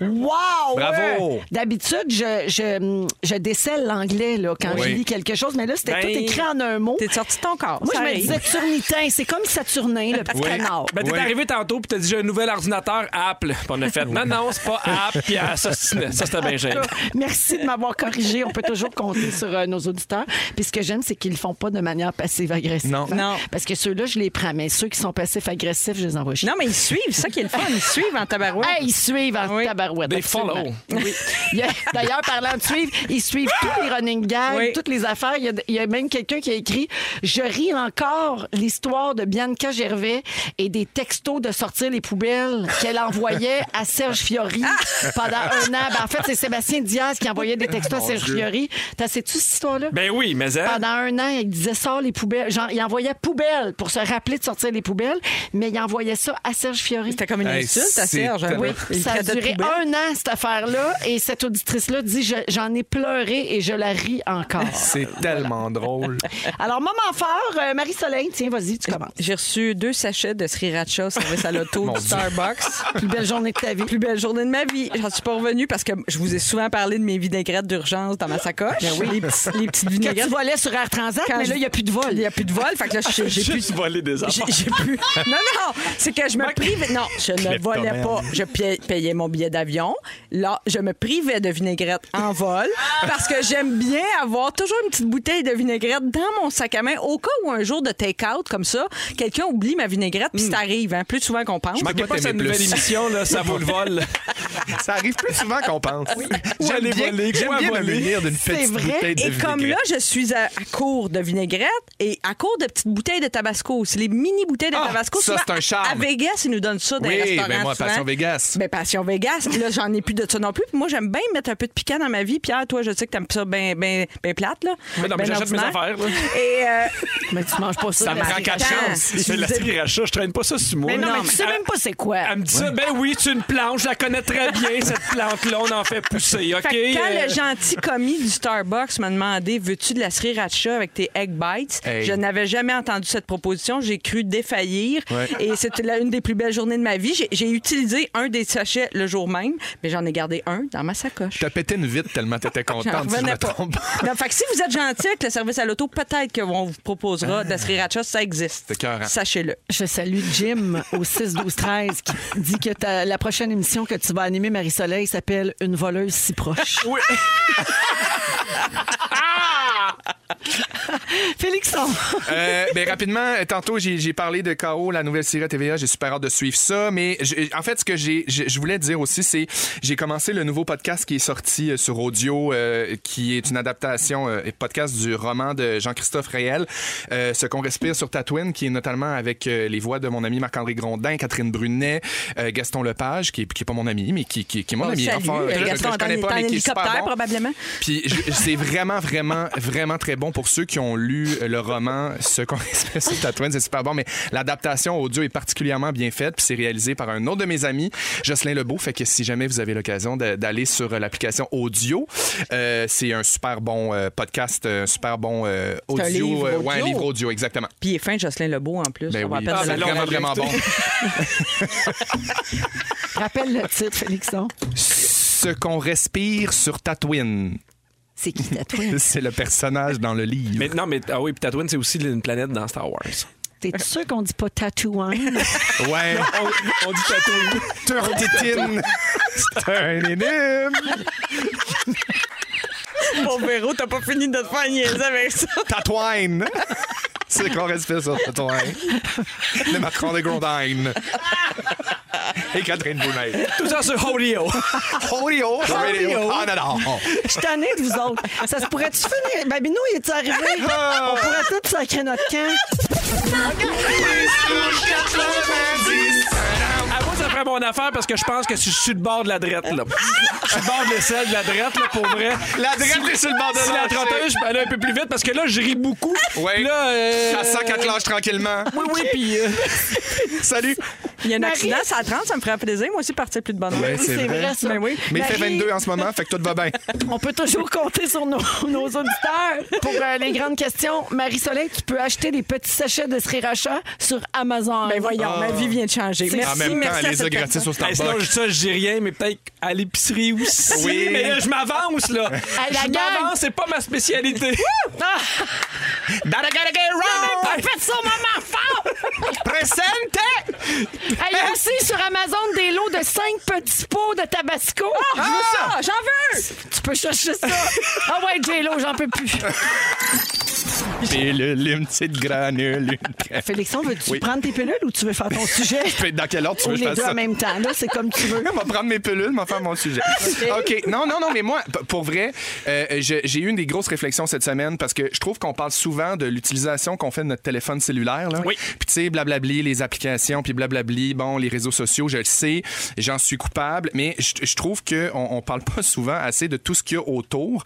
[SPEAKER 5] Wow!
[SPEAKER 3] Bravo.
[SPEAKER 5] D'habitude, je, je, je décèle l'anglais là, quand
[SPEAKER 3] Oui.
[SPEAKER 5] je lis quelque chose, mais là, c'était
[SPEAKER 6] Ben,
[SPEAKER 5] tout écrit en un mot.
[SPEAKER 6] T'es sorti de ton corps.
[SPEAKER 5] Moi,
[SPEAKER 6] ça
[SPEAKER 5] je me
[SPEAKER 6] arrive.
[SPEAKER 5] disais turnitin. C'est comme Saturnin, le petit
[SPEAKER 3] Oui.
[SPEAKER 5] canard.
[SPEAKER 4] Ben, t'es
[SPEAKER 3] Oui.
[SPEAKER 4] arrivé tantôt, puis t'as dit j'ai un nouvel ordinateur Apple. Puis on a fait non, non, c'est pas Apple, puis elle s'ostinait. Ça, c'était bien gênant.
[SPEAKER 5] Merci de m'avoir corrigé. On peut toujours compter sur euh, nos auditeurs. Puis ce que j'aime, c'est qu'ils le font pas de manière passive-agressive.
[SPEAKER 3] Non.
[SPEAKER 5] hein.
[SPEAKER 6] Non.
[SPEAKER 5] Parce que ceux-là, je les prends. Mais ceux qui sont passifs-agressifs, je les envoie chier.
[SPEAKER 6] Non, mais ils suivent, c'est ça qui est le fun. Ils suivent en tabarouette.
[SPEAKER 5] Hey, ils suivent en
[SPEAKER 6] Oui.
[SPEAKER 5] tabarouette.
[SPEAKER 4] They
[SPEAKER 5] absolument.
[SPEAKER 4] follow.
[SPEAKER 5] Oui. Il y a- D'ailleurs, parlant de suivre, ils suivent tous les running gags,
[SPEAKER 6] Oui.
[SPEAKER 5] toutes les affaires. Il y a, il y a même quelqu'un qui a écrit Je ris encore l'histoire de Bianca Gervais et des textos de sortir les poubelles qu'elle envoyait à Serge Fiori
[SPEAKER 6] Ah!
[SPEAKER 5] pendant un an. Ben, en fait, c'est Sébastien Diaz qui envoyait des textos à Serge Fiori. T'as sais-tu cette histoire-là?
[SPEAKER 4] Ben oui, mais elle.
[SPEAKER 5] Pendant un an, il disait sort les poubelles. Genre, il envoyait poubelles pour se rappeler de sortir les poubelles, mais il envoyait ça à Serge Fiori.
[SPEAKER 6] C'était comme une
[SPEAKER 3] Hey,
[SPEAKER 6] insulte à
[SPEAKER 3] c'est
[SPEAKER 6] Serge. hein.
[SPEAKER 3] tellement-
[SPEAKER 6] Il
[SPEAKER 5] Ça a
[SPEAKER 6] traitait de
[SPEAKER 5] duré
[SPEAKER 6] poubelle.
[SPEAKER 5] un an, cette affaire-là, et cette auditrice-là dit Je- J'en ai pleuré et je la ris encore.
[SPEAKER 3] C'est tellement drôle.
[SPEAKER 5] Alors, moment fort, euh, Marie-Soleil, tiens, vas-y, tu commences.
[SPEAKER 6] J'ai reçu deux sachets de sriracha service à l'auto
[SPEAKER 3] Mon
[SPEAKER 6] du
[SPEAKER 3] Dieu.
[SPEAKER 6] Starbucks.
[SPEAKER 5] Plus belle journée de ta vie.
[SPEAKER 6] Plus belle journée de ma vie. J'en suis pas revenue parce que je vous ai souvent parlé de mes vinaigrettes d'urgence dans ma sacoche. les, petits- les petites
[SPEAKER 5] Que Ben tu
[SPEAKER 6] vinaigrettes.
[SPEAKER 5] volais sur Air Transat,
[SPEAKER 6] Quand
[SPEAKER 5] mais
[SPEAKER 6] je-
[SPEAKER 5] là, il n'y a plus de vol.
[SPEAKER 6] Il n'y a plus de vol. Fait que là,
[SPEAKER 3] Ah,
[SPEAKER 6] j'ai j'ai plus.
[SPEAKER 4] volé des
[SPEAKER 6] J'ai j'ai plus. Non, non, c'est que je me privais. Non, je ne volais pas. Je pi- payais mon billet d'avion. Là, je me privais de vinaigrette en vol parce que j'aime bien avoir toujours une petite bouteille de vinaigrette dans mon sac à main au cas où un jour de take-out comme ça, quelqu'un oublie ma vinaigrette, puis ça arrive, hein, plus souvent qu'on pense.
[SPEAKER 4] Je manquais pas
[SPEAKER 3] t'aimer
[SPEAKER 4] cette nouvelle
[SPEAKER 3] plus.
[SPEAKER 4] émission, là, ça vaut le vol.
[SPEAKER 3] Ça arrive plus souvent qu'on pense.
[SPEAKER 4] J'allais
[SPEAKER 3] J'aime bien,
[SPEAKER 4] voler,
[SPEAKER 3] j'aime
[SPEAKER 4] quoi
[SPEAKER 3] bien me
[SPEAKER 4] voler.
[SPEAKER 3] munir d'une petite
[SPEAKER 5] vrai.
[SPEAKER 3] bouteille de
[SPEAKER 6] Et comme là,
[SPEAKER 3] vinaigrette.
[SPEAKER 6] je suis à, à court de vinaigrette et à court de petites bouteilles de tabasco. C'est les mini bouteilles de
[SPEAKER 3] Ah,
[SPEAKER 6] tabasco.
[SPEAKER 3] ça,
[SPEAKER 6] Souvent,
[SPEAKER 3] c'est un charme.
[SPEAKER 6] À Vegas, ils nous donnent ça dans les
[SPEAKER 3] Oui,
[SPEAKER 6] restaurants.
[SPEAKER 3] ben moi,
[SPEAKER 6] souvent.
[SPEAKER 3] Passion Vegas.
[SPEAKER 6] Ben, Passion Vegas. Là, j'en ai plus de ça non plus. Puis moi, j'aime bien mettre un peu de piquant dans ma vie. Pierre, toi, je sais que t'aimes ça bien ben, ben plate, là.
[SPEAKER 4] Mais non, mais
[SPEAKER 6] Ben
[SPEAKER 4] j'achète mes
[SPEAKER 6] ordinaire.
[SPEAKER 4] affaires. Là.
[SPEAKER 6] Et euh,
[SPEAKER 5] Mais tu manges pas ça.
[SPEAKER 4] Ça me
[SPEAKER 5] la
[SPEAKER 4] prend
[SPEAKER 5] série.
[SPEAKER 4] quatre
[SPEAKER 6] attends,
[SPEAKER 4] chances.
[SPEAKER 6] si
[SPEAKER 4] Mais la
[SPEAKER 6] vous êtes-
[SPEAKER 4] sriracha, je traîne pas ça sur moi.
[SPEAKER 5] Mais non, mais tu sais
[SPEAKER 4] elle-
[SPEAKER 5] même pas c'est quoi.
[SPEAKER 4] Elle me dit ça, ben oui, c'est une planche, je la connais très bien, cette plante-là, on en fait pousser, OK?
[SPEAKER 6] fait que quand
[SPEAKER 4] euh,
[SPEAKER 6] le gentil commis du Starbucks m'a demandé veux-tu de la sriracha avec tes egg bites,
[SPEAKER 3] Hey.
[SPEAKER 6] je n'avais jamais entendu cette proposition. J'ai cru défaillir.
[SPEAKER 3] Ouais.
[SPEAKER 6] Et c'était la- une des plus belles journées de ma vie. J'ai- J'ai utilisé un des sachets le jour même, mais j'en ai gardé un dans ma sacoche.
[SPEAKER 3] T'as pété une vite tellement t'étais
[SPEAKER 6] J'en
[SPEAKER 3] contente, si je
[SPEAKER 6] revenais
[SPEAKER 3] me
[SPEAKER 6] pas.
[SPEAKER 3] trompe.
[SPEAKER 6] Non, fait que si vous êtes gentil avec le service à l'auto, peut-être qu'on vous proposera de la sriracha, ça existe.
[SPEAKER 3] Ah. C'est écœurant.
[SPEAKER 6] Sachez-le.
[SPEAKER 5] Je salue Jim au 6-12-13 qui dit que ta- la prochaine émission que tu vas animer, Marie-Soleil, s'appelle Une voleuse si proche.
[SPEAKER 4] Oui.
[SPEAKER 5] Félixon,
[SPEAKER 3] Euh, ben rapidement, euh, tantôt j'ai j'ai parlé de KO, la nouvelle série à TVA, j'ai super hâte de suivre ça, mais j'ai- en fait ce que j'ai je je voulais dire aussi c'est j'ai commencé le nouveau podcast qui est sorti euh, sur audio euh, qui est une adaptation euh, et podcast du roman de Jean-Christophe Réel, euh, ce qu'on respire sur Tatooine qui est notamment avec euh, les voix de mon ami Marc-André Grondin, Catherine Brunet, euh, Gaston Lepage qui est, qui est pas mon ami mais qui qui, qui est mon
[SPEAKER 6] On le
[SPEAKER 3] ami
[SPEAKER 6] salue,
[SPEAKER 3] Enfin,
[SPEAKER 6] euh,
[SPEAKER 3] que je- que
[SPEAKER 6] Gaston,
[SPEAKER 3] je connais
[SPEAKER 6] t'es
[SPEAKER 3] pas
[SPEAKER 6] en
[SPEAKER 3] mais qui est super
[SPEAKER 6] hélicoptère,
[SPEAKER 3] bon.
[SPEAKER 6] probablement.
[SPEAKER 3] Puis je- c'est vraiment, vraiment, vraiment très bon pour ceux qui ont lu euh, le roman Ce qu'on espère sur Tatooine, c'est super bon, mais l'adaptation audio est particulièrement bien faite, puis c'est réalisé par un autre de mes amis, Jocelyn Lebeau. Fait que si jamais vous avez l'occasion de- d'aller sur euh, l'application audio, euh, c'est un super bon euh, podcast, un super bon euh, audio,
[SPEAKER 6] un livre
[SPEAKER 3] euh, ouais, un
[SPEAKER 6] audio.
[SPEAKER 3] livre audio, exactement.
[SPEAKER 6] Puis il est fin, Jocelyn Lebeau, en plus.
[SPEAKER 3] Ben
[SPEAKER 6] On va
[SPEAKER 3] oui,
[SPEAKER 6] à peine
[SPEAKER 3] c'est
[SPEAKER 6] de la-
[SPEAKER 3] vraiment, vraiment bon.
[SPEAKER 5] Rappelle le titre, Félixon.
[SPEAKER 3] Ce qu'on respire sur Tatooine,
[SPEAKER 9] C'est qui Tatooine?
[SPEAKER 3] c'est le personnage dans le livre.
[SPEAKER 4] Mais, non, mais ah oui, puis Tatooine, c'est aussi une planète dans Star Wars.
[SPEAKER 5] T'es sûr qu'on dit pas Tatooine?
[SPEAKER 3] Ouais.
[SPEAKER 4] on, dit Tatooine.
[SPEAKER 3] Turtitine. C'est un énigme.
[SPEAKER 6] Mon Véro, t'as pas fini de te faire niaiser avec ça.
[SPEAKER 3] Tatouine. C'est qu'on respire sur Tatouine. Le Macron de Grondine. Et Catherine Brunet.
[SPEAKER 4] Tout ça sur Audio.
[SPEAKER 3] Audio. Radio. Canada.
[SPEAKER 5] Je suis tannée de vous autres. Ça se pourrait-tu finir? Babineau, il est arrivé? On pourrait tous sacrer notre camp.
[SPEAKER 4] À moi, ça ferait mon affaire parce que je pense que je suis de bord de la drette, là. Je suis de bord de l'aisselle de la drette, là, pour vrai.
[SPEAKER 3] La drette est sur le bord de
[SPEAKER 4] Si la
[SPEAKER 3] l'entrée.
[SPEAKER 4] trotteuse, je peux aller un peu plus vite parce que là, je ris beaucoup.
[SPEAKER 3] Ouais.
[SPEAKER 4] Là, euh,
[SPEAKER 3] Ça sent qu'elle te lâche tranquillement.
[SPEAKER 4] Oui, oui, puis euh,
[SPEAKER 3] Salut.
[SPEAKER 6] Il y a un accident, ça trente, ça me ferait plaisir. Moi aussi, partir plus de bonne heure.
[SPEAKER 3] Ouais, c'est
[SPEAKER 5] C'est
[SPEAKER 3] vrai.
[SPEAKER 5] vrai, ça.
[SPEAKER 6] Ben oui.
[SPEAKER 3] Mais il fait
[SPEAKER 5] Marie,
[SPEAKER 3] 22 en ce moment, fait que tout va bien.
[SPEAKER 5] On peut toujours compter sur nos, nos auditeurs pour euh, les grandes questions. Marie-Soleil, tu peux acheter des petits sachets de sriracha sur Amazon.
[SPEAKER 6] Ben voyons, ma vie vient de changer.
[SPEAKER 5] C'est-
[SPEAKER 6] Merci,
[SPEAKER 3] Ah. En même temps,
[SPEAKER 6] merci à
[SPEAKER 3] allez-y
[SPEAKER 6] cette
[SPEAKER 3] gratis
[SPEAKER 6] personne.
[SPEAKER 3] au
[SPEAKER 4] hey, sinon, je-
[SPEAKER 3] Starbucks.
[SPEAKER 4] ça, je dis rien, mais peut-être à l'épicerie aussi.
[SPEAKER 3] Oui.
[SPEAKER 4] Mais là, je m'avance, là.
[SPEAKER 5] la
[SPEAKER 4] je
[SPEAKER 5] gang.
[SPEAKER 4] m'avance, c'est pas ma spécialité.
[SPEAKER 5] Ah,
[SPEAKER 3] Dada gotta get round.
[SPEAKER 5] faites ça, maman, fort!
[SPEAKER 3] Presente.
[SPEAKER 5] Hey, Il y a aussi sur Amazon des lots de 5 petits pots de tabasco.
[SPEAKER 6] Je veux ça, Ah, j'en veux!
[SPEAKER 5] Tu peux chercher ça. Ah ouais, J-Lo, j'en peux plus.
[SPEAKER 3] Pilule, une petite granule, une crème.
[SPEAKER 5] Félixon, veux-tu
[SPEAKER 3] Oui.
[SPEAKER 5] prendre tes pilules ou tu veux faire ton sujet?
[SPEAKER 3] Dans quel ordre tu veux
[SPEAKER 5] On
[SPEAKER 3] que je
[SPEAKER 5] est
[SPEAKER 3] fasse
[SPEAKER 5] deux
[SPEAKER 3] ça?
[SPEAKER 5] en même temps, là, c'est comme tu veux.
[SPEAKER 3] On va prendre mes pelules, m'en faire mon sujet. OK. Non, non, non, mais moi, p- pour vrai, euh, je- j'ai eu une des grosses réflexions cette semaine parce que je trouve qu'on parle souvent de l'utilisation qu'on fait de notre téléphone cellulaire. Là.
[SPEAKER 4] Oui.
[SPEAKER 3] Puis, tu sais, blablabli, les applications, puis blablabli, bon, les réseaux sociaux, je le sais, j'en suis coupable, mais je je trouve qu'on on parle pas souvent assez de tout ce qu'il y a autour.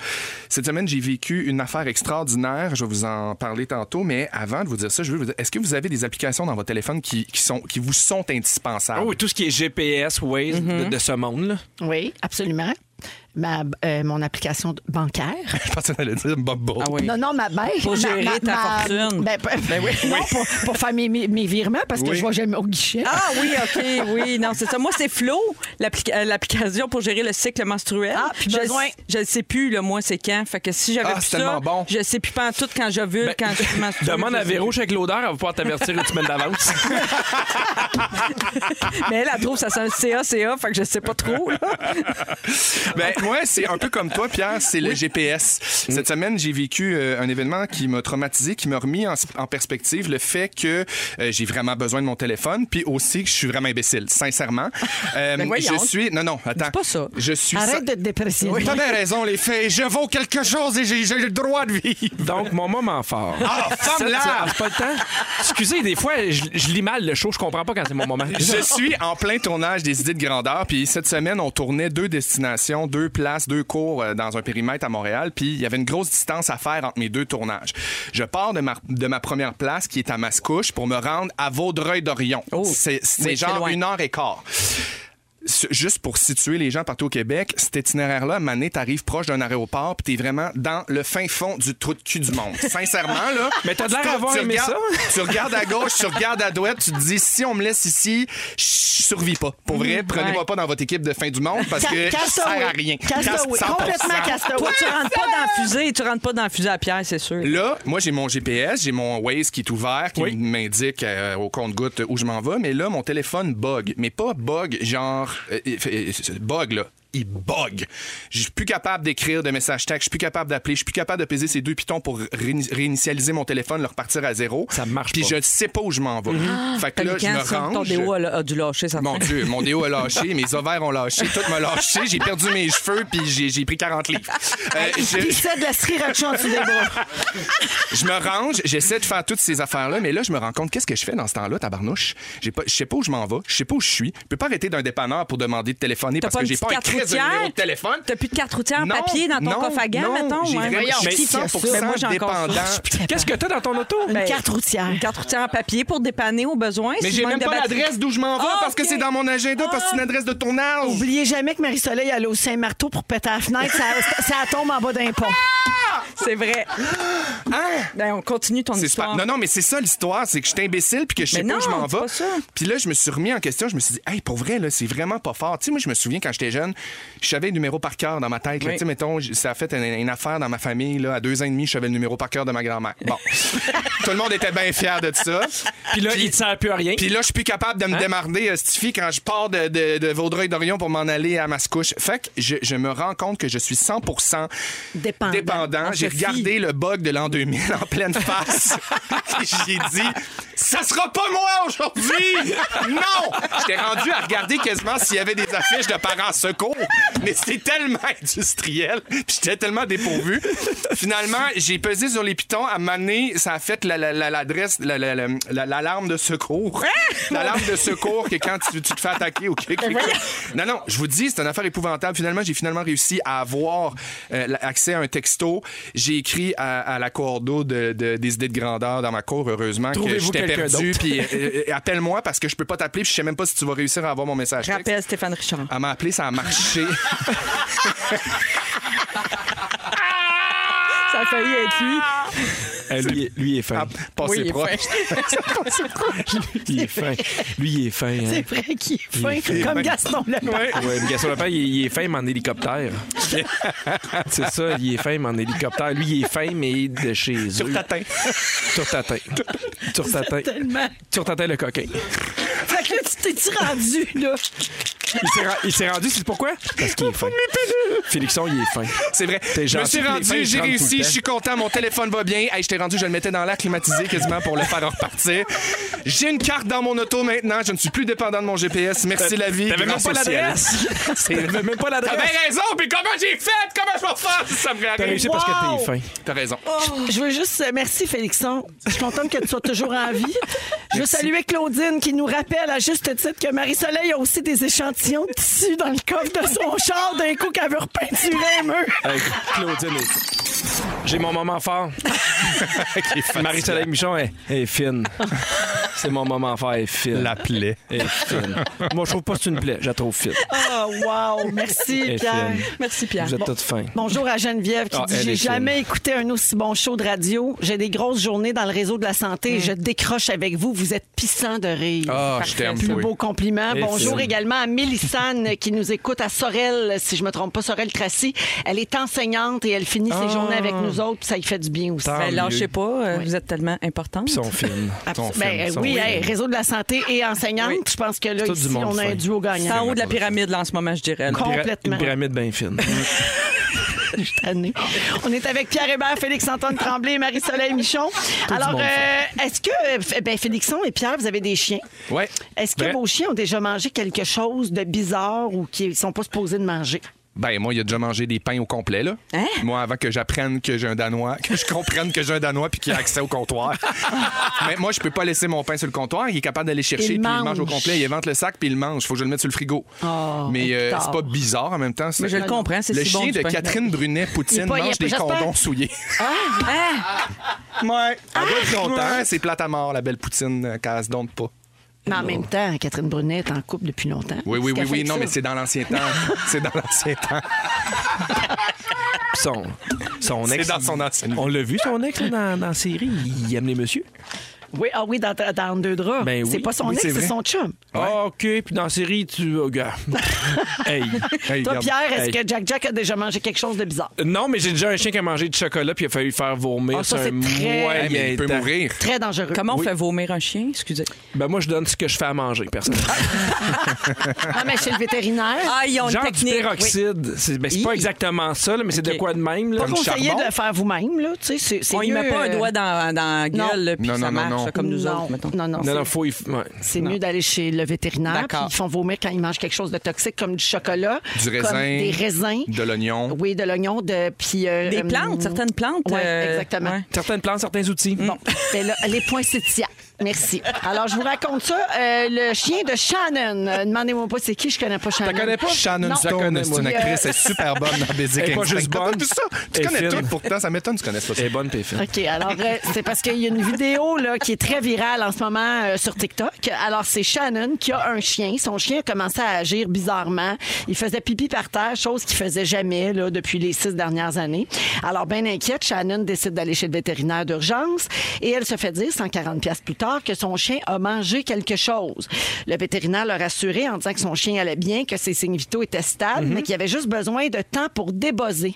[SPEAKER 3] Cette semaine, j'ai vécu une affaire extraordinaire. Je vais vous en parler tantôt, mais avant de vous dire ça, je veux vous dire, est-ce que vous avez des applications dans votre téléphone qui, qui sont, qui vous sont indispensables?
[SPEAKER 4] Oh, tout ce qui est GPS, Waze de, de ce monde, là.
[SPEAKER 5] Oui, absolument. Ma, euh, mon application de- bancaire.
[SPEAKER 3] Je pensais que t'allais dire Bob Bro.
[SPEAKER 6] Ah oui.
[SPEAKER 5] Non, non, ma baie.
[SPEAKER 6] Pour
[SPEAKER 5] Ma-
[SPEAKER 6] gérer
[SPEAKER 5] ma- ma-
[SPEAKER 6] ta fortune.
[SPEAKER 5] Ben, ben, non, pour, pour faire mes, mes- mes virements, parce que
[SPEAKER 3] Oui.
[SPEAKER 5] je vois jamais au guichet.
[SPEAKER 6] Ah oui, OK, oui. Non, c'est ça. Moi, c'est Flo, l'appli- euh, l'application pour gérer le cycle menstruel.
[SPEAKER 5] Ah, puis
[SPEAKER 6] je,
[SPEAKER 5] besoin.
[SPEAKER 6] Je ne sais plus, le mois, c'est quand. Fait que si j'avais
[SPEAKER 3] Ah,
[SPEAKER 6] plus
[SPEAKER 3] c'est
[SPEAKER 6] ça,
[SPEAKER 3] tellement bon. Ben,
[SPEAKER 6] je sais plus pas en tout quand j'ovule, quand je suis menstruée.
[SPEAKER 4] Demande à
[SPEAKER 6] Je sais
[SPEAKER 4] Véro, avec l'odeur, elle va pouvoir t'avertir une semaine d'avance.
[SPEAKER 6] plus. Mais elle, elle trouve ça sent le CA, CA, fait que je sais pas trop. là.
[SPEAKER 3] Ben, moi, c'est un peu comme toi, Pierre, c'est le GPS. Cette semaine, j'ai vécu euh, un événement qui m'a traumatisé, qui m'a remis en, en perspective le fait que euh, j'ai vraiment besoin de mon téléphone, puis aussi que je suis vraiment imbécile, sincèrement. Euh,
[SPEAKER 6] Ben voyons.
[SPEAKER 3] je suis. Non, non, attends.
[SPEAKER 6] Dis pas ça.
[SPEAKER 3] Je suis.
[SPEAKER 5] Arrête de te dépressionner.
[SPEAKER 3] Oui, T'as bien raison, les faits. Je vaux quelque chose et j'ai j'ai le droit de vivre.
[SPEAKER 4] Donc, mon moment fort.
[SPEAKER 3] Ah, femme
[SPEAKER 4] Ça,
[SPEAKER 3] là!
[SPEAKER 4] ça, pas le temps. Excusez, des fois, je, je lis mal le show, je comprends pas quand c'est mon moment.
[SPEAKER 3] Je suis en plein tournage des idées de grandeur. Puis cette semaine, on tournait deux destinations, deux places, deux cours euh, dans un périmètre à Montréal. Puis il y avait une grosse distance à faire entre mes deux tournages. Je pars de ma, de ma première place, qui est à Mascouche, pour me rendre à Vaudreuil-Dorion.
[SPEAKER 6] Oh.
[SPEAKER 3] C'est c'est
[SPEAKER 6] Oui, c'est
[SPEAKER 3] genre
[SPEAKER 6] loin.
[SPEAKER 3] une heure et quart. Ce- Juste pour situer les gens partout au Québec, cet itinéraire-là, Mané, t'arrives proche d'un aéroport, puis t'es vraiment dans le fin fond du trou de cul du monde. Sincèrement, là.
[SPEAKER 4] Mais t'as de l'air
[SPEAKER 3] tu-
[SPEAKER 4] d'avoir
[SPEAKER 3] tu
[SPEAKER 4] aimé
[SPEAKER 3] regardes-
[SPEAKER 4] ça.
[SPEAKER 3] tu regardes à gauche, tu regardes à droite, tu te dis si on me laisse ici, je survis pas. Pour vrai, prenez-moi pas dans votre équipe de fin du monde parce que ça sert à rien.
[SPEAKER 5] Mm, Castaway.
[SPEAKER 3] Casse 100%.
[SPEAKER 5] Complètement
[SPEAKER 6] Toi,
[SPEAKER 5] castaway.
[SPEAKER 6] tu rentres pas dans la fusée, tu rentres pas dans la fusée à Pierre, c'est sûr.
[SPEAKER 3] Là, moi, j'ai mon GPS, j'ai mon Waze qui est ouvert, qui
[SPEAKER 4] Oui.
[SPEAKER 3] m'indique euh, au compte-goutte où je m'en vais, mais là, mon téléphone bug. Mais pas bug, genre. euh, euh, bug, là. Il bug. Je suis plus capable d'écrire de messages textes, je suis plus capable d'appeler, je suis plus capable de peser ces deux pitons pour réini- réinitialiser mon téléphone, le repartir à zéro.
[SPEAKER 4] Ça marche
[SPEAKER 3] Puis
[SPEAKER 4] pas. Mhm.
[SPEAKER 3] je ne sais pas où je m'en vais. fait que là, je me
[SPEAKER 6] Paniquant, ça,
[SPEAKER 3] range.
[SPEAKER 6] Ton déo a, a dû lâcher, ça
[SPEAKER 3] Mon Dieu, mon déo a lâché, mes ovaires ont lâché, tout m'a lâché, j'ai perdu mes cheveux, puis j'ai- j'ai pris 40 livres. Euh,
[SPEAKER 5] Puis
[SPEAKER 3] je,
[SPEAKER 5] c'est de la sriracha en dessous des bras.
[SPEAKER 3] je me range, j'essaie de faire toutes ces affaires-là, mais là, je me rends compte, qu'est-ce que je fais dans ce temps-là, tabarnouche? J'ai pas- Je sais pas où je m'en vais, je sais pas où je suis. Je peux pas arrêter d'un dépanneur pour demander de téléphoner
[SPEAKER 6] T'as
[SPEAKER 3] parce
[SPEAKER 6] pas
[SPEAKER 3] que
[SPEAKER 6] une
[SPEAKER 3] j'ai
[SPEAKER 6] petite
[SPEAKER 3] pas un
[SPEAKER 6] carte
[SPEAKER 3] crise espèce de
[SPEAKER 6] routière.
[SPEAKER 3] numéro de téléphone.
[SPEAKER 6] T'as plus de carte routière en
[SPEAKER 3] Non,
[SPEAKER 6] papier dans ton
[SPEAKER 3] non,
[SPEAKER 6] coffre à gants,
[SPEAKER 3] non,
[SPEAKER 6] mettons?
[SPEAKER 3] j'ai
[SPEAKER 6] ouais.
[SPEAKER 3] vraiment-
[SPEAKER 6] Voyons,
[SPEAKER 3] je suis
[SPEAKER 6] qui fait ça? Ben,
[SPEAKER 3] 100%
[SPEAKER 6] Moi, j'ai encore ça.
[SPEAKER 3] dépendant.
[SPEAKER 4] Qu'est-ce que t'as dans ton auto?
[SPEAKER 6] Ben,
[SPEAKER 8] Une carte routière.
[SPEAKER 6] Une carte routière en papier pour dépanner au besoin.
[SPEAKER 3] Mais
[SPEAKER 6] si
[SPEAKER 3] j'ai
[SPEAKER 6] manque
[SPEAKER 3] même
[SPEAKER 6] de
[SPEAKER 3] pas
[SPEAKER 6] batterie.
[SPEAKER 3] l'adresse d'où je m'en vais
[SPEAKER 6] Ah,
[SPEAKER 3] parce que
[SPEAKER 6] ok. Ah.
[SPEAKER 3] c'est dans mon agenda, parce que c'est une adresse de tournage.
[SPEAKER 8] Oubliez jamais que Marie-Soleil allait au Saint-Marteau pour péter la fenêtre. Ça, ça tombe en bas d'un pont.
[SPEAKER 6] C'est vrai. Ben, on continue ton
[SPEAKER 3] Hein? C'est super.
[SPEAKER 6] histoire.
[SPEAKER 3] Non, non, mais c'est ça l'histoire, c'est que je suis imbécile puis que je sais
[SPEAKER 6] Mais
[SPEAKER 3] pas où je
[SPEAKER 6] non,
[SPEAKER 3] m'en
[SPEAKER 6] c'est
[SPEAKER 3] vais.
[SPEAKER 6] pas ça.
[SPEAKER 3] Puis là, je me suis remis en question, je me suis dit, hey, pour vrai, là, c'est vraiment pas fort. Tu sais, moi, je me souviens quand j'étais jeune, je savais le numéro par cœur dans ma tête. là.
[SPEAKER 6] Oui.
[SPEAKER 3] Tu sais, mettons, j- ça a fait une, une affaire dans ma famille, là, à deux ans et demi, je savais le numéro par cœur de ma grand-mère. Bon. Tout le monde était bien fier de ça.
[SPEAKER 4] Puis là, il te sert plus à rien.
[SPEAKER 3] Puis là, je suis plus capable de me démarrer, euh, cette fille, quand je pars de, de, de Vaudreuil-Dorion pour m'en aller à Mascouche. Fait que je, je me rends compte que je suis 100
[SPEAKER 8] Dépendant.
[SPEAKER 3] dépendant.
[SPEAKER 6] On
[SPEAKER 3] J'ai
[SPEAKER 6] se fie.
[SPEAKER 3] regardé le bug de l'an 2000 en pleine face. Et J'ai dit, ça sera pas moi aujourd'hui! Non! J'étais rendu à regarder quasiment s'il y avait des affiches de parents secours. Mais c'est tellement industriel. puis J'étais tellement dépourvu. Finalement, j'ai pesé sur les pitons. À maner, ça a fait la- la- la- l'adresse, la- la- la- la- l'alarme de secours.
[SPEAKER 4] Hein?
[SPEAKER 3] L'alarme de secours que quand tu, tu te fais attaquer ou que- que- que- Non, non, je vous dis, c'est une affaire épouvantable. Finalement, j'ai finalement réussi à avoir euh, la- accès à un texto. J'ai écrit à, à la cour d'eau de- de- des idées de grandeur dans ma cour, heureusement, que
[SPEAKER 4] Trouvez-vous
[SPEAKER 3] j'étais
[SPEAKER 4] quelqu'un
[SPEAKER 3] perdu.
[SPEAKER 4] d'autre.
[SPEAKER 3] Puis euh, euh, appelle-moi parce que je peux pas t'appeler puis je sais même pas si tu vas réussir à avoir mon message.
[SPEAKER 6] Je
[SPEAKER 3] texte.
[SPEAKER 6] rappelle Stéphane Richard.
[SPEAKER 3] Elle m'a appelé, ça a marché.
[SPEAKER 6] Ça a failli être lui.
[SPEAKER 3] Ah,
[SPEAKER 4] Euh, lui, lui, il est fin.
[SPEAKER 3] Passé
[SPEAKER 6] Oui,
[SPEAKER 3] Ah, proche.
[SPEAKER 4] Lui, il est fin. Lui, il est fin. hein.
[SPEAKER 8] C'est vrai qu'il est fin, comme Gaston Lepage.
[SPEAKER 4] Ouais, mais Gaston Lepage, il, il est fame en hélicoptère. C'est ça, il est fame en hélicoptère. Lui, il est fame et de chez eux.
[SPEAKER 3] Tatin.
[SPEAKER 4] Tourtatin. Tourtatin.
[SPEAKER 8] Tellement.
[SPEAKER 4] Tourtatin le coquin.
[SPEAKER 8] Fait que là, tu t'es-tu rendu, là?
[SPEAKER 4] Il s'est, ra- il s'est rendu, c'est pourquoi? Parce qu'il est fin. Félixon, il est fin.
[SPEAKER 3] C'est vrai.
[SPEAKER 4] T'es
[SPEAKER 3] Je me
[SPEAKER 4] gentil,
[SPEAKER 3] suis
[SPEAKER 4] puis les fins,
[SPEAKER 3] rendu,
[SPEAKER 4] ils
[SPEAKER 3] j'ai
[SPEAKER 4] rentrent tout le
[SPEAKER 3] réussi,
[SPEAKER 4] temps.
[SPEAKER 3] je suis content, mon téléphone va bien. Hey, je t'ai rendu, je le mettais dans l'air climatisé quasiment pour le faire repartir. J'ai une carte dans mon auto maintenant, je ne suis plus dépendant de mon GPS. Merci la vie.
[SPEAKER 4] T'avais même
[SPEAKER 3] grâce
[SPEAKER 4] pas
[SPEAKER 3] au ciel.
[SPEAKER 4] l'adresse. T'avais même pas
[SPEAKER 3] T'as
[SPEAKER 4] l'adresse.
[SPEAKER 3] bien raison, puis comment j'ai fait? Comment je vais faire si ça me
[SPEAKER 4] T'as
[SPEAKER 3] réarrive?
[SPEAKER 4] réussi parce que t'es fin.
[SPEAKER 3] T'as raison.
[SPEAKER 4] Oh.
[SPEAKER 8] Je veux juste. euh, Merci, Félixon. Je suis contente que tu sois toujours en vie. Je veux saluer Claudine qui nous rappelle à juste titre que Marie-Soleil a aussi des échantillons de tissu dans le coffre de son char d'un coup qu'elle veut repeinturer un mur.
[SPEAKER 4] Hey, Claudine est- J'ai mon moment fort. Marie-Soleil Michon est, est fine. C'est mon moment fort, elle est fine.
[SPEAKER 3] plaie.
[SPEAKER 4] Elle est fine. Moi, je trouve pas que c'est une plaie, je la trouve fine.
[SPEAKER 8] Oh, wow. Merci,
[SPEAKER 4] Elle est
[SPEAKER 8] Pierre.
[SPEAKER 4] Ah, fine.
[SPEAKER 6] Merci, Pierre.
[SPEAKER 4] Vous êtes
[SPEAKER 6] Bon.
[SPEAKER 4] toutes fins.
[SPEAKER 8] Bonjour à Geneviève qui
[SPEAKER 4] Ah,
[SPEAKER 8] dit
[SPEAKER 4] elle
[SPEAKER 8] J'ai
[SPEAKER 4] est fine.
[SPEAKER 8] jamais écouté un aussi bon show de radio. J'ai des grosses journées dans le réseau de la santé.
[SPEAKER 4] Mm.
[SPEAKER 8] et Je décroche avec vous. Vous êtes pissant de rire.
[SPEAKER 3] Ah, je t'aime,
[SPEAKER 8] Plus
[SPEAKER 3] toi.
[SPEAKER 8] beau compliment.
[SPEAKER 4] Mm. Et
[SPEAKER 8] Bonjour
[SPEAKER 4] fine.
[SPEAKER 8] également à Mélissane qui nous écoute à Sorel, si je me trompe pas, Sorel Tracy. Elle est enseignante et elle finit
[SPEAKER 4] Ah.
[SPEAKER 8] ses journées avec nous autres. puis Ça y fait du bien aussi.
[SPEAKER 6] Ben, lâchez pas, euh, vous êtes tellement importante.
[SPEAKER 4] Ils sont fines.
[SPEAKER 8] Absol-
[SPEAKER 4] Ils sont
[SPEAKER 8] ben,
[SPEAKER 4] fines, ils
[SPEAKER 8] euh,
[SPEAKER 4] sont
[SPEAKER 8] oui,
[SPEAKER 4] fines.
[SPEAKER 8] hey, réseau de la santé et enseignante.
[SPEAKER 6] Oui.
[SPEAKER 8] Je pense que là,
[SPEAKER 4] tout du
[SPEAKER 8] ici,
[SPEAKER 4] monde
[SPEAKER 8] on a
[SPEAKER 4] fin.
[SPEAKER 8] un duo
[SPEAKER 6] C'est en
[SPEAKER 8] gagnant.
[SPEAKER 6] haut de la pyramide, là, en ce moment, je dirais. là.
[SPEAKER 8] Con-
[SPEAKER 4] Pyra-
[SPEAKER 8] complètement.
[SPEAKER 4] Une pyramide bien fine.
[SPEAKER 8] année. On est avec Pierre Hébert, Félix-Antoine Tremblay et Marie-Soleil Michon. Alors,
[SPEAKER 4] monde,
[SPEAKER 8] euh, est-ce que, euh, f- ben, Félixon et Pierre, vous avez des chiens?
[SPEAKER 3] Ouais.
[SPEAKER 8] Est-ce que
[SPEAKER 4] Vrai.
[SPEAKER 8] vos chiens ont déjà mangé quelque chose de bizarre ou qu'ils ne sont pas supposés de manger?
[SPEAKER 3] Ben, moi, il a déjà mangé des pains au complet, là.
[SPEAKER 6] Hein?
[SPEAKER 3] Moi, avant que j'apprenne que j'ai un Danois, que je comprenne que j'ai un Danois puis qu'il a accès au comptoir. Mais moi, je peux pas laisser mon pain sur le comptoir. Il est capable d'aller chercher
[SPEAKER 8] Il
[SPEAKER 3] puis il
[SPEAKER 8] mange.
[SPEAKER 3] mange au complet. Il évente le sac puis il le mange. Faut que je le mette sur le frigo. Mais
[SPEAKER 8] et
[SPEAKER 3] euh,
[SPEAKER 8] tard.
[SPEAKER 3] c'est pas bizarre en même temps. c'est-
[SPEAKER 6] Mais je le comprends, c'est
[SPEAKER 3] Le
[SPEAKER 6] si bon
[SPEAKER 3] chien
[SPEAKER 6] du
[SPEAKER 3] de
[SPEAKER 6] pain.
[SPEAKER 3] Catherine Brunet
[SPEAKER 8] Il est
[SPEAKER 3] Poutine
[SPEAKER 8] pas- il est
[SPEAKER 3] mange
[SPEAKER 8] pas-
[SPEAKER 3] des
[SPEAKER 8] j'espère.
[SPEAKER 3] condons souillés.
[SPEAKER 6] Ah!
[SPEAKER 3] Ouais. Elle doit être
[SPEAKER 4] Ouais.
[SPEAKER 3] contente. C'est plate à mort, la belle Poutine, euh, qu'elle se donne pas.
[SPEAKER 8] Mais en même temps, Catherine Brunet est en couple depuis longtemps.
[SPEAKER 3] Oui, oui,
[SPEAKER 8] Qu'est-ce
[SPEAKER 3] oui,
[SPEAKER 8] qu'elle
[SPEAKER 3] oui.
[SPEAKER 8] fait
[SPEAKER 3] Non,
[SPEAKER 8] avec
[SPEAKER 3] mais
[SPEAKER 8] ça?
[SPEAKER 3] c'est dans l'ancien temps. C'est dans l'ancien temps.
[SPEAKER 4] Son, son ex.
[SPEAKER 3] C'est dans son ancienne vie.
[SPEAKER 4] On l'a vu, son ex, là, dans, dans la série. Il aime les messieurs.
[SPEAKER 8] Oui, ah oui, dans, dans Deux Draps.
[SPEAKER 4] Ben
[SPEAKER 8] c'est
[SPEAKER 4] oui.
[SPEAKER 8] pas son
[SPEAKER 4] Oui,
[SPEAKER 8] ex,
[SPEAKER 4] c'est
[SPEAKER 8] c'est
[SPEAKER 4] vrai.
[SPEAKER 8] son chum.
[SPEAKER 4] Ah, OK. Puis dans la série, tu. Oh, gars. hey.
[SPEAKER 3] Hey,
[SPEAKER 8] Toi,
[SPEAKER 3] regarde.
[SPEAKER 8] Pierre, est-ce
[SPEAKER 4] Hey.
[SPEAKER 8] que Jack Jack a déjà mangé quelque chose de bizarre?
[SPEAKER 4] Non, mais j'ai déjà un chien qui a mangé du chocolat puis il a failli faire vomir.
[SPEAKER 8] Ah, ça,
[SPEAKER 4] sur
[SPEAKER 8] c'est
[SPEAKER 4] un
[SPEAKER 8] très-
[SPEAKER 4] moyen
[SPEAKER 3] Hey, Eh, mais il peut
[SPEAKER 4] temps.
[SPEAKER 3] mourir.
[SPEAKER 8] Très dangereux.
[SPEAKER 6] Comment on fait vomir un chien? Excusez.
[SPEAKER 4] Ben, moi, je donne ce que je fais à manger, personne.
[SPEAKER 8] Ah, mais chez le vétérinaire.
[SPEAKER 6] Ah, ils ont une
[SPEAKER 4] Genre
[SPEAKER 6] technique.
[SPEAKER 4] du peroxyde. C'est ben, c'est pas
[SPEAKER 8] Hi.
[SPEAKER 4] exactement ça, là, mais c'est
[SPEAKER 6] Ok.
[SPEAKER 4] de quoi de même. Là.
[SPEAKER 8] pas conseillé
[SPEAKER 3] charbon.
[SPEAKER 8] de le faire vous-même, là. Tu sais, c'est- c'est
[SPEAKER 6] On y met
[SPEAKER 8] mieux,
[SPEAKER 6] pas un
[SPEAKER 8] euh,
[SPEAKER 6] doigt dans, dans la
[SPEAKER 8] non.
[SPEAKER 6] gueule, là, puis
[SPEAKER 3] Non,
[SPEAKER 6] ça
[SPEAKER 3] non, non,
[SPEAKER 6] marche
[SPEAKER 3] non.
[SPEAKER 6] ça, comme nous
[SPEAKER 8] non,
[SPEAKER 6] autres, mettons.
[SPEAKER 8] Non, non,
[SPEAKER 4] Non,
[SPEAKER 8] c'est-
[SPEAKER 4] non, faut. y- ouais.
[SPEAKER 8] C'est mieux d'aller chez le vétérinaire. Puis
[SPEAKER 6] D'accord.
[SPEAKER 8] ils font vomir quand ils mangent quelque chose de toxique, comme du chocolat,
[SPEAKER 3] Du raisin,
[SPEAKER 8] comme des raisins,
[SPEAKER 3] de l'oignon.
[SPEAKER 8] oui, de l'oignon, de puis euh,
[SPEAKER 6] Des
[SPEAKER 8] euh,
[SPEAKER 6] plantes, certaines plantes.
[SPEAKER 8] Ouais,
[SPEAKER 6] euh,
[SPEAKER 8] exactement.
[SPEAKER 6] ouais.
[SPEAKER 4] Certaines plantes, certains outils.
[SPEAKER 8] Bon, ben là, les poinsettias.
[SPEAKER 5] Merci. Alors, je vous raconte ça. Euh, le chien de Shannon. Euh, Demandez-moi pas c'est qui, je connais pas Shannon.
[SPEAKER 4] connais pas?
[SPEAKER 3] Shannon
[SPEAKER 5] Non.
[SPEAKER 3] Stone, c'est une
[SPEAKER 5] Puis, euh,
[SPEAKER 3] actrice, elle est super bonne dans Basic
[SPEAKER 4] Elle est pas
[SPEAKER 3] Instinct.
[SPEAKER 4] juste
[SPEAKER 3] T'as
[SPEAKER 4] bonne,
[SPEAKER 3] vu ça? Tu
[SPEAKER 4] elle est
[SPEAKER 3] connais
[SPEAKER 4] fine.
[SPEAKER 3] tout, pourtant, ça m'étonne, tu connais pas ça.
[SPEAKER 4] Elle est bonne, puis elle est fine.
[SPEAKER 5] OK, alors euh, c'est parce qu'il y a une vidéo là, qui est très virale en ce moment euh, sur TikTok. Alors c'est Shannon qui a un chien. Son chien a commencé à agir bizarrement. Il faisait pipi par terre, chose qu'il faisait jamais là, depuis les six dernières années. Alors bien inquiète, Shannon décide d'aller chez le vétérinaire d'urgence et elle se fait dire 140 pièces plus tard que son chien a mangé quelque chose. Le vétérinaire l'a rassuré en disant que son chien allait bien, que ses signes vitaux étaient stables, mais qu'il avait juste besoin de temps pour débosser.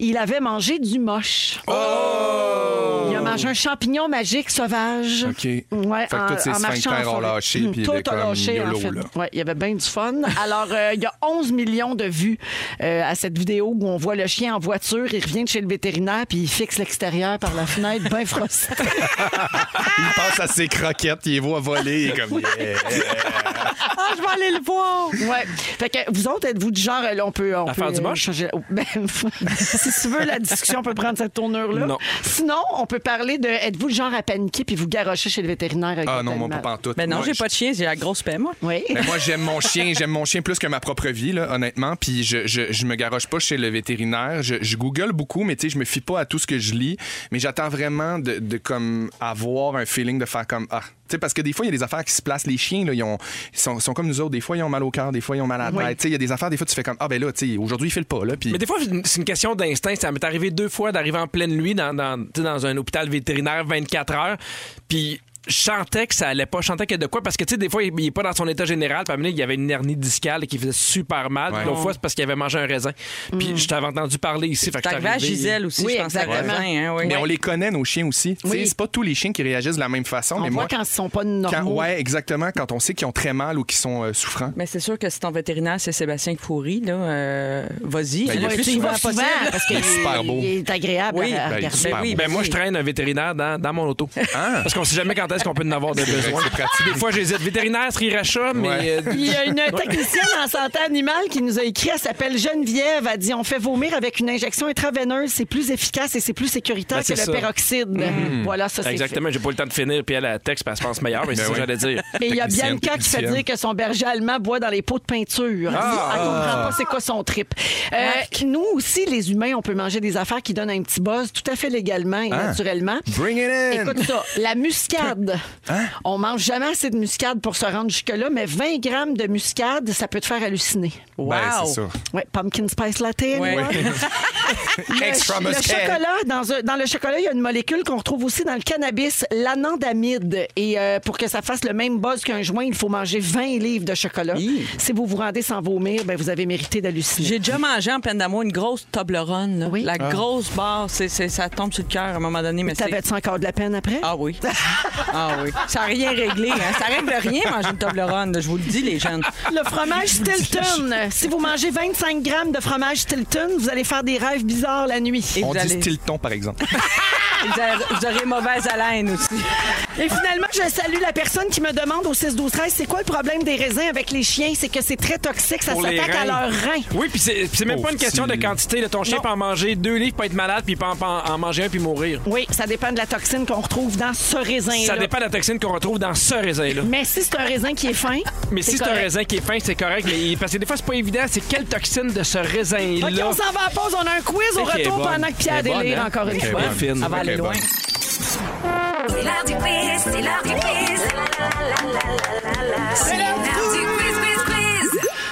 [SPEAKER 5] Il avait mangé du moche. Il a mangé un champignon magique sauvage.
[SPEAKER 3] Oh! OK.
[SPEAKER 5] Ouais,
[SPEAKER 3] Fait que tous ces
[SPEAKER 5] en marchant
[SPEAKER 3] sphincters
[SPEAKER 5] en
[SPEAKER 3] ont
[SPEAKER 5] forêt.
[SPEAKER 3] lâché,
[SPEAKER 5] Mm,
[SPEAKER 3] puis il
[SPEAKER 5] tout
[SPEAKER 3] était
[SPEAKER 5] a
[SPEAKER 3] comme
[SPEAKER 5] lâché, en
[SPEAKER 3] YOLO,
[SPEAKER 5] fait.
[SPEAKER 3] là.
[SPEAKER 5] Ouais, il y avait bien du fun. Alors, euh, il y a 11 millions de vues euh, à cette vidéo où on voit le chien en voiture, il revient de chez le vétérinaire, puis il fixe l'extérieur par la fenêtre, bien frosté.
[SPEAKER 3] Il passe à ses croquettes, il est voit voler, il est comme... yeah.
[SPEAKER 5] ah, je vais aller le voir! Ouais. Fait que vous autres, êtes-vous du genre, euh, là, on peut. On
[SPEAKER 4] À
[SPEAKER 5] peut,
[SPEAKER 4] faire du
[SPEAKER 5] euh,
[SPEAKER 4] moche?
[SPEAKER 5] changer- oh, ben, si tu veux, la discussion peut prendre cette tournure-là.
[SPEAKER 4] Non.
[SPEAKER 5] Sinon, on peut parler de êtes-vous du genre à paniquer puis vous garocher chez le vétérinaire avec
[SPEAKER 3] Ah
[SPEAKER 5] votre
[SPEAKER 3] non, moi,
[SPEAKER 5] animal?
[SPEAKER 3] pas en tout.
[SPEAKER 6] Ben non,
[SPEAKER 3] Moi,
[SPEAKER 6] j'ai
[SPEAKER 3] je-
[SPEAKER 6] pas de chien, j'ai la grosse paix, moi.
[SPEAKER 5] Oui.
[SPEAKER 3] Ben, moi, j'aime mon chien. J'aime mon chien plus que ma propre vie, là, honnêtement. Puis je, je, je me garoche pas chez le vétérinaire. Je, je google beaucoup, mais tu sais, je me fie pas à tout ce que je lis. Mais j'attends vraiment de, de comme avoir un feeling de faire comme ah. Tu sais, parce que des fois, il y a des affaires qui se placent. Les chiens, là, ils, ont, ils sont, sont comme nous autres. Des fois, ils ont mal au cœur. Des fois, ils ont mal à la
[SPEAKER 5] Oui.
[SPEAKER 3] tête. Tu sais, il y a des affaires, des fois, tu fais comme Ah, ben là, tu sais, aujourd'hui, il file pas. Là, puis
[SPEAKER 4] Mais des fois, c'est une question d'instinct. Ça m'est arrivé deux fois d'arriver en pleine nuit dans, dans, tu sais, dans un hôpital vétérinaire 24 heures. Puis je sentais que ça allait pas. Je sentais que de quoi. Parce que, tu sais, des fois, il, il est pas dans son état général. Puis à un moment donné, il y avait une hernie discale qui faisait super mal. Puis
[SPEAKER 3] Ouais.
[SPEAKER 4] l'autre fois, c'est parce qu'il avait mangé un raisin. Puis je t'avais entendu parler ici. Fait que
[SPEAKER 6] T'es
[SPEAKER 4] je suis
[SPEAKER 6] Mm. arrivé à
[SPEAKER 4] arrivé-
[SPEAKER 6] Gisèle aussi,
[SPEAKER 5] Oui,
[SPEAKER 6] je pense, à
[SPEAKER 5] exactement.
[SPEAKER 6] Rosin, hein, oui.
[SPEAKER 3] Mais on les connaît, nos chiens aussi. Tu sais,
[SPEAKER 5] Oui.
[SPEAKER 3] C'est pas tous les chiens qui réagissent de la même façon.
[SPEAKER 5] On
[SPEAKER 3] mais
[SPEAKER 5] voit
[SPEAKER 3] moi,
[SPEAKER 5] quand ils sont pas
[SPEAKER 3] quand-
[SPEAKER 5] normaux.
[SPEAKER 3] ouais, exactement. Quand on sait qu'ils ont très mal ou qu'ils sont euh, souffrants.
[SPEAKER 6] Mais c'est sûr que si ton vétérinaire, c'est Sébastien Foury, là, euh, vas-y.
[SPEAKER 3] Ben,
[SPEAKER 6] le
[SPEAKER 3] il est
[SPEAKER 6] plus
[SPEAKER 5] tu y
[SPEAKER 6] souvent
[SPEAKER 5] vas
[SPEAKER 6] possible.
[SPEAKER 5] souvent, parce qu'il
[SPEAKER 3] Il est super beau.
[SPEAKER 5] il est agréable
[SPEAKER 6] Oui,
[SPEAKER 3] ben,
[SPEAKER 5] à
[SPEAKER 3] il est
[SPEAKER 5] regarder.
[SPEAKER 3] super
[SPEAKER 6] oui,
[SPEAKER 3] beau.
[SPEAKER 4] Ben moi, je traîne un vétérinaire dans, dans mon auto.
[SPEAKER 3] Ah!
[SPEAKER 4] Parce qu'on sait jamais quand est-ce qu'on peut en avoir de
[SPEAKER 3] vrai
[SPEAKER 4] besoin.
[SPEAKER 3] que c'est pratique.
[SPEAKER 4] Des fois, j'hésite. Vétérinaire, Sriracha, mais
[SPEAKER 3] Ouais.
[SPEAKER 4] euh,
[SPEAKER 5] Il y a une technicienne en santé animale qui nous a écrit, elle s'appelle Geneviève, elle dit on fait vomir avec une injection intraveineuse, c'est plus efficace et c'est plus sécuritaire
[SPEAKER 4] Ben,
[SPEAKER 5] que
[SPEAKER 4] c'est
[SPEAKER 5] le
[SPEAKER 4] ça. Mm-hmm.
[SPEAKER 5] peroxyde. Voilà, ça c'est
[SPEAKER 4] Exactement, j'ai pas eu le temps de finir, puis elle a texte, puis elle se pense meilleure, mais c'est
[SPEAKER 3] Ben
[SPEAKER 4] ça que
[SPEAKER 3] oui.
[SPEAKER 4] j'allais dire.
[SPEAKER 5] fait. Et il y a
[SPEAKER 3] Technicienne,
[SPEAKER 5] Bianca qui fait
[SPEAKER 3] technicienne.
[SPEAKER 5] dire que son berger allemand boit dans les pots de peinture. Elle
[SPEAKER 4] Ah!
[SPEAKER 5] dit, Elle comprend pas c'est quoi son trip. Euh, nous aussi, les humains, on peut manger des affaires qui donnent un petit buzz tout à fait légalement et
[SPEAKER 4] Ah.
[SPEAKER 5] naturellement.
[SPEAKER 3] Bring it in!
[SPEAKER 5] Écoute ça, la muscade.
[SPEAKER 4] Hein?
[SPEAKER 5] On mange jamais assez de muscade pour se rendre jusque-là, mais 20 grammes de muscade, ça peut te faire halluciner.
[SPEAKER 3] Ben,
[SPEAKER 6] Wow.
[SPEAKER 3] c'est ça.
[SPEAKER 5] Ouais, pumpkin spice latte.
[SPEAKER 6] Ouais.
[SPEAKER 5] là. Ah, Le,
[SPEAKER 3] Extra
[SPEAKER 5] ch- le
[SPEAKER 3] muscat.
[SPEAKER 5] chocolat, dans, un- dans le chocolat, il y a une molécule qu'on retrouve aussi dans le cannabis, l'anandamide. Et euh, pour que ça fasse le même buzz qu'un joint, il faut manger 20 livres de chocolat.
[SPEAKER 6] Hi.
[SPEAKER 5] Si vous vous rendez sans vomir, ben, vous avez mérité d'halluciner.
[SPEAKER 6] J'ai déjà mangé en pleine d'amour une grosse Toblerone. là.
[SPEAKER 5] Oui.
[SPEAKER 6] La
[SPEAKER 3] Ah.
[SPEAKER 6] grosse barre, c'est, c'est- ça tombe sur le cœur à un moment donné. Mais c'est-
[SPEAKER 5] T'avais-tu encore de la peine après?
[SPEAKER 6] Ah oui. Ah oui. Ça n'a rien réglé. Hein. Ça règle rien manger une Toblerone. là, Je vous le dis, les jeunes.
[SPEAKER 5] Le fromage Stilton. Si vous mangez 25 grammes de fromage Stilton, vous allez faire des rêves bizarres la nuit.
[SPEAKER 6] Et
[SPEAKER 3] On
[SPEAKER 6] vous,
[SPEAKER 3] dit
[SPEAKER 6] allez-
[SPEAKER 3] Stilton, par exemple.
[SPEAKER 6] vous aurez- vous aurez mauvaise haleine aussi.
[SPEAKER 5] Et finalement, je salue la personne qui me demande au 6 12 13 c'est quoi le problème des raisins avec les chiens C'est que c'est très toxique, ça
[SPEAKER 4] Pour les
[SPEAKER 5] s'attaque à
[SPEAKER 4] reins.
[SPEAKER 5] leurs reins.
[SPEAKER 4] Oui, puis c'est puis c'est même
[SPEAKER 3] Oh,
[SPEAKER 4] pas une question de
[SPEAKER 3] petit.
[SPEAKER 4] quantité. là. ton chien peut en manger deux livres, peut être malade, puis peut en, peut en- en manger un, puis mourir.
[SPEAKER 5] Oui, ça dépend de la toxine qu'on retrouve dans ce raisin
[SPEAKER 4] Ça dépend de la toxine qu'on retrouve dans ce raisin-là.
[SPEAKER 5] Mais si c'est un raisin qui est fin,
[SPEAKER 4] Mais si c'est un raisin qui est fin, c'est correct. Mais parce que des fois, c'est pas évident, c'est quelle toxine de ce raisin-là.
[SPEAKER 5] OK, on s'en va à pause, on a un quiz au
[SPEAKER 4] Ok,
[SPEAKER 5] retour
[SPEAKER 4] bonne.
[SPEAKER 5] pendant que Pierre
[SPEAKER 4] Elle est bonne,
[SPEAKER 5] délire
[SPEAKER 4] hein?
[SPEAKER 5] encore une
[SPEAKER 4] Ok,
[SPEAKER 5] fois.
[SPEAKER 4] bonne. Fine.
[SPEAKER 6] Ça va
[SPEAKER 3] Ok,
[SPEAKER 6] aller
[SPEAKER 3] bon.
[SPEAKER 6] loin.
[SPEAKER 1] C'est l'heure du quiz, c'est l'heure du quiz. La, la, la, la, la, la, la. C'est l'heure du quiz, quiz, quiz.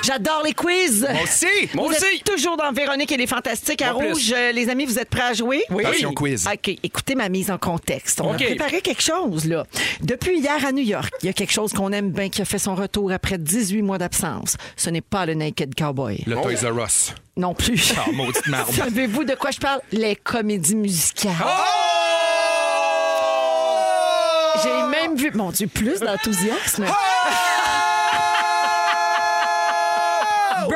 [SPEAKER 5] J'adore les quiz.
[SPEAKER 3] Moi aussi!
[SPEAKER 4] Moi
[SPEAKER 5] Vous
[SPEAKER 4] aussi!
[SPEAKER 5] êtes toujours dans Véronique et les Fantastiques à
[SPEAKER 4] Moi plus.
[SPEAKER 5] Rouge. Euh, Les amis, vous êtes prêts à jouer?
[SPEAKER 4] Oui.
[SPEAKER 3] Attention, quiz.
[SPEAKER 5] Ah, OK, écoutez ma mise en contexte. On
[SPEAKER 4] OK.
[SPEAKER 5] a préparé quelque chose, là. Depuis hier à New York, il y a quelque chose qu'on aime bien qui a fait son retour après 18 mois d'absence. Ce n'est pas le Naked Cowboy.
[SPEAKER 3] Le Toys R Us.
[SPEAKER 5] Non plus.
[SPEAKER 3] Ah, maudite marde.
[SPEAKER 5] Savez-vous de quoi je parle? Les comédies musicales.
[SPEAKER 3] Oh! Ah!
[SPEAKER 5] J'ai même vu, mon
[SPEAKER 3] Ah!
[SPEAKER 5] Dieu, plus d'enthousiasme.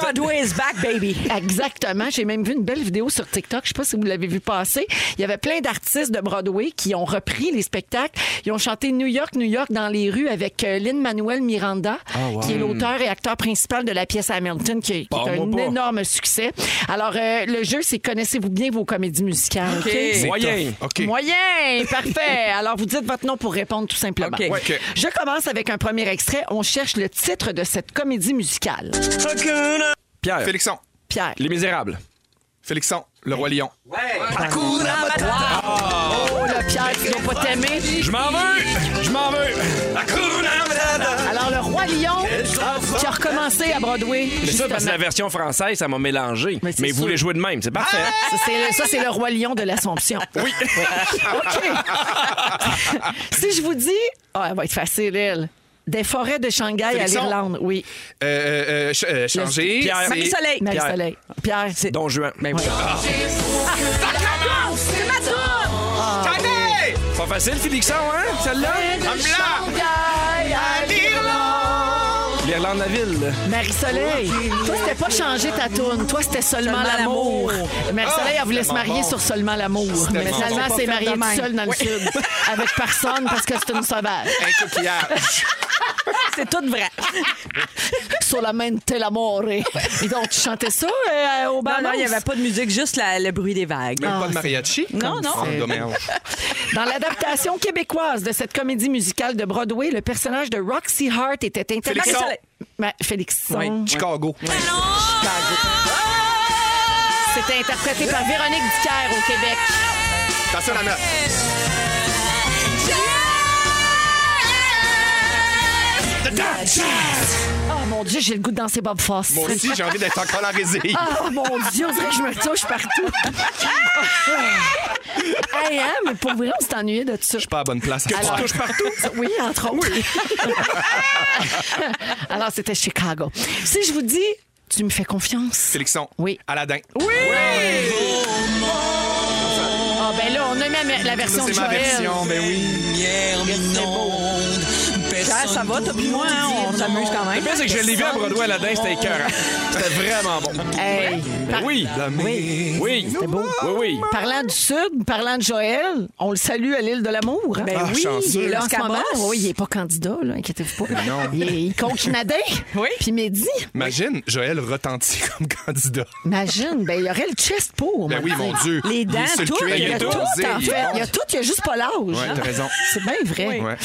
[SPEAKER 6] Broadway is back, baby.
[SPEAKER 5] Exactement. J'ai même vu une belle vidéo sur TikTok. Je sais pas si vous l'avez vu passer. Il y avait plein d'artistes de Broadway qui ont repris les spectacles. Ils ont chanté New York, New York dans les rues avec Lynn Manuel Miranda, qui est l'auteur et acteur principal de la pièce Hamilton, qui, qui est un
[SPEAKER 4] Parle-moi pas.
[SPEAKER 5] énorme succès. Alors, euh, le jeu, c'est connaissez-vous bien vos comédies musicales.
[SPEAKER 6] OK.
[SPEAKER 3] C'est
[SPEAKER 4] Moyen.
[SPEAKER 3] tough. OK.
[SPEAKER 5] Moyen, parfait. Alors, vous dites votre nom pour répondre tout simplement.
[SPEAKER 6] OK. Ouais,
[SPEAKER 3] OK.
[SPEAKER 5] Je commence avec un premier extrait. On cherche le titre de cette comédie musicale.
[SPEAKER 4] Pierre.
[SPEAKER 3] Félixon.
[SPEAKER 5] Pierre.
[SPEAKER 4] Les Misérables.
[SPEAKER 3] Félixon, le roi lion.
[SPEAKER 5] Oh là, Pierre, tu dois pas t'aimer.
[SPEAKER 4] Je m'en veux! Je m'en veux!
[SPEAKER 5] Alors, le Roi Lion, qui a recommencé à Broadway.
[SPEAKER 4] Mais ça,
[SPEAKER 5] justement.
[SPEAKER 4] parce que la version française, ça m'a mélangé.
[SPEAKER 5] Mais c'est
[SPEAKER 4] Mais, vous
[SPEAKER 5] sûr. Ah!
[SPEAKER 4] voulez jouer de même, c'est parfait.
[SPEAKER 5] Ça, c'est le- Ça, c'est le Roi Lion de l'Assomption. Oui. OK. si je vous dis. Ah, elle va être facile, elle. Des forêts de Shanghai
[SPEAKER 3] Félixon.
[SPEAKER 5] à l'Irlande, oui.
[SPEAKER 3] Euh, euh, euh, ch- euh, changer.
[SPEAKER 4] Pierre.
[SPEAKER 3] c'est-
[SPEAKER 6] Marie-Soleil.
[SPEAKER 5] Marie-Soleil. Pierre.
[SPEAKER 4] C'est Don Juan.
[SPEAKER 5] Ben
[SPEAKER 4] Mais oui.
[SPEAKER 6] C'est ma toune!
[SPEAKER 3] Attendez!
[SPEAKER 4] Pas facile, Félixon, hein, celle-là?
[SPEAKER 3] Comme là!
[SPEAKER 5] Shanghai à
[SPEAKER 4] L'Irlande, la ville.
[SPEAKER 5] Marie-Soleil, toi, c'était pas changer ta toune. Toi, c'était seulement,
[SPEAKER 6] Seulement
[SPEAKER 5] l'amour.
[SPEAKER 6] l'amour.
[SPEAKER 5] Marie-Soleil,
[SPEAKER 3] Ah,
[SPEAKER 5] elle voulait se
[SPEAKER 3] tellement
[SPEAKER 5] marier
[SPEAKER 3] bon.
[SPEAKER 5] sur seulement l'amour. Mais
[SPEAKER 3] tellement
[SPEAKER 5] finalement,
[SPEAKER 3] bon.
[SPEAKER 5] elle s'est
[SPEAKER 6] Pas
[SPEAKER 5] mariée
[SPEAKER 6] faire de
[SPEAKER 5] toute
[SPEAKER 6] même.
[SPEAKER 5] seule dans le sud, avec personne, parce que c'est une sauvage.
[SPEAKER 3] Un coquillage.
[SPEAKER 6] C'est tout vrai.
[SPEAKER 5] Solamente l'amore. Et donc, tu chantais ça euh, au
[SPEAKER 6] Non,
[SPEAKER 5] bal?
[SPEAKER 6] non, il n'y avait pas de musique, juste la- le bruit des vagues.
[SPEAKER 3] Même pas de mariachi.
[SPEAKER 6] Non, non.
[SPEAKER 3] Oh, dommage.
[SPEAKER 5] Dans l'adaptation québécoise de cette comédie musicale de Broadway, le personnage de Roxy Hart était interprété...
[SPEAKER 3] Félixson.
[SPEAKER 5] Ma- Félixson.
[SPEAKER 6] Oui.
[SPEAKER 3] Chicago.
[SPEAKER 5] C'était interprété par Véronique Dicker au Québec.
[SPEAKER 3] Attention la note.
[SPEAKER 5] Oh mon Dieu, j'ai le goût de danser Bob Fosse.
[SPEAKER 3] Moi aussi, j'ai envie d'être encore en résil.
[SPEAKER 5] Oh mon Dieu, on dirait que je me touche partout. hey, hein, mais pour vrai, on s'est ennuyé de ça.
[SPEAKER 3] Je suis pas à bonne place.
[SPEAKER 5] Alors- Oui, entre autres. Alors, c'était Chicago. Si je vous dis, tu me fais confiance.
[SPEAKER 3] Félixon.
[SPEAKER 5] Oui.
[SPEAKER 3] Aladdin.
[SPEAKER 5] Oui! Ah, ben là, on a même la version
[SPEAKER 3] Ça,
[SPEAKER 5] de
[SPEAKER 3] c'est ma
[SPEAKER 5] Joël.
[SPEAKER 3] version, mais oui.
[SPEAKER 6] Pierre, ça va, toi puis moi, hein, on s'amuse quand
[SPEAKER 4] Le
[SPEAKER 6] même.
[SPEAKER 4] pire, c'est que je l'ai vu à Broadway à la danse, c'était écœurant. C'était vraiment bon.
[SPEAKER 5] Hey, par-
[SPEAKER 4] Oui.
[SPEAKER 3] Oui.
[SPEAKER 4] Oui. C'était beau. Oui, oui.
[SPEAKER 5] Parlant du Sud, parlant de Joël, on le salue à l'île de l'amour. hein?
[SPEAKER 6] Ben
[SPEAKER 3] Ah,
[SPEAKER 6] oui,
[SPEAKER 3] chanceux.
[SPEAKER 6] il est
[SPEAKER 5] Là,
[SPEAKER 6] là
[SPEAKER 5] en
[SPEAKER 6] en
[SPEAKER 5] ce moment, oui, il n'est pas candidat, là, inquiétez-vous pas.
[SPEAKER 3] non.
[SPEAKER 5] Il est il compte Canadien.
[SPEAKER 6] Oui.
[SPEAKER 5] Puis Mehdi,
[SPEAKER 3] Imagine, Joël retentit comme candidat.
[SPEAKER 5] imagine, ben, il aurait le chest pour.
[SPEAKER 3] Ben
[SPEAKER 5] moi,
[SPEAKER 3] oui,
[SPEAKER 5] tu
[SPEAKER 3] mon
[SPEAKER 5] sais.
[SPEAKER 3] Dieu.
[SPEAKER 6] Les
[SPEAKER 3] Il est
[SPEAKER 6] dents,
[SPEAKER 3] sur le
[SPEAKER 6] tout,
[SPEAKER 3] cuir,
[SPEAKER 6] il y
[SPEAKER 3] il
[SPEAKER 6] a
[SPEAKER 3] est
[SPEAKER 6] tout,
[SPEAKER 3] osé,
[SPEAKER 5] En
[SPEAKER 3] il est
[SPEAKER 5] fait,
[SPEAKER 3] bon.
[SPEAKER 5] il y a tout, il y a juste pas l'âge. hein.
[SPEAKER 3] Ouais, t'as raison.
[SPEAKER 5] C'est bien vrai.
[SPEAKER 3] Ouais.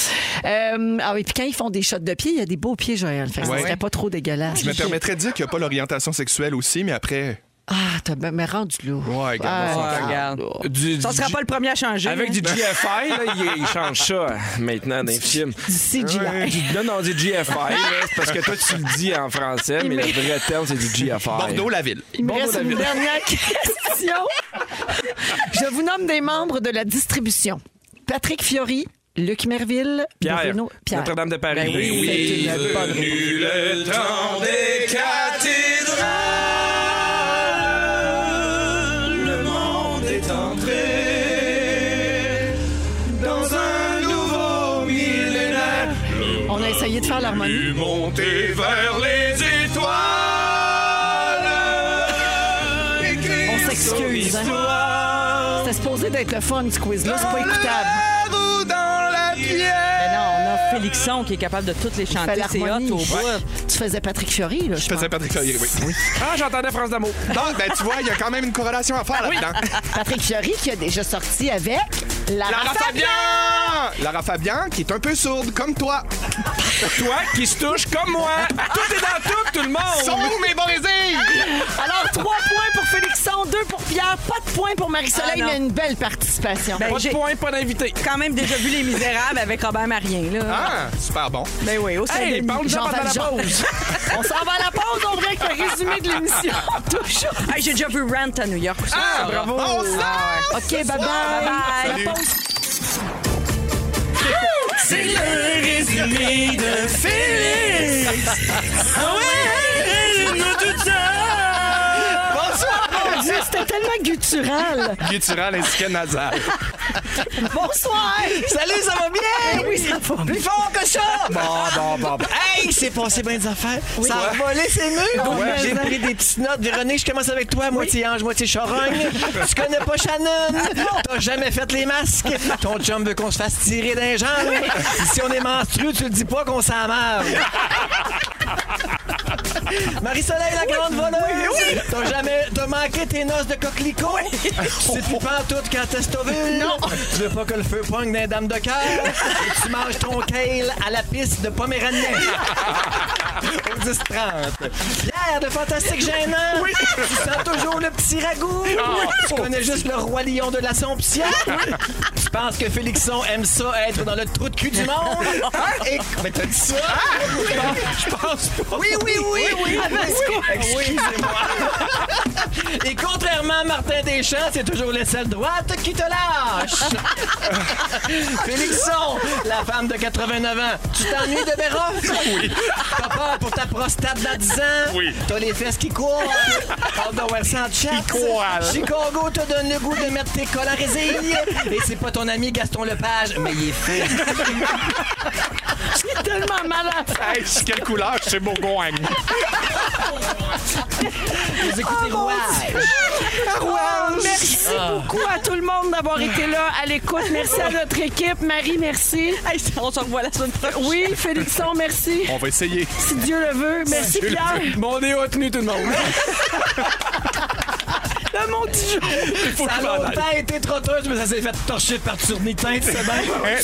[SPEAKER 5] Euh, ah oui, puis quand ils font des shots de pied, il y a des beaux pieds, Joël. Fait que
[SPEAKER 3] Ouais.
[SPEAKER 5] ça serait pas trop dégueulasse.
[SPEAKER 3] Je me permettrais de dire qu'il n'y a pas l'orientation sexuelle aussi, mais après.
[SPEAKER 5] Ah, t'as ben- mais rendu Ah. lourd.
[SPEAKER 3] Ouais, regarde,
[SPEAKER 6] Ah,
[SPEAKER 3] on s'en fout.
[SPEAKER 6] regarde.
[SPEAKER 4] Du-
[SPEAKER 6] Ça
[SPEAKER 4] du-
[SPEAKER 6] sera pas le premier à changer.
[SPEAKER 4] Avec
[SPEAKER 6] hein.
[SPEAKER 4] du GFI, là, il- il change ça euh, maintenant dans les films.
[SPEAKER 5] D'ici, CGI.
[SPEAKER 4] Du- Non, non, du GFI, là, c'est parce que toi, tu le dis en français, mais le vrai terme, c'est du GFI.
[SPEAKER 3] Bordeaux, la ville.
[SPEAKER 5] Il me
[SPEAKER 4] Bon,
[SPEAKER 5] reste
[SPEAKER 4] bon,
[SPEAKER 5] une
[SPEAKER 4] David.
[SPEAKER 5] dernière question. Je vous nomme des membres de la distribution. Patrick Fiori, Luc Merville,
[SPEAKER 4] Pierre,
[SPEAKER 5] Bruno... Pierre.
[SPEAKER 4] Notre-Dame de Paris.
[SPEAKER 5] Ben oui, c'est une bonne réponse.
[SPEAKER 4] le temps des cathédrales. Le monde est entré dans un nouveau millénaire.
[SPEAKER 5] On a essayé de faire l'harmonie.
[SPEAKER 4] Monter vers les étoiles.
[SPEAKER 5] On s'excuse. hein.
[SPEAKER 6] hein.
[SPEAKER 5] C'était supposé d'être le fun, ce quiz-là. C'est pas écoutable.
[SPEAKER 6] Ben non, on a Félixon qui est capable de toutes les
[SPEAKER 5] Fais
[SPEAKER 6] chanter. C'est hot
[SPEAKER 5] l'harmonie.
[SPEAKER 6] au bout.
[SPEAKER 5] Tu faisais Patrick Fiori, là, je,
[SPEAKER 3] Je faisais
[SPEAKER 5] pense.
[SPEAKER 3] Patrick Fiori, oui.
[SPEAKER 4] Ah, j'entendais France d'amour.
[SPEAKER 3] Donc, ben, tu vois, il y a quand même une corrélation à faire là-dedans.
[SPEAKER 5] Patrick Fiori qui a déjà sorti avec Lara,
[SPEAKER 3] Lara
[SPEAKER 5] Fabian.
[SPEAKER 3] Fabian! Ah, Lara Fabian, qui est un peu sourde, comme toi.
[SPEAKER 4] Toi qui se touche comme moi. Tout est dans tout, tout le
[SPEAKER 3] Sont
[SPEAKER 4] monde.
[SPEAKER 3] où mes brésilles?
[SPEAKER 5] Alors, trois points pour Félixon, deux pour Pierre, pas de points pour Marie-Soleil,
[SPEAKER 6] Ah, non.
[SPEAKER 5] mais une belle participation.
[SPEAKER 6] Ben,
[SPEAKER 4] Pas de
[SPEAKER 6] j'ai
[SPEAKER 4] point, pas d'invité.
[SPEAKER 6] quand même déjà vu Les Misérables avec Robert Marien. Là.
[SPEAKER 3] Ah, super bon.
[SPEAKER 6] Ben oui, au sein
[SPEAKER 4] Hey,
[SPEAKER 6] des-
[SPEAKER 4] parle-en
[SPEAKER 5] Jean
[SPEAKER 4] pendant la
[SPEAKER 5] Valjean.
[SPEAKER 4] pause.
[SPEAKER 5] on s'en va à la pause, on break le résumé de l'émission. Toujours.
[SPEAKER 6] Hey, J'ai déjà vu Rant à New York. aussi.
[SPEAKER 3] Ah,
[SPEAKER 6] Oh.
[SPEAKER 3] bravo! On se
[SPEAKER 6] Ah,
[SPEAKER 3] lance!
[SPEAKER 5] OK, bye-bye.
[SPEAKER 6] Bye-bye.
[SPEAKER 5] La
[SPEAKER 3] Salut.
[SPEAKER 5] pause.
[SPEAKER 3] Bonsoir!
[SPEAKER 5] Mon Dieu, c'était tellement guttural.
[SPEAKER 3] Guttural ainsi que nasal.
[SPEAKER 5] Bonsoir.
[SPEAKER 9] Salut, ça va bien?
[SPEAKER 5] Oui, ça va.
[SPEAKER 9] Plus fort que ça!
[SPEAKER 3] Bon, bon, bon, bon.
[SPEAKER 9] Hey, c'est passé bien des affaires. ça a volé ses murs.
[SPEAKER 5] Ouais.
[SPEAKER 9] J'ai pris des petites notes. Véronique, je commence avec toi, moitié ange, moitié charogne. tu connais pas Shannon. T'as jamais fait les masques. Ton chum veut qu'on se fasse tirer d'un jambes. si on est menstrueux, tu le dis pas qu'on s'en marre. Marie-Soleil, la grande voleuse! T'as jamais t'as manqué tes noces de coquelicot? Tu sais plus pantoute quand t'es ovule? Non! Tu veux pas que le feu pogne d'un dame de cœur? Et tu manges ton kale à la piste de Poméranie. Au 10-30. Pierre de Fantastique Gênant! Tu sens toujours le petit ragoût! Tu connais juste le roi lion de l'Assomption! Tu penses que Félixon aime ça être dans le trou de cul du monde? Et... Mais t'as dit ça? Je pense pas. Oui, oui, oui, oui. Excusez-moi. Et contrairement à Martin Deschamps, c'est toujours la salle droite qui te lâche. Félixon, la femme de 89 ans, tu t'ennuies de Béra? Oui. T'as peur pour ta prostate dans 10 ans?
[SPEAKER 3] Oui.
[SPEAKER 9] T'as les fesses qui courent? Parle de Wesson Chat.
[SPEAKER 3] courent.
[SPEAKER 9] Chicago te donne le goût de mettre tes colorisés. Et c'est pas ton ami Gaston Lepage, mais il est fou.
[SPEAKER 5] J'ai tellement mal à faire.
[SPEAKER 3] Hey, quelle couleur chez Bourgogne?
[SPEAKER 9] Vous écoutez
[SPEAKER 5] mon
[SPEAKER 9] Rouage.
[SPEAKER 5] Merci
[SPEAKER 6] Ah.
[SPEAKER 5] beaucoup à tout le monde d'avoir été là à l'écoute. Merci à notre équipe. Marie, merci.
[SPEAKER 6] Hey, on se revoit la semaine prochaine.
[SPEAKER 5] Oui, Félixon, merci.
[SPEAKER 3] On va essayer.
[SPEAKER 5] Si Dieu le veut. Merci, Pierre.
[SPEAKER 4] Bon déo a tenu tout le monde.
[SPEAKER 5] Le monde du jour.
[SPEAKER 4] Faut que
[SPEAKER 9] Ça
[SPEAKER 4] je
[SPEAKER 9] a
[SPEAKER 4] m'en aille.
[SPEAKER 9] longtemps été trotteuse, mais ça s'est fait torcher par Turnitin, tu sais
[SPEAKER 4] Hein?
[SPEAKER 9] bien.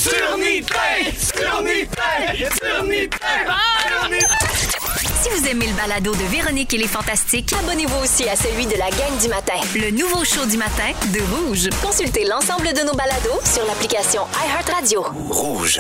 [SPEAKER 2] Si vous aimez le balado de Véronique et les Fantastiques, abonnez-vous aussi à celui de la gang du matin.
[SPEAKER 1] Le nouveau show du matin de Rouge.
[SPEAKER 2] Consultez l'ensemble de nos balados sur l'application iHeartRadio.